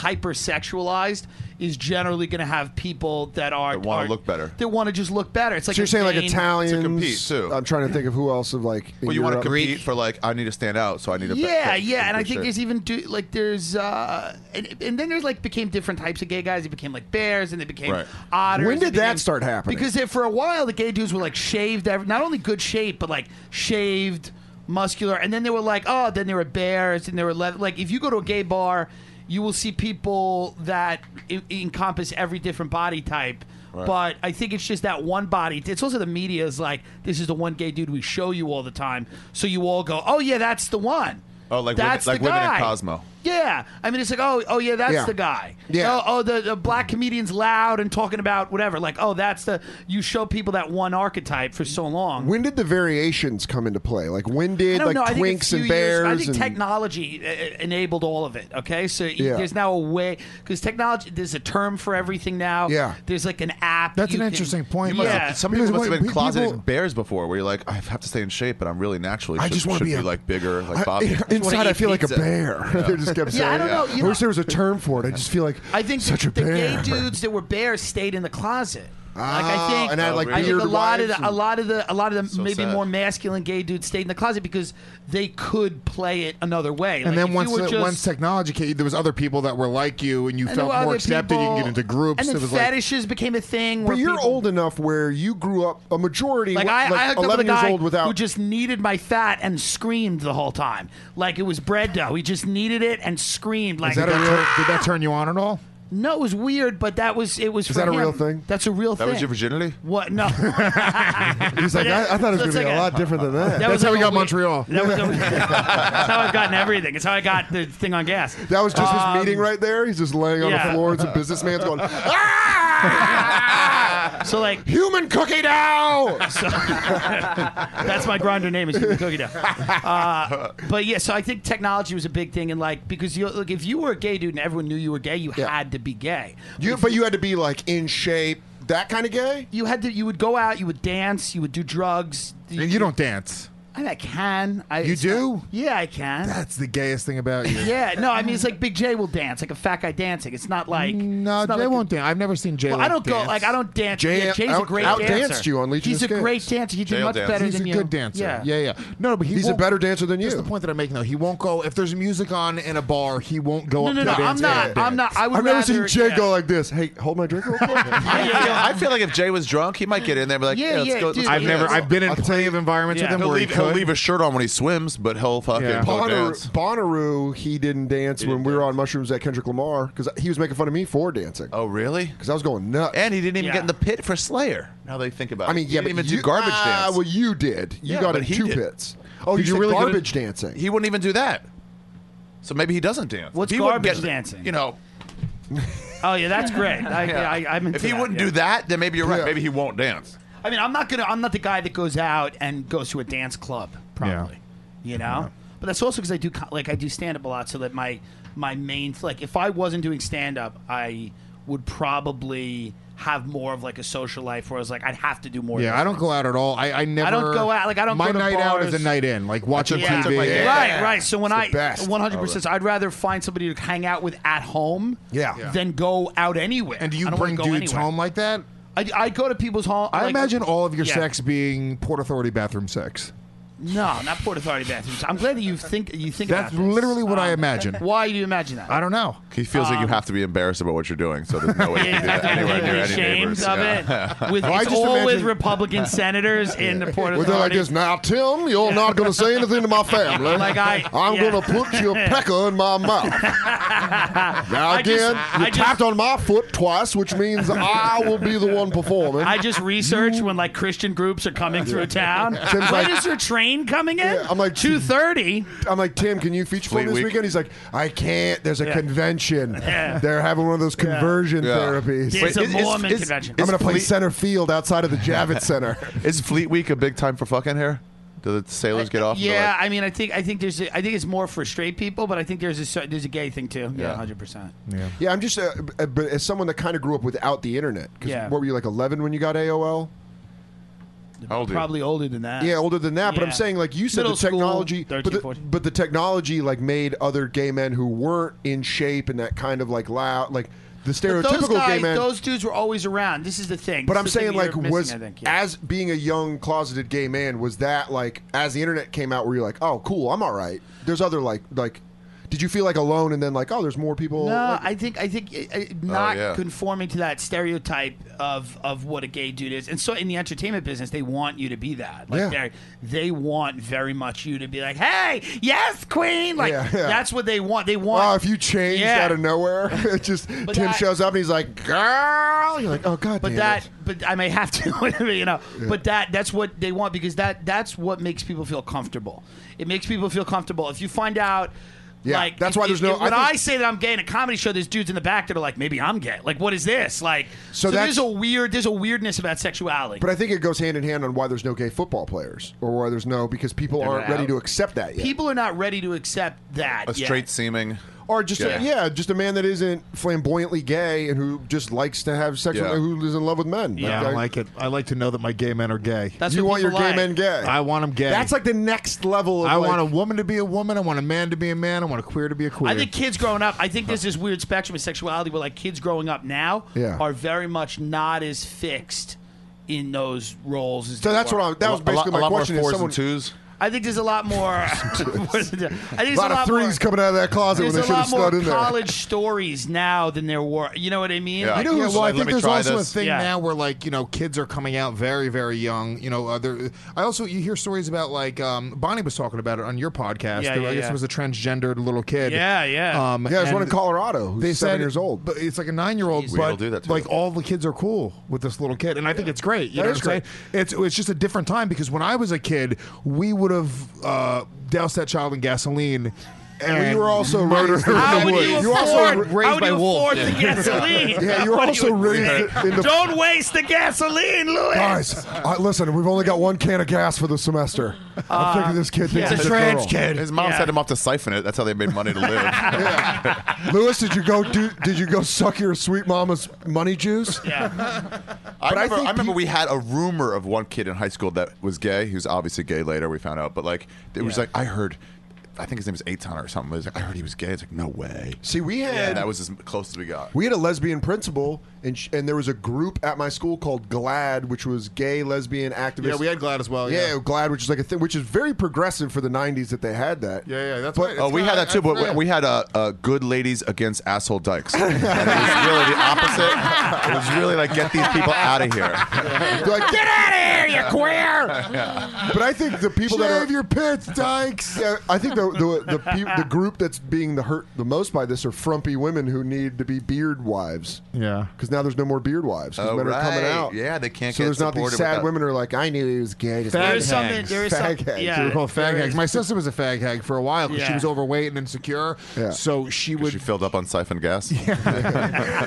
hypersexualized is generally going to have people that are
That wanna
are-
look better.
That want to just look better. It's like
so you're
a
saying like
vain-
Italians?
compete, too.
I'm trying to think of who else of like. in
well, you want to
Europe.
compete for like, I need to stand out, so I need to.
Yeah, yeah, and I think there's even do, like there's uh and, and then there's like became different types of gay guys. They became like bears and they became
Right.
otters.
When
They
did that
became-
start happening?
Because they, for a while the gay dudes were like shaved, ev- not only good shape but like shaved, muscular, and then they were like oh then they were bears and they were leather. like if you go to a gay bar, you will see people that e- encompass every different body type.
Right.
But but I think it's just that one body. It's also the media is like, this is the one gay dude we show you all the time, so you all go, oh yeah, that's the one.
Oh, like women-
that's
like
the
women in
guy.
Cosmo.
Yeah, I mean, it's like, oh, oh yeah, that's
Yeah.
the guy.
Yeah.
Oh, oh, the, the black comedian's loud and talking about whatever. Like, oh, that's the. You show people that one archetype for so long.
When did the variations come into play? Like when
I
did
don't
like
know. I think a
twinks
few
and
years-
bears?
I think
and-
technology uh, enabled all of it. Okay, so y-
Yeah.
there's now a way because technology. There's a term for everything now.
Yeah.
There's like an app.
That's
you
an
can-
interesting point.
You must
Yeah.
have, some people
Because
must have
what-
been
pe-
closeted
people-
bears before, where you're like, I have to stay in shape, but I'm really naturally.
I
Should,
just wanna
should
be
be,
a-
like bigger, like
I-
Bobby.
inside, I feel like a
Pizza.
bear.
Yeah.
they just kept saying.
Yeah, I don't know, you
I wish there was a term for it. I just feel like
I think
such
the,
a bear.
the gay dudes that were bears stayed in the closet. Like
Ah,
I think,
and had, like,
I think a
beard
lot of
wives
the, a
and-
lot of the a lot of the maybe
sad.
more masculine gay dudes stayed in the closet because they could play it another way.
And then once the,
the,
once technology came, there was other people that were like you, and you
And there
felt
were
more
other
accepted. you can get
people-
into groups.
and
it
then
was like,
fetishes became a thing.
But
where
you're
people-
old enough where you grew up a majority
Like I, I hooked up with a
11 years
guy
old without
who just needed my fat and screamed the whole time, like it was bread dough. He just needed it and screamed. Like
is that a real, did that turn you on at all?
No, it was weird, but that was it was.
Is
for
that a
him.
real thing?
That's a real
That
thing.
was your virginity.
What? No.
He's like, I, I thought it was going
So it's
to be
like
a,
a-
lot different than that.
That was That's how we like a got weird-
Montreal.
That was, that's how I've gotten everything. It's how I got the thing on gas.
That was just
Um,
his meeting right there. He's just laying on
yeah.
the floor. It's a businessman's going,
So like
human cookie dough.
that's my grinder name is human cookie dough. Uh, but yeah, so I think technology was a big thing, and like because you look if you were a gay dude and everyone knew you were gay, you had to be gay.
You, but you had to be like in shape, that kind of gay.
You had to. You would go out. You would dance. You would do drugs.
And you don't dance.
I, mean, I can. I,
You
it's
do?
not- yeah, I can.
That's the gayest thing about you.
yeah, no, I mean it's like Big J will dance, like a fat guy dancing. It's not like
No,
it's not
Jay
like
won't dance. I've never seen Jay.
Well, I
like
don't go
dance.
like I don't dance.
Jay
yeah, Jay's a
out-
great
outdanced
dancer.
you on Legion
He's
of
a
Skinks.
great dancer. He did much better
he's
than
a
you.
good dancer.
Yeah,
yeah, yeah. No, but he
He's a
won't-
better dancer than
That's
you.
the point that I'm making, though. He won't go if there's music on in a bar. He won't go
No,
up
no,
to
no,
the
I'm
dance
not-
floor and
I'm
dance.
not- I would I've never seen rather- Jay yeah. go
like this. Hey, hold my drink. Real quick.
I, I feel like if Jay was drunk, he might get in there and be like,
Yeah,
yeah, let's
yeah,
go.
dude.
Let's
I've
go
never-
dance."
I've been in plenty of environments
Yeah.
with him
He'll
where he
leave, he'll
could.
leave a shirt on when he swims, but he'll fucking
Yeah.
go
Bonnaroo,
dance.
Bonnaroo, he didn't dance when we were on mushrooms at Kendrick Lamar because he was making fun of me for dancing.
Oh, really?
Because I was going nuts.
And he didn't even get in the pit for Slayer. Now they think about it.
I mean,
He
yeah,
didn't
but
even
you,
do garbage
ah,
dance.
Well, you did. You
Yeah,
got
but
in
he
two
did.
pits. Oh, you
said
really
garbage-
garbage dancing.
He wouldn't even do that. So maybe he doesn't dance.
What's
If he wouldn't
garbage
get-
dancing?
You know,
Oh yeah, that's great. I,
Yeah.
I, I'm into
if he
that,
wouldn't
yeah.
do that, then maybe you're right. Maybe he won't dance.
I mean, I'm not gonna. I'm not the guy that goes out and goes to a dance club, probably. You know. But that's also because I do co- like I do stand up a lot, so that my my main like if I wasn't doing stand up, I would probably have more of like a social life where I was like I'd have to do more. of
Yeah,
those
I don't go out at all. I, I never.
don't go out, like, I don't
My
go to
night out is a
bars.
night in, like watching
Yeah.
TV.
Right, right. So when I
It's the best.
100%, I'd rather find somebody to hang out with at home
Yeah. Yeah.
than go out anywhere.
And do you
I don't
bring
wanna go
dudes
anywhere.
home like that?
I, I go to people's home.
I
like-
imagine all of your
Yeah.
sex being Port Authority bathroom sex.
No, not Port Authority bathrooms. I'm glad that you think you think
That's
about this. Um,
literally what I imagine.
Why do you imagine that?
I don't know.
He feels like you
Um,
have to be embarrassed about what you're doing, so there's no way you can do that
Yeah,
anywhere near any
ashamed
neighbors.
of
Yeah.
it. With,
Well, I
it's
just
all with
imagine-
Republican senators in the Port
Well, they're like
Authority.
this. Now, Tim, you're not going to say anything to my family.
Like I-
I'm
yeah.
going to put your pecker in my mouth. now
I
again,
just-
you
I just-
tapped on my foot twice, which means I will be the one performing.
I just research when like Christian groups are coming through town.
Tim's
When
like-
is your train coming in?
I'm like
two thirty.
I'm like Tim, can you feature for me
Fleet
this
Week.
weekend? He's like, I can't. There's a
Yeah.
convention.
Yeah.
They're having one of those conversion
Yeah.
therapies.
It's a
is- is-
Mormon
is-
convention.
I'm gonna play
Fleet-
center field outside of the Javits Center.
Is Fleet Week a big time for fucking here? Do the sailors get off? and they're
Yeah,
like-
I mean, I think I think there's a, I think it's more for straight people, but I think there's a cer- there's a gay thing too. Yeah,
Yeah.
hundred percent.
Yeah.
Yeah, I'm just, uh, uh, but as someone that kind of grew up without the internet, 'cause
Yeah.
what were you like 11 when you got AOL?
How old are you?
Probably older than that.
Yeah, older than that. But I'm
Yeah.
saying, like you said,
Middle
the
school,
technology,
13,
but, the,
14.
but the technology like made other gay men who weren't in shape and that kind of like loud, like the
But those
stereotypical
guys,
gay man.
those dudes were always around. This is the thing.
but
This
I'm
is the thing
saying,
that
like,
you're missing,
was
I think, yeah.
as being a young closeted gay man, was that like as the internet came out, where you're like, oh, cool, I'm all right. There's other like like. Did you feel like alone, and then like, oh, there's more people?
No,
like- Oh,
I think I think uh, uh, not
yeah.
conforming to that stereotype of of what a gay dude is, and so in the entertainment business, they want you to be that. Like
Yeah.
they they want very much you to be like, hey, yes, queen. Like
Yeah, yeah.
that's what they want. They want.
Oh, if you changed
Yeah.
out of nowhere, it just Tim
that-
shows up and he's like, "Girl," you're like, "Oh God!"
but
damn
that
it.
but I may have to you know but that that's what they want because that that's what makes people feel comfortable it makes people feel comfortable if you find out
Yeah,
like
that's
if-
why there's
if-
no-
if- when
I
I,
think-
say that I'm gay in a comedy show there's dudes in the back that are like maybe I'm gay like what is this like
So
so, there's
that's-
a weird there's a weirdness about sexuality
But I think it goes hand in hand on why there's no gay football players or why there's no because people
They're
aren't
not
ready
out.
to accept that yet.
people are not ready to accept that
a
yet.
straight seeming.
or just yeah. just a man that isn't flamboyantly gay and who just likes to have sex
Yeah.
with who is in love with men.
Yeah, I
Like,
don't like it. I like to know that my gay men are gay.
That's You what want people your gay like. men gay.
I want them gay.
That's like the next level. Of
I
like-
want a woman to be a woman. I want a man to be a man. I want a queer to be a queer.
I think kids growing up, I think there's this weird spectrum of sexuality where like kids growing up now
Yeah.
are very much not as fixed in those roles. As
So
they
that's
were.
what I'm- that was basically my question. is someone,
twos.
I think there's a lot more. I think
A
there's
lot of threes coming out of uh, that
more,
closet when
there's
they
a
should have
lot more
slid in there.
college stories now than there were. You know what I mean?
Yeah.
Like,
You know,
Yeah,
who's
well,
I
let
think
me
there's
try
also
this.
a thing
Yeah.
now where like you know kids are coming out very very young. You know, uh, there. I also you hear stories about like um, Bonnie was talking about it on your podcast.
Yeah,
There-
yeah,
I guess
yeah.
it was a transgendered little kid.
Yeah, yeah.
Um,
Yeah, there's one
and
in Colorado who's
they
seven
said-
years old.
but it's like a nine year old.
Jeez. We'll
But
do that to
like all the kids are cool with this little kid, and I think it's great. You
That
know
is
what I'm saying? It's it's just a different time because when I was a kid, we would have uh, doused that child in gasoline.
Well, you were also
murdered
raised
in the
in the
woods.
wood.
You were also raised by wolves.
yeah, you were also raised in the.
Don't waste the gasoline, Louis.
Guys, uh, listen, we've only got one can of gas for the semester.
Uh,
I'm thinking this kid thinks he's girl.
His mom sent him off to siphon it. That's how they made money to live.
Lewis, did you go do? Did you go suck your sweet mama's money juice?
Yeah. I
But I
remember, I,
think
remember we had a rumor of one kid in high school that was gay. He was obviously gay later, we found out. But like, it was like, I heard, I think his name was Aton or something. It was like, I heard he was gay. It's like, no way.
See, we had-
that was as close as we got.
We had a lesbian principal, and sh- and there was a group at my school called GLAD, which was gay lesbian activists.
Yeah, we had GLAD as well, yeah.
GLAD, which is like a thing, which is very progressive for the '90s that they had that.
Yeah, yeah, that's
But-
right.
Oh,
It's
we
kinda-
had that too,
I-
but
I-
we- we had a, a good ladies against asshole dykes. and it was really the opposite. It was really like get these people out of here.
They're like, get out of here, you queer!
Yeah.
But I think the people that
Shave
are your pits, dykes. I think the the the, peop the group that's being the hurt the most by this are frumpy women who need to be beard wives.
Yeah.
Because now there's no more beard wives. 'cause
Oh,
men are coming
right.
out.
Yeah, they can't
So
get
there's not these
supported
sad
without-
women who are like, I knew he was gay. just
Fag
like-
hags.
Fag hags.
They were called fag hags. My sister was a fag hag for a while because she
Yeah.
was overweight and insecure. So she would.
She filled up on siphon gas.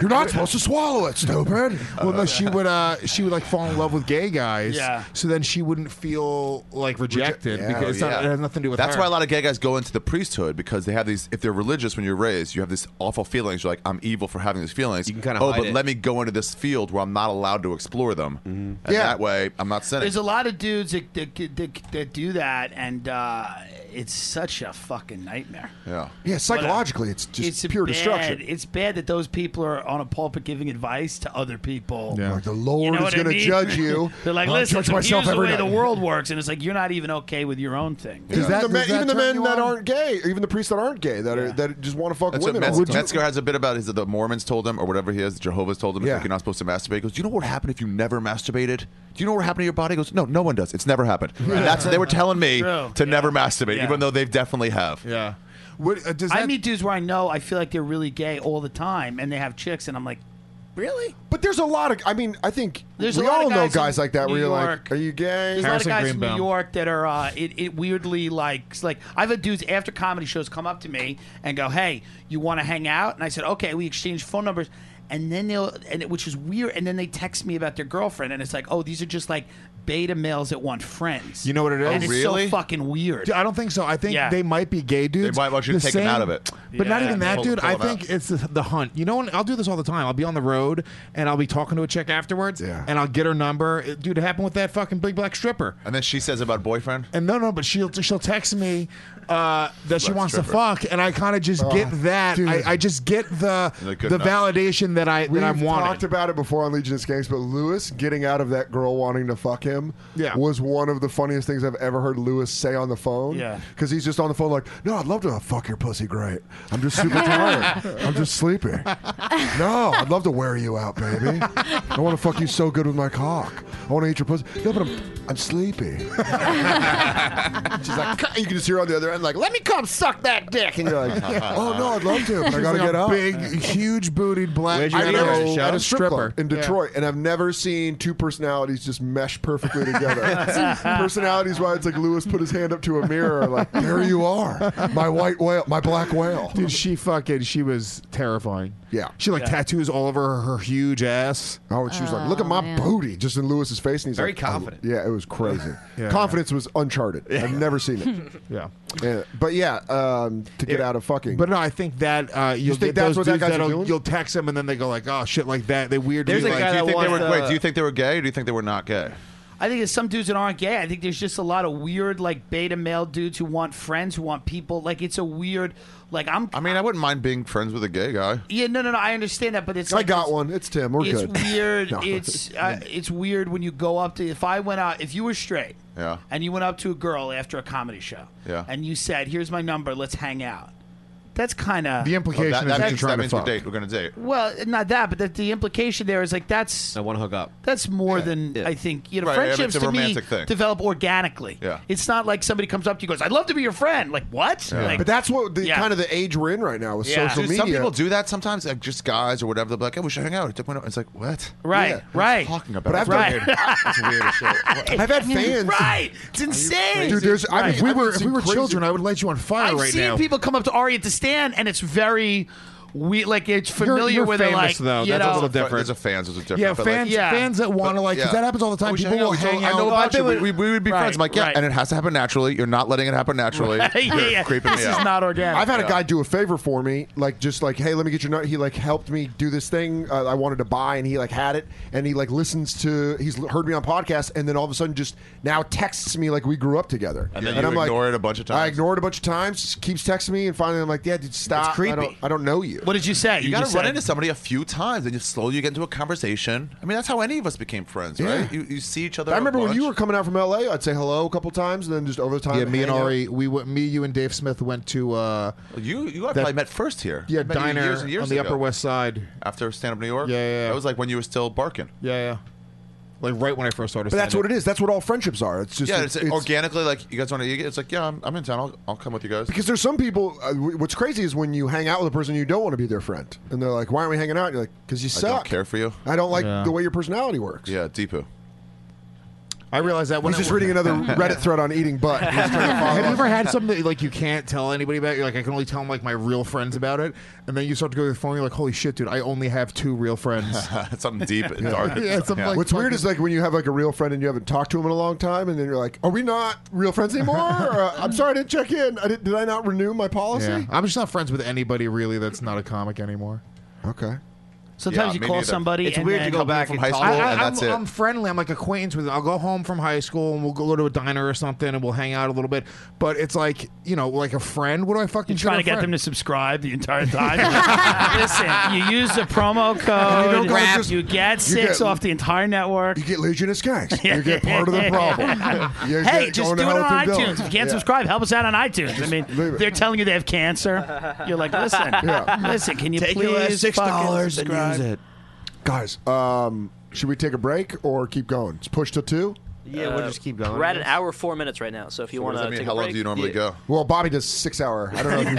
You're not supposed to swallow it, stupid. Well, no, she would. Uh, she would like fall in love with gay guys.
Yeah.
So then she wouldn't feel like rejected
Yeah.
because it's
Oh,
not,
yeah.
it has nothing to do with.
That's
her.
why a lot of gay guys go into the priesthood because they have these. If they're religious when you're raised, you have these awful feelings. You're like, I'm evil for having these feelings. You can kind
kinda
Oh,
hide
but
it.
let me go into this field where I'm not allowed to explore them. And
Yeah.
That way, I'm not sinning.
There's a lot of dudes that, that, that, that do that, and uh, it's such a fucking nightmare.
yeah.
Yeah, psychologically, uh, it's just pure
bad,
destruction.
It's bad that those people are on a pulpit giving advice to other people.
Yeah. Like, the Lord is
what I
gonna
mean?
judge you.
They're like,
I
listen,
judge
so
myself
here's the
every
way
night."
the world works, and it's like you're not even okay with your own thing.
Even the men, even the men that aren't gay, even the priests that aren't gay, that are that just want to fuck
That's what
women.
Metz-
all the time.
Metzger has a bit about. Is that the Mormons told him, or whatever he is, the Jehovah's told him, it's like you're not supposed to masturbate. He goes, do you know what would happen if you never masturbated? Do you know what happened to your body? He goes, no, no one does. It's never happened.
Right.
That's they were telling me
True.
to never masturbate, even though they've definitely have.
Yeah.
uh,
I meet dudes where I know I feel like they're really gay all the time, and they have chicks, and I'm like, really?
But there's a lot of. I mean, I think
There's
we
a lot
all
of
know
guys
guys
in
like that.
New
where you're
York.
like, are you gay?
There's a lot of guys from New York that are uh, it, it weirdly like like I've had dudes after comedy shows come up to me and go, "Hey, you want to hang out?" And I said, "Okay." We exchange phone numbers, and then they'll and it, which is weird. And then they text me about their girlfriend, and it's like, "Oh, these are just like beta males that want friends."
You know what it is?
And it's so fucking weird.
Dude, I don't think so. I think
Yeah.
they might be gay dudes.
might want you to
The
take 'em
same-
out of it.
But not
Yeah.
even that,
Pull-
dude.
pull
I
'em out.
think it's the, the hunt. You know, and I'll do this all the time. I'll be on the road and I'll be talking to a chick afterwards, and I'll get her number. It- dude, it happened with that fucking big black stripper.
And then she says about boyfriend.
And no, no, but she'll she'll text me uh, that she
Black
wants
stripper.
to fuck, and I kind of just
Oh,
get that.
dude.
I, I just get the
Like, good
the
enough.
validation that I
We've
that I'm
talked
wanted.
about it before on Legion of Skanks, but Lewis getting out of that girl wanting to fuck him
Yeah.
was one of the funniest things I've ever heard Lewis say on the phone.
Yeah.
Because he's just on the phone like, no, I'd love to fuck your pussy great. I'm just super tired. I'm just sleepy. No, I'd love to wear you out, baby. I want to fuck you so good with my cock. I want to eat your pussy. No, but I'm, I'm sleepy. She's like, "Cuck." you can just hear her on the other end like, let me come suck that dick. And you're like, oh, no, I'd love to, but I
She's
got to
like a
get up.
Big, huge booted black.
I
girl
never- at a strip club in Detroit, and I've never seen two personalities just mesh perfectly together. personalities wise, like Lewis put his hand up to a mirror, like there you are, my white whale, my black whale.
Dude, she fucking she was terrifying.
Yeah,
she like
Yeah.
tattoos all over her, her huge ass.
Oh, and she was like, "Look at my booty," just in Lewis's face, and he's
Very
like, "Oh."
confident.
Yeah, it was crazy.
Yeah.
Confidence was uncharted. I've never seen it.
yeah.
Yeah, but yeah, um, to get out of fucking.
But no, I think that uh, you'll
think
get
that's
those
what that
dudes
guy's
that'll-
doing?
you'll text them and then they go like, oh shit, like that. They weird.
do you,
like,
like, do you think they were? Wait, do you think they were gay? or Do you think they were not gay?
I think there's some dudes that aren't gay. I think there's just a lot of weird, like beta male dudes who want friends, who want people. Like it's a weird, like I'm.
I mean, I wouldn't mind being friends with a gay guy.
Yeah, no, no, no. I understand that, but it's.
I
like
got one. It's Tim. We're
it's
good.
weird.
No.
It's uh, it's weird when you go up to. If I went out, if you were straight,
Yeah.
and you went up to a girl after a comedy show,
Yeah.
and you said, "Here's my number. Let's hang out." that's kind of
The implication
Oh, that,
is
that
that
means,
you're
that
trying to
means we're
fuck.
date. We're gonna date.
Well, not that, but the, the implication there is like that's
I want to hook up.
that's more than I think. You know,
Right, I mean, it's
friendships
a
to me
romantic thing.
develop organically.
Yeah.
It's not like somebody comes up to you and goes, "I'd love to be your friend." Like what? Like,
But
that's what the
Yeah.
kind of the age we're in right now with social
Dude,
media.
Some people do that sometimes, like just guys or whatever. They're like, "Oh, we should hang out." It took one- It's like, what?
Right,
Yeah,
right.
What are you talking about.
But I've done Right.
weird. It's weird as shit. What?
I've had fans.
Right. It's insane.
Dude, there's- I
Right.
mean,
If we
I've
were if
seen
we were
crazy-
children, I would light you on fire
I've
right
seen
now.
people come up to Ari at the stand, and it's very we like it's familiar
you're
where they're like,
famous, though.
you
That's
know,
a little different.
There's a fans. There's a different.
Yeah,
but,
fans-
Yeah.
fans that wanna,
but,
like, 'cause that happens all the time.
Oh, we should
People will
out. We should
hang
I know
out.
about
But
you.
they
We,
would-
we- we would be friends. I'm like, yeah,
Right.
and it has to happen naturally. You're not letting it happen naturally.
Right,
You're
yeah.
creeping me out.
I've had
Yeah.
a guy do a favor for me, like just like, hey, let me get your note. He like helped me do this thing uh, I wanted to buy, and he like had it, and he like listens to, he's l- heard me on podcast, and then all of a sudden just now texts me like we grew up together,
And then you ignore it a bunch of times.
I ignored it a bunch of times, keeps texting me, and finally I'm like, yeah, dude, stop. I don't,
creepy.
I don't know you.
What did you say?
You, gotta run into somebody a few times, and you slowly get into a conversation. I mean, that's how any of us became friends, right? You, you see each other.
I
a
remember when
bunch.
you were coming out from LA, I'd say hello a couple times, and then just over time.
Yeah, me and
hang out.
Ari, we went. Me, you, and Dave Smith went to. uh
You you I
that-
probably met first here.
Yeah,
I met you
diner
years and years
on the
ago.
Upper West Side.
after Stand Up New York. Yeah,
yeah.
That was like when you were still barking.
Yeah, yeah. Like right when I first started.
But that's what it is. That's what all friendships are. It's just
yeah, it's, organically like you guys want to. It's like yeah, I'm, I'm in town. I'll, I'll come with you guys.
Because there's some people. Uh, w- what's crazy is when you hang out with a person you don't want to be their friend, and they're like, "Why aren't we hanging out?" And you're like, "Because you
I
suck.
don't care for you.
I don't like the way your personality works."
Yeah, Deepu.
I realized that when
He's
I
just
worked-
reading another Reddit thread on eating butt. He's trying to follow
Have you
up.
ever had something that, like you can't tell anybody about? You're like, I can only tell like my real friends about it, and then you start to go to the phone. You're like, holy shit, dude, I only have two real friends.
something deep and
Yeah.
dark.
Yeah, something like
What's weird is like when you have like a real friend and you haven't talked to him in a long time, and then you're like, "Are we not real friends anymore?" or, uh, I'm sorry, I didn't check in. I did, did I not renew my policy?
Yeah. I'm just not friends with anybody really that's not a comic anymore.
Okay.
Sometimes you call somebody. and then-
I, am I'm friendly. I'm like acquaintance with. I'll go home from high school and we'll go to a diner or something and we'll hang out a little bit. But it's like you know, like a friend. What do I fucking
You're trying to get them to subscribe the entire time. Listen, you use the promo code.
You don't gotta
you,
just-
get
you
six
get-
off the entire network. You
get Legionist Gangs. You get part of the problem. You
hey,
get
just
going
do
to
it
hell
on
through
iTunes.
Dylan.
If you can't
Yeah.
subscribe, help us out on iTunes. I mean, they're telling you they have cancer. You're like, listen,
Yeah.
listen, can you
Take
please
your last six
fucking
dollars and
subscribe?
use it. Guys, um, should we take a break or keep going? Let's push to two.
Yeah,
Uh,
we'll just keep going.
Uh, We're at an hour four minutes right now, so if you want
what does that
to
mean?
take
How
a
long
break,
do you normally go?
Well, Bobby does six hour. I don't know. If you've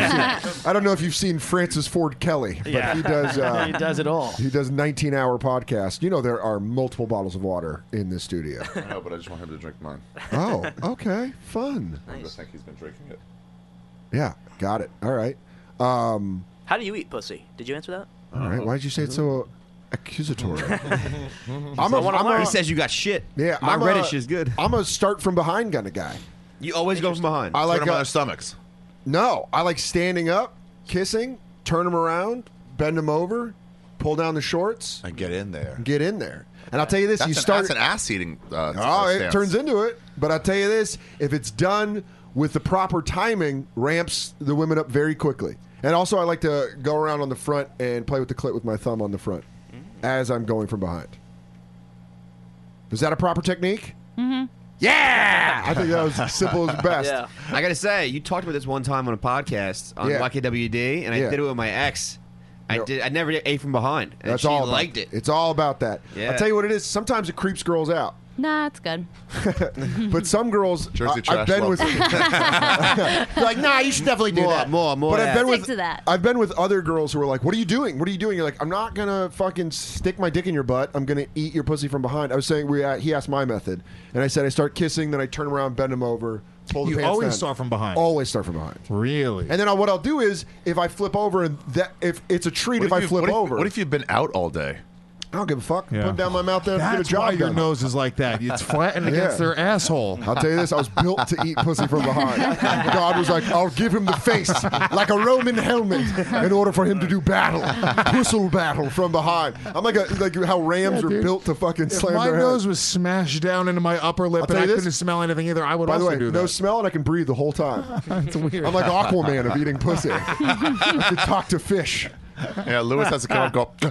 seen, I don't know if you've seen Francis Ford Kelly, but
Yeah.
he does. Uh,
He does it all.
He does nineteen hour podcast. You know there are multiple bottles of water in this studio.
I know, but I just want him to drink mine.
oh, okay, fun.
I just think he's been drinking it.
Yeah, got it. All right. Um,
How do you eat pussy? Did you answer that?
all right. Why did you say it so accusatory?
I wanna learn.
he says you got shit.
Yeah,
my
I'm
Reddish
a,
is good.
I'm a start from behind kind of guy.
You always go from behind.
I like
Put 'em on
uh,
their stomachs.
No, I like standing up, kissing, turn them around, bend them over, pull down the shorts,
And get in there.
and get in there. And I'll tell you this:
That's
you
an,
start
That's an ass eating. Uh,
Oh, it
stance.
turns into it. But I'll tell you this: if it's done with the proper timing, ramps the women up very quickly. And also, I like to go around on the front and play with the clit with my thumb on the front
Mm-hmm.
as I'm going from behind. Is that a proper technique?
Mm-hmm.
Yeah, I think that was as simple as best.
I gotta say, you talked about this one time on a podcast on
Yeah.
YKWd, and I
Yeah.
did it with my ex. I did. I never did ate from behind. And
That's
she
all about
liked it.
It's all about that.
Yeah.
I'll tell you what it is. Sometimes it creeps girls out.
Nah, it's good.
but some girls,
Jersey
I, have
trash
been
love.
with. They're like, nah, you should definitely
do that."
But I've been
Stick
with
to that.
I've been with other girls who are like, "What are you doing? What are you doing?" You're like, "I'm not gonna fucking stick my dick in your butt. I'm gonna eat your pussy from behind." I was saying we uh, he asked my method, and I said I start kissing, then I turn around, bend him over, pull the
You
pants
always
down.
start from behind.
Always start from behind.
Really?
And then I, what I'll do is if I flip over and that if it's a treat
What
if, I
you-
flip
what
over.
If, what if you've been out all day?
I don't give a fuck.
Yeah.
Put down my mouth there and get a
That's
job
why your
done.
nose is like that. It's flattened
Yeah.
against their asshole.
I'll tell you this: I was built to eat pussy from behind. God was like, "I'll give him the face like a Roman helmet in order for him to do battle, pussle battle from behind." I'm like a, like how rams
Yeah,
are
dude.
built to fucking
If
slam
my
their head.
nose was smashed down into my upper
I'll
lip and
tell
I
you this-
couldn't smell anything either, I would
By the
also
way,
do that.
no smell and I can breathe the whole time.
That's weird.
I'm like Aquaman of eating pussy. I can talk to fish.
Yeah, Lewis has to come up. Go.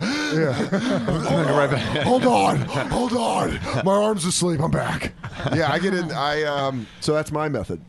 right back. Hold on, hold on. My arm's asleep. I'm back. Yeah, I get in. I um. So that's my method.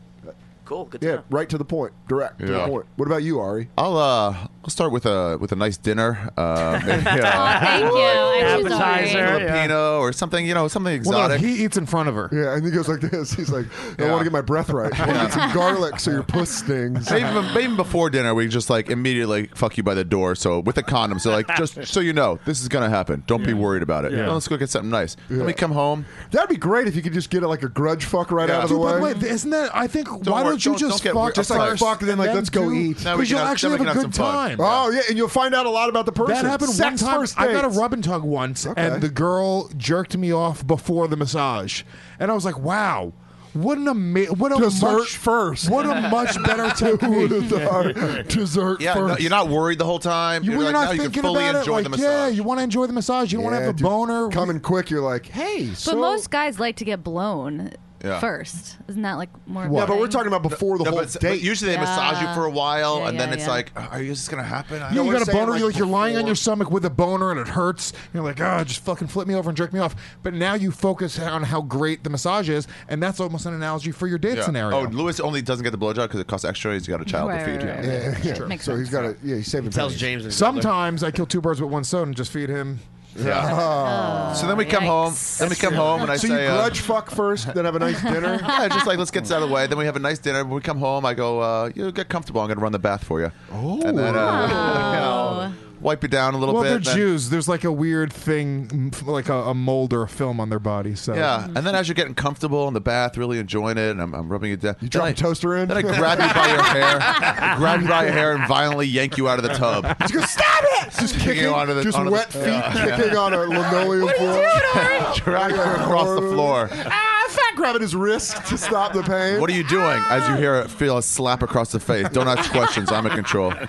Cool. Good to
yeah,
know.
right to the point, direct to the
Yeah.
point. What about you, Ari?
I'll uh, I'll start with a with a nice dinner. Uh, maybe, uh,
thank you. I choose
Appetizer,
Ari.
Filipino or something, you know, something
Well, no,
exotic.
he eats in front of her. Yeah, and he goes like this. He's like, I
Yeah.
want to get my breath right. I want to get some garlic so your puss stings.
Maybe even, maybe even before dinner, we just like immediately fuck you by the door. So with a condom, so like just so you know, this is gonna happen. Don't be worried about it.
Yeah.
Oh, let's go get something nice. Let me come home.
That'd be great if you could just get like a grudge fuck right
Yeah.
out of the
Dude,
way.
by the
Wait, isn't that? I think. why
worry,
don't you
don't- don't
just
get
fuck
weird. Just like
first
fuck, then, like, let's go
do-
eat. Now we
Because
can
you'll
have-
actually
then we
have a
can have
good
some fun.
time.
Oh yeah, and you'll find out a lot about the person.
That happened
Sex
one time.
First
I got a
dates.
rub and tug once,
Okay.
and the girl jerked me off before the massage, and I was like, "Wow, what an ama- what a
Dessert
much,
first.
what a much better technique."
Who would've thought? Dessert
Yeah, no,
first.
you're not worried the whole time.
You,
you're
are
like,
not
now you
thinking
can fully
about it.
enjoy
Like,
the
yeah,
massage.
you want to enjoy the massage. You don't want to have a
dude.
boner.
Coming quick, you're like, hey.
But most guys like to get blown
Yeah.
first. Isn't that like more? of a
Yeah, but we're
thing?
talking about before the
No,
whole
but, but
date.
usually they massage you
Yeah.
for a while,
Yeah,
and then
yeah,
it's
yeah.
like, "Oh, are you just gonna happen? I
Yeah, you
know we're
got a
saying,
boner.
like,
you're, like, you're lying on
before.
your stomach with a boner and it hurts. You're like, oh, just fucking flip me over and jerk me off. But now you focus on how great the massage is, and that's almost an analogy for your date
Yeah.
scenario.
Oh, Lewis only doesn't get the blowjob because it costs extra. He's got a child
Right,
to feed.
right, right, right.
Yeah, yeah. so he's got a yeah. He's saving.
Tells
pennies.
James.
Sometimes I kill two birds with one stone and just feed him.
Yeah. so then we come home. Then we come home, and I
Oh, so
say,
you
uh,
grudge fuck first, then have a nice dinner.
yeah, just like let's get this out of the way. Then we have a nice dinner. When we come home, I go, uh, you get comfortable. I'm gonna run the bath for you. Oh, and then uh, wipe you down a little
well,
bit.
they're
then-
Jews. There's like a weird thing, mm, like a, a mold or a film on their body. So
Yeah, and then as you're getting comfortable in the bath, really enjoying it, and I'm, I'm rubbing it down. You
drop a toaster in.
Then I grab you by your hair, I grab you by your hair, and violently yank you out of the tub.
Just go, stop it! Just
Kicking
kicking,
onto the-
just
onto the-
wet feet
Yeah.
kicking on a linoleum floor.
Drag her across the floor.
ah, fat grabbing his wrist to stop the pain.
What are you doing? As you hear, feel a slap across the face. Don't ask questions. I'm in control.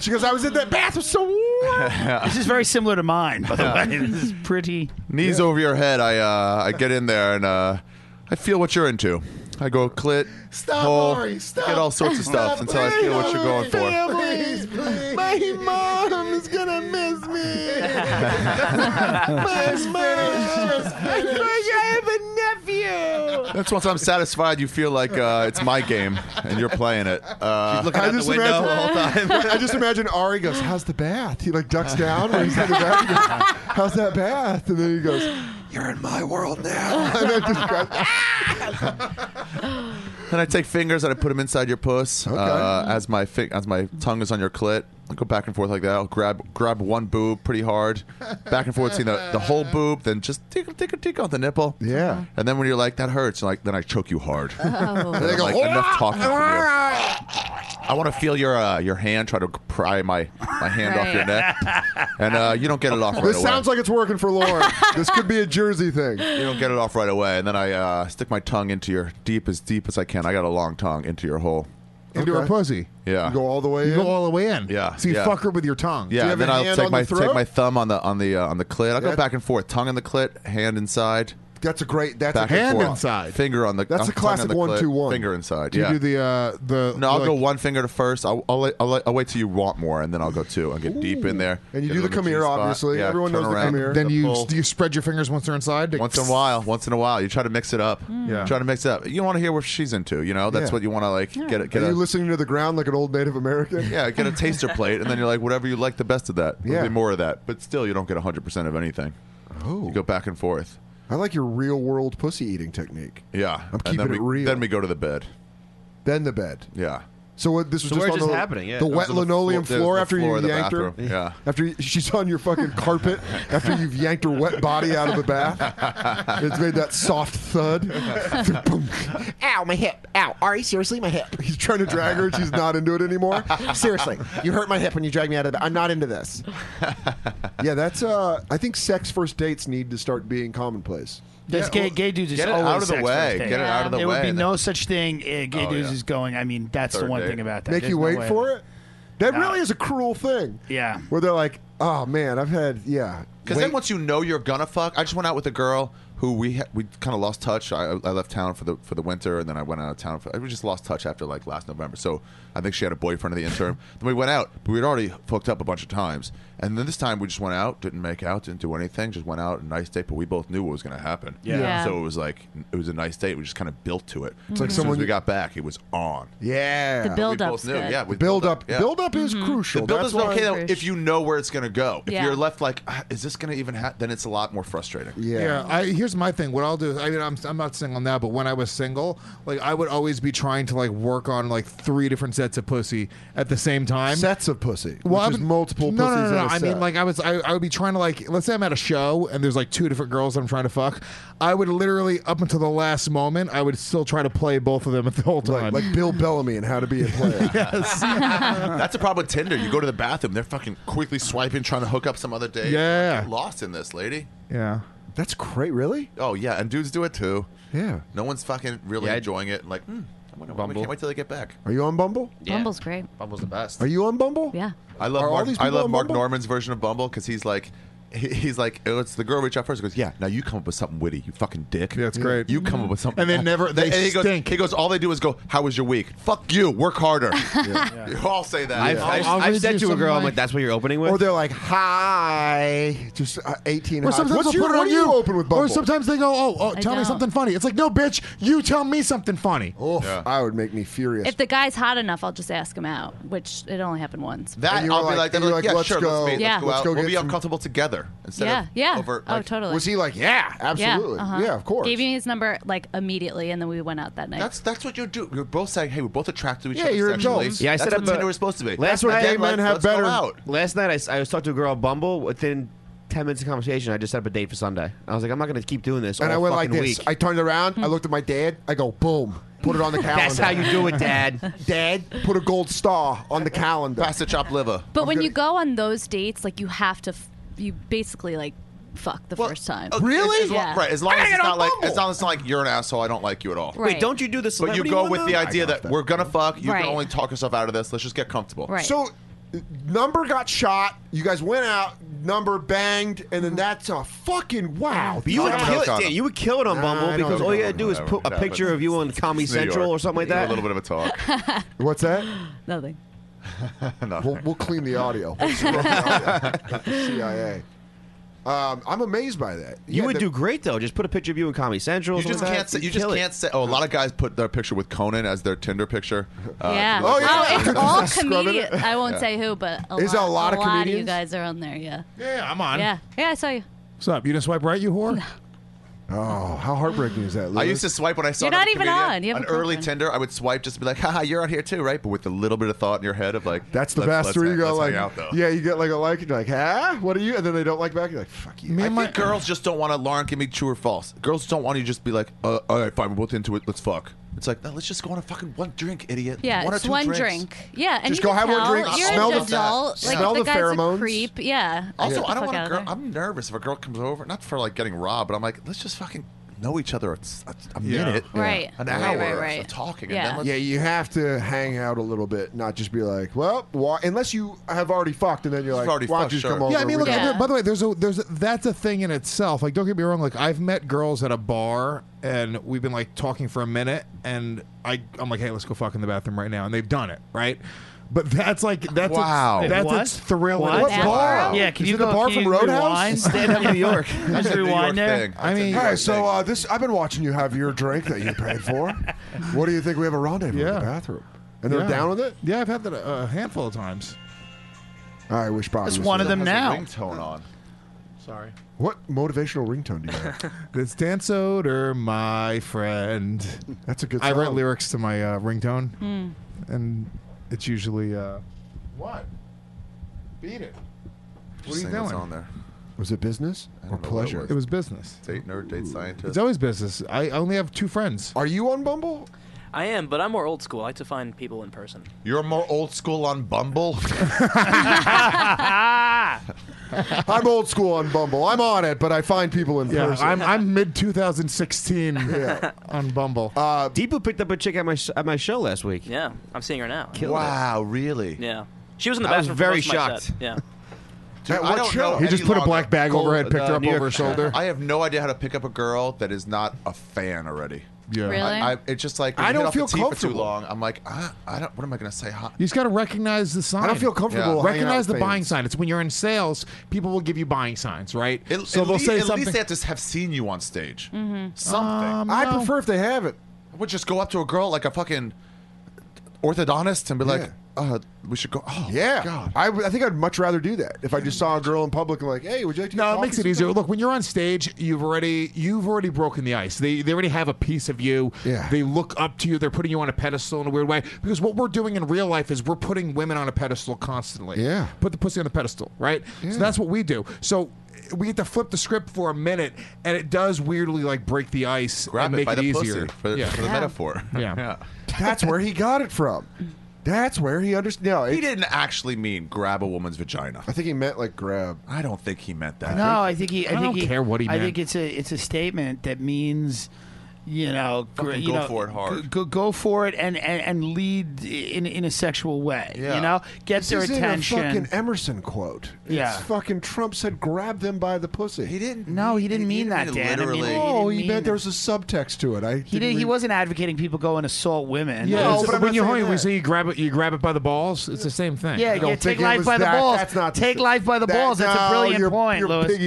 She goes, I was in that bath was so warm.
this is very similar to mine, by the
Yeah.
way. This is pretty.
Knees over your head. I uh, I get in there and uh, I feel what you're into. I go clit,
Stop,
hole,
Ari, stop.
get all sorts of stuff
Stop,
until I feel what you're going for.
Please, please. My mom is gonna miss me. My mom. I have a nephew.
That's once I'm satisfied, you feel like uh, it's my game and you're playing it. Uh,
I just imagine- I just imagine Ari goes, "How's the bath?" He like ducks down when he's in the bath. He goes, How's that bath? And then he goes, "You're in my world now." And then just grabs-
Then I take fingers and I put them inside your puss. Uh, as my fi- as my tongue is on your clit, I go back and forth like that. I'll grab grab one boob pretty hard, back and forth, seeing the, the whole boob, then just tickle tickle tickle on the nipple.
Yeah.
And then when you're like that hurts, like then I choke you hard.
Oh.
And
They
I'm
go,
like, enough talking from you. I want to feel your uh, your hand try to pry my my hand off your
Right.
neck, and uh, you don't get it off right
this
away.
sounds like it's working for Lauren. this could be a Jersey thing.
You don't get it off right away, and then I uh, stick my tongue into your deep as deep as I can. I got a long tongue into your hole.
into her
Okay.
pussy.
Yeah.
You go all the way
You
in.
go all the way in.
Yeah,
So you
yeah.
fuck her with your tongue.
Yeah, and then I'll take my take my thumb on the on the uh, on the clit. I'll go
That-
back and forth, tongue on the clit, hand inside.
That's a great. That's
back
a
and
hand
forth.
inside.
Finger on the.
That's a
uh, tongue on
classic
the
one,
clit,
two, one.
Finger inside.
Do you
yeah.
do the uh, the?
no, I'll
like-
go one finger to first. I'll I'll, let- I'll, let- I'll wait till you want more, and then I'll go two. I'll get deep in there.
And you
get
do
a
the
little
come here,
G-spot.
obviously.
Yeah,
Everyone
turn
knows the
around,
come here.
Then you
pull.
do you spread your fingers once they're inside?
Once in a while, once in a while, you try to mix it up.
Yeah.
Try to mix it up. You want to hear what she's into, you know? That's
Hmm. Yeah.
what you want to like get it. Get
Are
a,
you listening to the ground like an old Native American?
yeah, get a taster plate, and then you're like, whatever you like, the best of that. There'll
Yeah.
be more of that, but still, you don't get 100 percent of anything.
Oh.
You go back and forth.
I like your real world pussy eating technique.
Yeah,
I'm
and then
keeping
we,
it real.
Then we go to the bed.
Then the bed.
Yeah.
So what, this was
So
just
we're
on
just
the,
happening, yeah.
the
It was
wet
on the
linoleum
flo- the-
floor
the
after
floor of
you
the
yanked her.
bathroom, yeah.
After you- she's on your fucking carpet after you've yanked her wet body out of the bath. It's made that soft thud.
Ow, my hip. Ow, Ari, seriously, my hip.
He's trying to drag her. and She's not into it anymore.
Seriously, you hurt my hip when you drag me out of the. I'm not into this.
Yeah, that's. uh I think sex first dates need to start being commonplace.
This
Yeah,
gay, gay dudes is
get it
always
out of the
sex
way.
first date.
Get it out of the
there
way,
would be
then-
no such thing. Uh, gay
Oh,
dudes
yeah.
is going. I mean, that's the
Third
one
date.
thing about that.
Make
There's
you
no
wait
way.
for it. That really is a cruel thing.
Yeah.
Where they're like, oh man, I've had yeah.
Because then once you know you're gonna fuck, I just went out with a girl who we ha- we kind of lost touch. I, I left town for the for the winter, and then I went out of town. For, we just lost touch after like last November. So I think she had a boyfriend in the interim. then we went out, but we'd already fucked up a bunch of times. And then this time we just went out, didn't make out, didn't do anything, just went out a nice date. But we both knew what was gonna happen.
Yeah. Yeah.
So it was like it was a nice date. We just kind of built to it.
It's like
As soon
someone
as we
you-
got back, it was on.
Yeah.
We both knew, Yeah, we
the build up.
yeah.
Build up is crucial.
The build
That's
is okay
why-
though if you know where it's going to go. If
Mm-hmm. Yeah.
you're left like, "Ah, is this going to even happen? Then it's a lot more frustrating.
Yeah. I, here's my thing. What I'll do is, I mean, I'm, I'm not single now, but when I was single, like I would always be trying to like work on like three different sets of pussy at the same time.
Sets of pussy.
Well,
which
I
is
would-
multiple
No,
pussies
no, no. no.
in a
I
set.
mean, like I was, I, I would be trying to like, let's say I'm at a show and there's like two different girls I'm trying to fuck. I would literally up until the last moment, I would still try to play both of them at the whole time,
like Bill Bellamy and How to Be a Player.
That's a problem with Tinder. You go to the bathroom, they're fucking quickly swiping, trying to hook up some other day.
Yeah.
Get lost in this, lady.
Yeah.
That's great, really?
Oh, yeah. And dudes do it too.
Yeah.
No one's fucking really enjoying it. Like, hmm, I wonder why we
Bumble.
can't wait till they get back.
Are you on Bumble?
Bumble's great.
Bumble's the best.
Are you on Bumble?
Yeah.
I love
Are all
Mark,
these
I
people
love
on
Mark
Bumble?
Norman's version of Bumble because he's like he- he's like oh, it's the girl reach out first. He goes yeah now you come up with something witty you fucking dick. That's great. You come up
Mm-hmm.
with something
And they never- they
he goes,
stink.
He goes all they do is go how was your week? Fuck you work harder. You all say that.
I've, I've, I've said to a girl, I'm like, that's what you're opening with?
Or they're like, hi. Just uh, 18.
Or
highs.
sometimes
What's
they'll
your,
put it
what
on
do you open with Bumble?
Or sometimes they go, "Oh, oh,
I
tell me
don't.
something funny." It's like, "No, bitch, you tell me something funny."
Oh, I would make me furious.
If the guy's hot enough, I'll just ask him out, which it only happened once.
that
you
I'll
were
be
like-
like, they'll
and
be
you're
like,
like,
yeah
let's
sure
go-
let's,
Yeah.
go
let's
out
go
we'll
get
be
some-
uncomfortable together instead
Mm-hmm. yeah,
of
yeah.
over
oh,
like,
totally.
Yeah,
Yeah, uh-huh. Gave me his number like immediately, and then we went out that night.
That's that's what you do. You're both saying, "Hey, we're both attracted to each
Yeah,
other."
you're
sexually.
adults. Oh, Yeah, I
that's
set
what
up a-
Tinder was supposed to be.
Last
And
night,
then, like, let's go out.
Last night, I, s- I was talking to a girl on Bumble. Within ten minutes of conversation, I just set up a date for Sunday. I was like, I'm not going to keep doing this.
and
all
I went like
fucking
this.
Week.
I turned around.
Hmm.
I looked at my dad. I go, boom. Put it on the calendar.
That's how you do it, Dad.
dad, put a gold star on the calendar.
Pass the chopped liver.
But when you go on those dates, like you have to, f- you basically like fuck the first time.
Okay, as- as long-
yeah.
Right, as long as it's not like as long as it's not like you're an asshole, I don't like you at all.
Right. Wait, don't
you do this?
But you
celebrity
go
one,
with the
though?
idea
I got
that we're gonna fuck. You
Right.
can only talk yourself out of this. Let's just get comfortable.
So, uh, number got shot. You guys went out. Number banged, and then that's a fucking wow.
But you would
These
kill
guys-
it, Dan. You would kill it on
Nah, I
Bumble
don't
because
know.
all you gotta do is
Whatever.
put a
Yeah,
picture
but
of you on Comedy
it's New York.
Central or something like
Yeah,
that.
a little bit
of a talk.
What's that?
Nothing.
We'll, we'll clean the audio. We'll scrub the audio. CIA. Um, I'm amazed by that.
You
Yeah,
would
the-
do great though. Just put a picture of you in Comedy Central.
You just can't. Say, you just can't say. Oh, a lot of guys put their picture with Conan as their Tinder picture. Uh,
yeah.
like-
Oh, it's all
Scrubbing
comedian.
it.
I won't
Yeah.
say who, but a lot,
Is there a lot of
you
comedians?
guys are on there. Yeah.
Yeah, I'm on.
Yeah. Yeah, I saw you.
What's up? You didn't swipe right, you whore.
Oh, how heartbreaking is that?
I used to swipe when I saw
You're not
another
even
comedian,
on. You
an
haven't
early
broken.
Tinder. I would swipe just to be like, "Haha, you're out here too, right?" But with a little bit of thought in your head of like,
That's the
let's-
best.
let's
Where you
hang-
go
let's
like,
hang out though.
yeah, you get like a like, and you're like, huh? What are you? And then they don't like back. You're like, fuck you.
I think girls just don't want to. Lauren, give me true or false. Girls don't want you to just be like, uh, all right, fine, we're both into it. Let's fuck. It's like, no, let's just go on a fucking one drink, idiot.
Yeah,
one or
it's
two
one
drinks.
drink. Yeah, and
Just
you
go
can
have one
tell
drink,
You're
smell
an
the-
adult.
yeah.
Like
Smell
the,
the
guy's
pheromones.
A creep. Yeah.
Also,
Get the
I don't
fuck
want
out
a
of
girl.
there.
I'm nervous if a girl comes over, not for like getting robbed, but I'm like, let's just fucking know each other a, a, a
Yeah.
minute,
Right.
an
Right,
hour
right,
of
right.
talking, and
Yeah.
then let's
you have to hang out a little bit, not just be like, well, why? unless you have already fucked, and then you're like,
already
why
fucked,
don't you just
sure.
come over?
Yeah, I mean,
we
look.
can-
there- by the way, there's a there's a, that's a thing in itself. Like, don't get me wrong. Like, I've met girls at a bar and we've been like talking for a minute, and I I'm like, hey, let's go fuck in the bathroom right now, and they've done it, right? But that's like that's
Wow.
a, that's
What?
a thrill. in
What? What
itself.
bar? Yeah, can
Is
you
it the
go-
bar
can
from
you rewind?
Roadhouse?
Stand up New York. Just That's a New rewind York there. thing.
I
That's a
mean,
New
all
York
right. So uh, this, I've been watching you have your drink that you paid for. what do you think? We have a rendezvous in the bathroom, and they're
Yeah.
down with it.
Yeah, I've had that a, a handful of times.
I wish Bobby.
That's
was
one
here.
of them now.
on.
Sorry.
What motivational ringtone do you have?
This dance odor, my friend.
That's a good.
I write
song.
lyrics to my uh, ringtone,
Mm.
and it's usually uh, what? Beat it. What are
Just
you
seeing what's
doing?
on there.
Was it business or
know what it
pleasure?
It was business.
Date nerd, date scientist.
It's always business. I only have two friends.
Are you on Bumble?
I am, but I'm more old school. I like to find people in person.
You're more old school on Bumble.
I'm old school on Bumble. I'm on it, but I find people in
Yeah,
person.
I'm, I'm mid 2016
Yeah.
on Bumble.
Uh,
Deepu picked up a chick at my sh- at my show last week.
Yeah, I'm seeing her now.
Killed it.
really?
Yeah, she was in the
I was
bathroom. for
very
most of my
shocked.
set. Yeah.
Dude, I don't know
He just
any
put a
longer.
black bag over her head,
Gold-
picked her
uh,
up
New
over her
York-
shoulder.
I have no idea how to pick up a girl that is not a fan already.
Yeah. Really?
I, I, it's just like when
I
you hit
don't
off the
feel
tee for too
comfortable.
long. I'm like, ah, I don't. What am I gonna say? Hot.
You just got to recognize the sign.
I don't feel comfortable hanging out
Recognize
with
the
fans.
buying sign. It's when you're in sales, people will give you buying signs, right?
At,
so
at
they'll
least,
say
at
something.
least they have to have seen you on stage.
Mm-hmm.
Mhm.
Something.
Um, I no. prefer
if they haven't. I would just go up to a girl like a fucking orthodontist and be like, uh, we should go. Oh,
yeah. I, w- I think I'd much rather do that if I just saw a girl in public and like, hey, would you like to?
No, it makes it easier. Look, when you're on stage, you've already you've already broken the ice. They they already have a piece of you. Yeah. They look up to you. They're putting you on a pedestal in a weird way because what we're doing in real life is we're putting women on a pedestal constantly. Yeah. Put the pussy on the pedestal, right? So that's what we do. So we get to flip the script for a minute, and it does weirdly like break the ice
Grab
and
it
make
by
it
the pussy
easier
for- for the Yeah. metaphor.
Yeah.
That's where he got it from. That's where he understood. No,
He
it-
didn't actually mean grab a woman's vagina. I
think he meant like grab.
I don't think he meant that.
No, I think he. I, think
don't
he,
care what he
I
meant.
think it's a it's a statement that means, you know, gr-
Fucking
you
go
know,
for it hard.
g- Go, go for it and, and and lead in in a sexual way. You know, get
this
their
isn't
attention.
A fucking Emerson quote. It's
Yeah.
fucking Trump said, "Grab them by the pussy." He
didn't.
no, he didn't mean that, Dan. I
no,
mean, he,
he
didn't mean
meant there was a subtext to it. I
He did. He wasn't advocating people go and assault women.
Yeah, it's- when you're horny, we say you grab it, you grab it by the balls. It's the same thing.
Yeah, yeah, take life by the balls. take life by the balls. That's a brilliant point, Louis.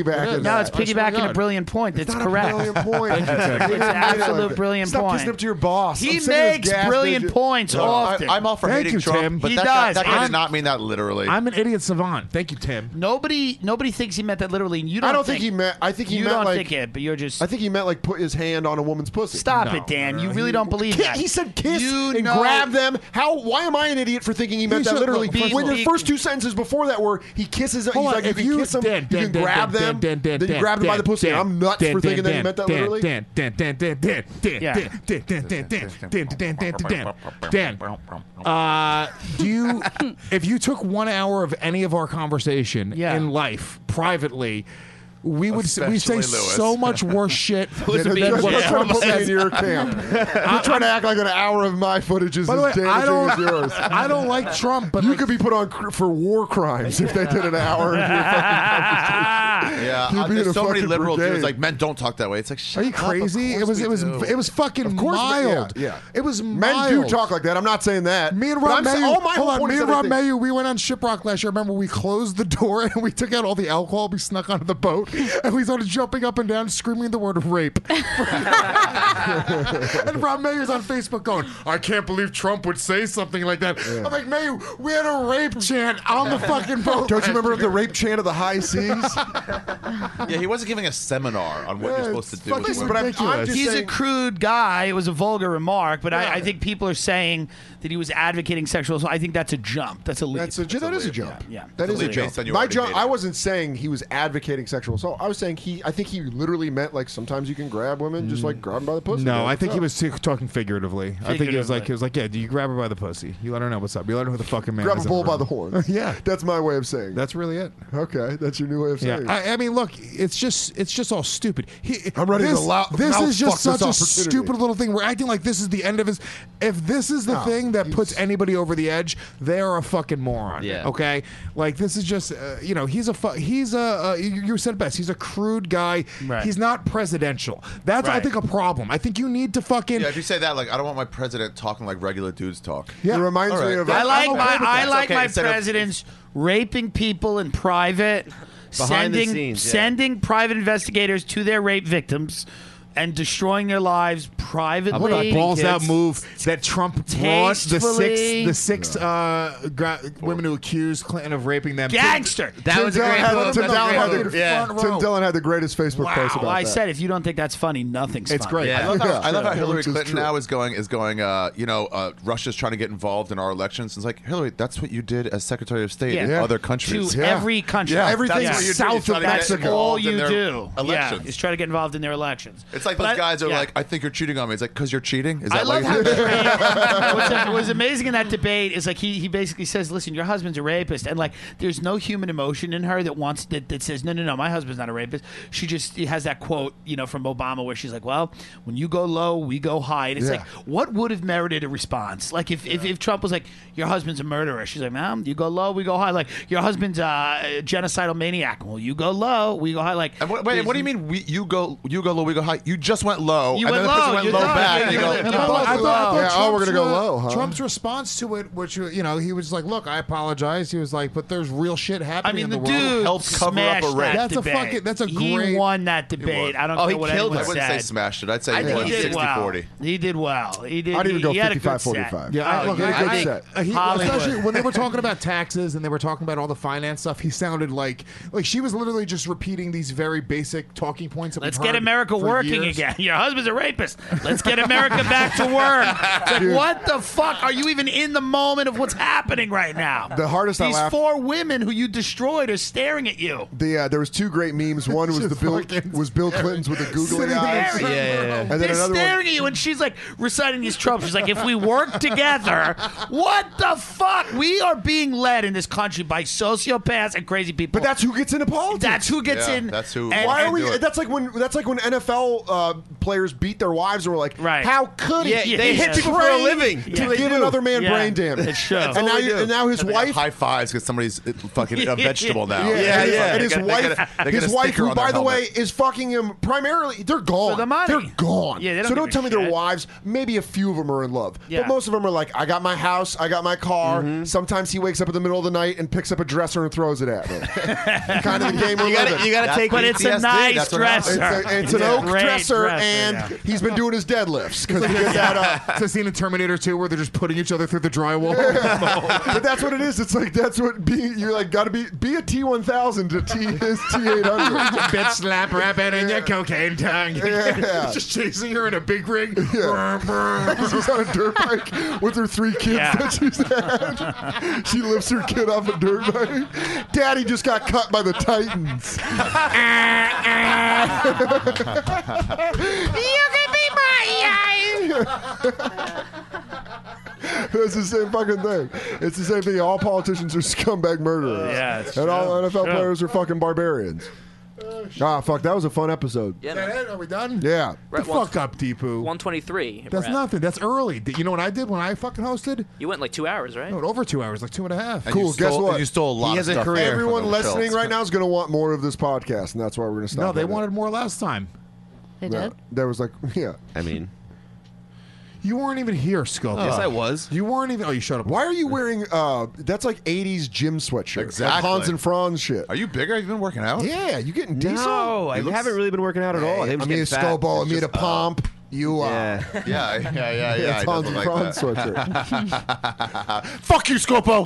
No, it's piggybacking a brilliant point. That's correct.
brilliant point.
it's an absolute brilliant
Stop
point.
kissing up to your boss.
He
I'm sick of this
makes
gas
brilliant
bitch.
points
No,
often.
I, am all for hating Trump, but
he
that,
does.
That, that guy
I'm-
did not mean that literally.
I'm an idiot savant. Thank you, Tim.
Nobody, nobody thinks he meant that literally. And you don't.
I don't think, he meant. I think he
you
meant
don't
like.
think it, but you're just.
I think he meant like put his hand on a woman's pussy.
Stop it, Dan. You really don't believe
Ki-
that.
He said kiss
You
and
know-
grab them. How? Why am I an idiot for thinking he meant that
should-
literally?
look, first
when
of all-
your first two sentences before that were he kisses.
Hold
he's like
on,
you
if
can
you-
kiss them,
Dan, Dan,
you can
Dan,
grab
Dan,
them,
Dan, Dan,
then you
Dan,
grab them by
Dan,
the pussy.
Dan,
I'm nuts
Dan,
for thinking
Dan,
that he meant that
Dan,
literally.
Dan, Dan, Dan, Dan, Dan, Dan,
Yeah.
Dan, Dan, Dan, Dan, Dan, Dan, Dan, Dan, Dan, Dan. Dan, uh, do you? If you took one hour of any of our conversation in life privately. We would s- we say
Especially Louis.
so much worse shit
Lewis
than,
would be
than
in
what
jail.
Trump
Put me
says.
in your camp. You're trying to act like an hour of my footage is
By the way,
as damaging
I don't-
as yours.
I don't like Trump, but
you could be put on cr- for war crimes if they did an hour of your fucking
yeah,
You'd
uh,
be in a
there's so many
fucking
liberal
brigade.
dudes like men don't talk that way. It's like, shut
Are you
up, of
crazy? It
course
was
we
it was
do.
it was fucking
Of
course we- yeah,
mild.
yeah.
It was
Men
mild.
do talk like that. I'm not saying that.
Me and
But
Rob
I'm saying-
Mayu,
all my whole
hold on,
point
me
is
and Rob
everything-
Mayu, we went on Shiprock last year. Remember, we closed the door and we took out all the alcohol we snuck onto the boat, and we started jumping up and down, screaming the word rape. and Rob Mayer's on Facebook going, I can't believe Trump would say something like that. I'm like, Mayu, we had a rape chant on the fucking boat.
Don't you remember the rape chant of the high seas?
Yeah, he wasn't giving a seminar on what you're supposed to do. with women.
he's a crude guy. It was a vulgar remark, but I, I think people are saying that he was advocating sexual assault. I think that's a jump. That's a leap.
That's a, that is a jump.
Yeah,
that is a jump.
Based on you
My
already
jump.
dating.
I wasn't saying he was advocating sexual assault. I was saying he. I think he literally meant like sometimes you can grab women, just like grab them by the pussy.
No,
Like,
I think
oh.
he was t- talking figuratively. I think he was like,
Figuratively.
he was like, yeah, do you grab her by the pussy? You let her know what's up. You let her know who the fucking man
grab
is.
a
in
bull by
room.
the horn.
yeah,
that's my way of saying.
That's really it.
Okay, that's your new way of
Yeah,
saying. it.
I, I mean, look, it's just it's just all stupid. He,
I'm ready to
this,
allow-
This
mouth
is just
fuck
such
this
a
opportunity.
stupid little thing. We're acting like this is the end of his. If this is the
No,
thing that puts anybody over the edge, they are a fucking moron.
Yeah.
Okay. Like this is just uh, you know he's a fu- he's a uh, you, you said it best he's a crude guy.
Right.
He's not presidential. That's I
Right.
think a problem. I think you need to fucking
Yeah, if you say that, like, I don't want my president talking like regular dudes talk.
Yeah.
It reminds
All right.
me of.
I like
I'm okay
my
with that.
I
It's
like
okay,
my
instead of-
presidents raping people in private,
Behind the
sending
scenes, yeah.
sending private investigators to their rape victims, and destroying their lives privately.
What a balls out move that Trump brought the six
Tastefully.
the six uh, gra- women who accused Clinton of raping them.
Gangster. That was a
Tim
great
Dillon had,
move.
Tim
That's a
Dillon
great
had
move.
the,
Yeah.
Tim Dillon had the greatest Facebook post about
Well, I
that.
said if you don't think that's funny, nothing's
It's
funny.
great.
I love,
Yeah.
how, I love how
True.
Hillary
Which is
Clinton
true.
now is going is going. Uh, you know, uh, Russia's trying to get involved in our elections. It's like Hillary, that's what you did as Secretary of State in
Yeah.
other countries.
To every country.
Yeah,
Everything
that's what you do. You
south
try
of
to get
That's
involved
all
in
you
their
do. Yeah,
Elections.
is try to get involved in their elections.
It's It's like
But
those
I-
guys are
yeah.
like, I think you're cheating on me. It's like, because you're cheating? Is that
I love
why
how
you
what's, what's amazing in that debate is like he, he basically says, "Listen, your husband's a rapist," and like there's no human emotion in her that wants that, that says, "No, no, no, my husband's not a rapist." She just has that quote, you know, from Obama where she's like, "Well, when you go low, we go high," and it's
Yeah.
like, what would have merited a response? Like if, if, if Trump was like, "Your husband's a murderer," she's like, "Mom, you go low, we go high." Like your husband's a genocidal maniac. Well, you go low, we go high. Like
Wait, what do you mean? We, you go, you go low. We go high. You just went low.
You
and
went
then the person
low,
went
you're
low
done.
back.
Yeah,
and you
yeah,
go,
yeah.
you
Yeah,
both
I
low.
thought- I thought
Yeah, oh, we're gonna
Trump's
go
re-
low, huh?
Trump's response to it, which you know, he was like, "Look, I apologize." He was like, "But there's real shit happening
I mean,
in
the,
the,
dude
world."
smashed that
That's
debate.
a fucking. That's a
he
great.
won that debate. I don't
oh,
care
he
what
killed it.
anyone
I wouldn't say
said.
smashed it. I'd say
I
he
think
won
he did
60
well.
40.
He did well. He did.
I'd even
he,
go
he had a good
55-45.
set.
Yeah,
I- look, I-
I
I-
think
uh, he-
Hollywood.
especially when they were talking about taxes and they were talking about all the finance stuff, he sounded like like she was literally just repeating these very basic talking points. That
Let's
we've
get
heard
America
for
working
years.
again. Your husband's a rapist. Let's get America back to work. It's like,
Dude.
what the fuck? Are you even in the moment of what's happening right now?
The hardest I
These
laughed-
four women who you destroyed are staring at you.
The uh, there was two great memes. One was the Bill was Bill Clinton's with the googly
Sitting
eyes.
there.
And then
They're
another
staring
one.
at you, and she's like reciting these tropes. She's like, if we work together, what the fuck? We are being led in this country by sociopaths and crazy people. But that's
who gets into politics.
That's who gets in. and-
Why are
and-
we? That's like when that's like when NFL uh, players beat their wives and we're like, how could
Yeah,
he?
they
he
hit people for a
trained
living.
to
Yeah, they
give
do.
another man
Yeah.
brain damage.
It's show.
And now, you, and now his wife.
high fives because somebody's uh, fucking a vegetable now.
Yeah,
They
yeah.
got-
And his
they got
wife,
a- they got a
his wife,
sticker
who
on
by
their
the way
helmet.
is fucking him primarily. They're gone. They're gone.
Yeah, they
so
don't give
don't
a
tell me their
shit.
wives. Maybe a few of them are in love,
Yeah. Mm-hmm.
but most of them are like, I got my house, I got my car. Sometimes he wakes up in the middle of the night and picks up a dresser and throws it at me. kind of the game we're
You gotta-
living.
you gotta That's- take but it's a PTSD, nice that's what happens. dresser.
It's, a- it's
Yeah.
an oak
Great
dresser,
dresser,
and
yeah.
he's been doing his deadlifts because he did that. Uh,
It's a scene in Terminator 2 where they're just putting each other through the drywall.
but that's what it is. It's like that's what be you're like gotta be be a T one thousand to T is T eight hundred.
Bitch slap rapping in your cocaine tongue.
Yeah.
just chasing her in a big rig.
She's on a dirt bike with her three kids
Yeah.
that she's had. She lifts her kid off a dirt bike. Daddy just got cut by the Titans.
You can be my
It's the same fucking thing. It's the same thing. All politicians are scumbag murderers.
Yeah, it's
and all
true.
NFL
True.
players are fucking barbarians. Ah, fuck. That was a fun episode.
Yeah, Are we done?
Yeah.
The fuck up, Deepu.
123.
That's
Brad.
nothing. That's early. Did- You know what I did when I fucking hosted?
You went like two hours, right?
No, over two hours, like two and a half.
And you Cool, guess stole- what? you stole a lot He of has a stuff career from
Everyone
the
listening
Schultz.
right now is going to want more of this podcast, and that's why we're going to stop.
No, they
right
wanted more last time.
now. Yeah. There was like, yeah.
I mean,
You weren't even here, Scope.
Yes, I was.
You weren't even. Oh, you showed up.
Why are you wearing? uh That's like '80s gym sweatshirt. Like
Exactly.
Hans and Franz shit.
Are you bigger? Have you been working out?
Yeah, you getting
No,
diesel?
I haven't really been working out at all. I
Hey,
think
I
I'm
mean, a
just getting fat.
skullball. I
It's
mean, a
uh,
just- uh,
pump. You are.
Yeah.
Yeah, yeah, yeah, yeah.
Yeah,
yeah. It
Hans
does
and
look like
Franz
that. Fuck you, Scopo.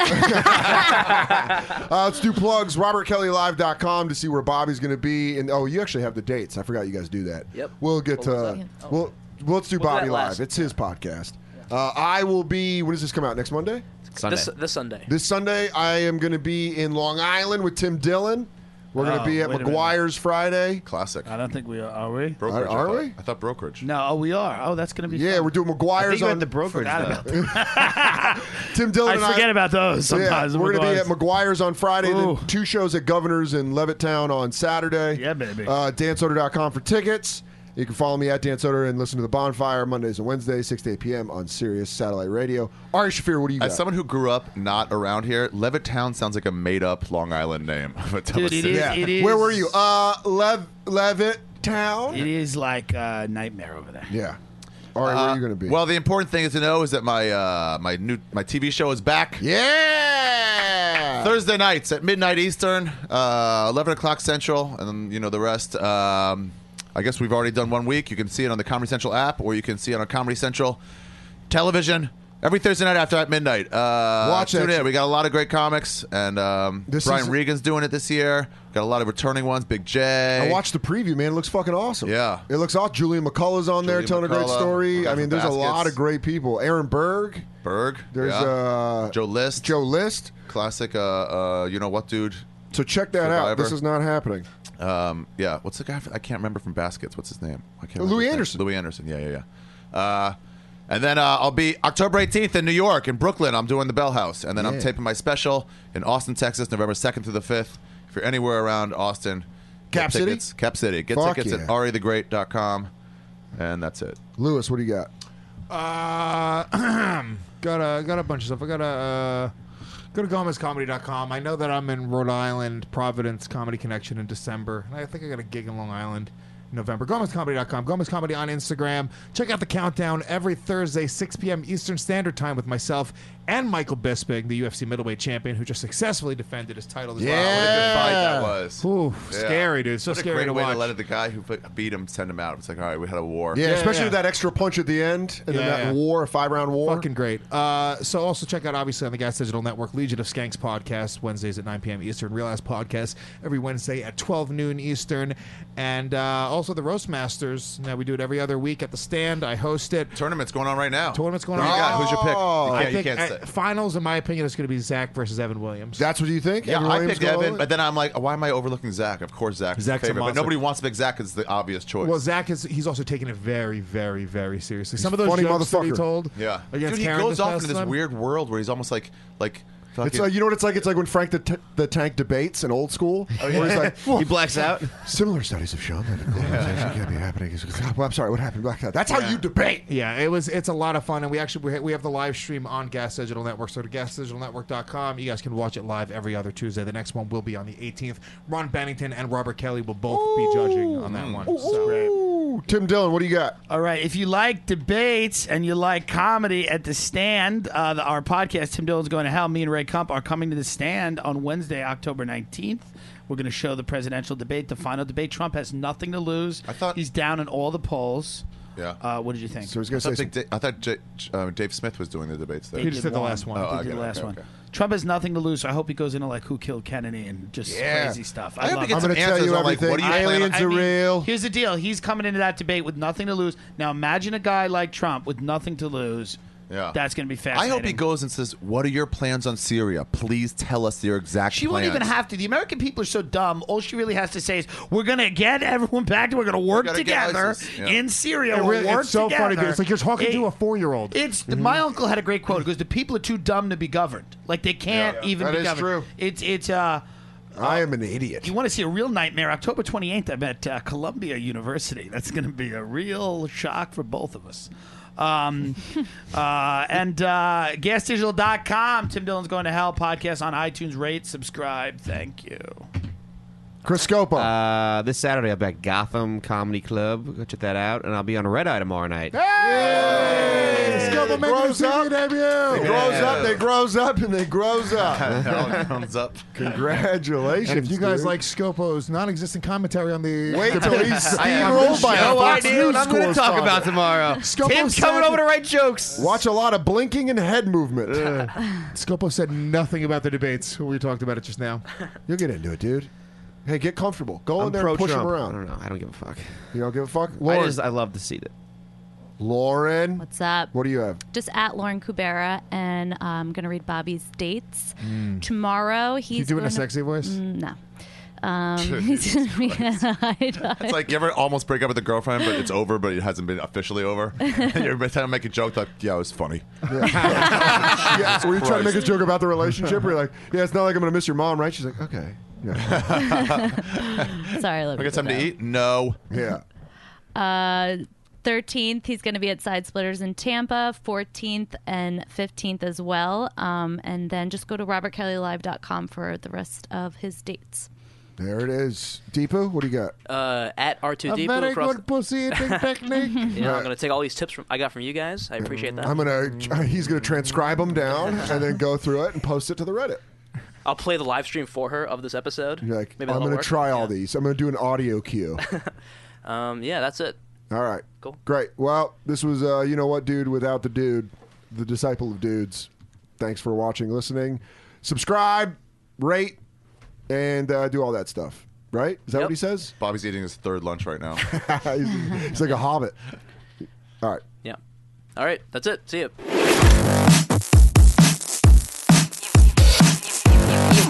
Uh, let's do plugs. RobertKellyLive.com to see where Bobby's going to be. And oh, you actually have the dates. I forgot you guys do that.
Yep.
We'll get
What was
to.
that? Oh.
Well, well, let's do
We'll do
Bobby
that
Live.
last.
It's his podcast. Uh, I will be. When does this come out? Next Monday.
This, this Sunday.
This Sunday, I am going to be in Long Island with Tim Dillon. We're going to
Oh,
be at
wait a minute.
McGuire's Friday.
Classic.
I don't think we are. Are we?
Brokerage,
Are-
I
are
thought. I thought brokerage.
No, oh, we are. Oh, that's gonna be.
Yeah, we're doing
I think
McGuire's
you
on
meant the brokerage,
Forgot
though.
about that. Tim Dillon.
I
and
forget about those sometimes,
Yeah, we're going to be
McGuire's.
at McGuire's on Friday.
Ooh.
Then two shows at Governor's in Levittown on Saturday. Yeah,
baby.
Uh, DanSoder.com for tickets. You can follow me at Dan Soder and listen to the Bonfire Mondays and Wednesdays, 6 to 8 p.m. on Sirius Satellite Radio. Ari Shafir, what do you got?
As someone who grew up not around here, Levittown sounds like a made-up Long Island name. of a city.
Where were you? Uh, Lev Levitt Town.
It is like a nightmare over there.
Yeah. All right, where are you going to be?
Uh, Well, the important thing is to know is that my uh, my new my TV show is back.
Yeah,
Thursday nights at midnight Eastern, uh, eleven o'clock Central, and then you know the rest. Um, I guess we've already done one week. You can see it on the Comedy Central app, or you can see it on Comedy Central television every Thursday night after at midnight. Uh,
Watch
tune
that.
in. We got a lot of great comics, and um,
This
Brian
is-
Regan's doing it this year. Got a lot of returning ones. Big J.
I watched the preview, man. It looks fucking awesome.
Yeah.
It looks awesome. Julian McCullough's on there
Julian
telling a great
McCullough,
story. I
Jonathan
mean, there's a lot
Baskets.
of great people. Aaron Berg.
Berg.
There's
yeah.
uh,
Joe List.
Joe List.
Classic. Uh, uh, you know what, dude.
So check that out.
Survivor.
This is not happening.
Um, yeah. What's the guy? From, I can't remember from Baskets. What's his name? I can't.
Louis
remember his name.
Anderson.
Louis Anderson. Yeah, yeah, yeah. Uh, and then uh, I'll be October 18th in New York, in Brooklyn. I'm doing the Bell House, and then I'm
Yeah.
taping my special in Austin, Texas, November 2nd through the 5th. If you're anywhere around Austin, get
Cap City?
tickets. Cap City. Get
Fuck
tickets at E
yeah.
arithegreat.com, and that's it.
Lewis, what do you got?
Uh, got a got a bunch of stuff. I got a uh, go to gomezcomedy.com. I know that I'm in Rhode Island Providence Comedy Connection in December, and I think I got a gig in Long Island. in November. GomezComedy.com. Gomez Comedy on Instagram. Check out the countdown every Thursday, 6 p.m. Eastern Standard Time with myself and Michael Bisping, the UFC middleweight champion, who just successfully defended his title. as well.
Wow, what a good fight that was.
Ooh,
Yeah.
scary, dude. So
what a
scary
great
to
way
watch.
to let the guy who put- beat him send him out. It's like, all right, we had a war.
Yeah, especially with that extra punch at the end and then
Yeah,
that
yeah.
war, five round war.
Fucking great. Uh, so also check out obviously on the Gas Digital Network Legion of Skanks podcast Wednesdays at 9 p.m. Eastern. Real Ass podcast every Wednesday at 12 noon Eastern, and uh, also the Roast Masters. Now we do it every other week at the stand. I host it.
Tournament's going on right now.
Tournament's going
Who
on.
you got? Who's your pick? You can't-
I
you
think
can't
at finals, in my opinion, is going to be Zach versus Evan Williams.
That's what you think?
Yeah, I picked Evan, but then I'm like, why am I overlooking Zach? Of course, Zach.
Zach's a
favorite, but
monster.
nobody wants to pick Zach because the obvious choice.
Well, Zach is he's also taking it very, very, very seriously. Some of
He's a
those
funny
jokes that he
motherfucker.
told,
yeah,
against
dude, he
Karen
goes
this
off
past
into this
time.
weird world where he's almost like, like,
It's
fucking-
like, you know what it's like? It's like when Frank the, t- the Tank debates in old school.
Oh, yeah.
where he's like,
He blacks out.
Similar studies have shown that globalization can't be happening. He's like, "Oh, I'm sorry, what happened? Blackout. That's how
Yeah.
you debate.
Yeah, it was. It's a lot of fun, and we actually we ha- we have the live stream on Gas Digital Network. So to gasdigitalnetwork.com, you guys can watch it live every other Tuesday. The next one will be on the 18th. Ron Bennington and Robert Kelly will both be judging on that one. So.
Ooh, Tim Dillon, what do you got?
All right. If you like debates and you like comedy at the stand, uh, the, our podcast, Tim Dillon's Going to Hell, me and Ray Kump are coming to the stand on Wednesday, October 19th. We're going to show the presidential debate, the final debate. Trump has nothing to lose. I thought he's down in all the polls.
Yeah.
Uh, what did you think?
I thought, Dick- I thought J- J- uh, Dave Smith was doing the debates there.
He just did the last one.
Oh,
he
okay,
did the last
okay,
one.
okay.
Trump has nothing to lose, so I hope he goes into like who killed Kennedy and just
Yeah.
crazy stuff.
I
I
hope he
love
gets I'm gonna some tell answers you on, like, everything. what do you plan
Aliens
on-
are
I mean,
real. Here's the deal: he's coming into that debate with nothing to lose. Now imagine a guy like Trump with nothing to lose.
Yeah.
that's going to be
I
fascinating.
hope he goes and says, "What are your plans on Syria? Please tell us your exact."
She won't even have to. The American people are so dumb. All she really has to say is, "We're going to get everyone back. to We're going to work
gotta get
together
ISIS." Yeah.
in
It
Syria. We'll
really-
work
it's so funny, dude.
together."
It's like you're talking
It-
to a Mm-hmm. four year old.
It's my
Mm-hmm.
uncle had a great quote. It goes, "The people are too dumb to be governed. Like they can't
Yeah.
even
That
be
is true.
governed." It's it's uh.
I am an idiot.
You want to see a real nightmare? October 28th, I'm at uh, Columbia University. That's going to be a real shock for both of us. Um, uh, and uh, gasdigital.com. Tim Dillon's Going to Hell podcast on iTunes. Rate, subscribe. Thank you.
Chris Scopo.
Uh, this Saturday, I'll be at Gotham Comedy Club. Go check that out. And I'll be on Red Eye tomorrow night.
Hey! Scopo making his TV debut. They grows
Yeah.
up, they grows up, and they grows
It all
up.
comes up.
Congratulations.
And if you guys
dude.
like Scopo's non existent commentary on the.
Wait till he's
I have
steamrolled by
no
a Fox
idea what
News
I'm gonna
score's
talk
father.
about tomorrow.
Scopo
Tim's coming over to
write jokes. Watch a lot of blinking and head movement.
Scopo said nothing about the debates. We talked about it just now.
You'll get into it, dude. Hey, get comfortable. Go in
I'm
there and push
pro-Trump.
him
I
around.
don't know. I don't give a fuck.
You don't give a fuck? Lauren.
I, just, I love to see that.
Lauren.
What's up?
What do you have?
Just at Lauren Kubera, and uh, I'm gonna read Bobby's dates tomorrow. He's
you doing a
gonna-
sexy voice?
Mm, no. Um, he's gonna be
It's like you ever almost break up with a girlfriend, but it's over, but it hasn't been officially over. and every time I make a joke, like, "Yeah, it was funny."
yeah, were you trying to make a
Christ.
joke about the relationship? We're like, yeah, it's not like I'm going to miss your mom, right? She's like, okay. Yeah.
Sorry, I love
I
you,
got something to
Kubera.
eat? No.
Yeah.
Uh, 13th, he's going to be at Side Splitters in Tampa. 14th and 15th as well. Um, and then just go to robertkellylive.com for the rest of his dates.
there it is. Deepu, what do you got?
Uh, at R2D.
pussy eating technique.
You know, I'm gonna take all these tips from I got from you guys. I appreciate that.
I'm going to, he's going to transcribe them down and then go through it and post it to the Reddit.
I'll play the live stream for her of this episode.
You're like,
Maybe
I'm
that'll
going to
work.
try all these. I'm going to do an audio cue.
Um, yeah, that's it.
All right. Cool. Great. Well, this was uh, you know what, dude, without the dude, the disciple of dudes. Thanks for watching, listening. Subscribe, rate, and uh, do all that stuff. Right? Is that what he says?
Bobby's eating his third lunch right now.
he's, he's like a hobbit. All right.
Yeah. All right, that's it. See you.
You've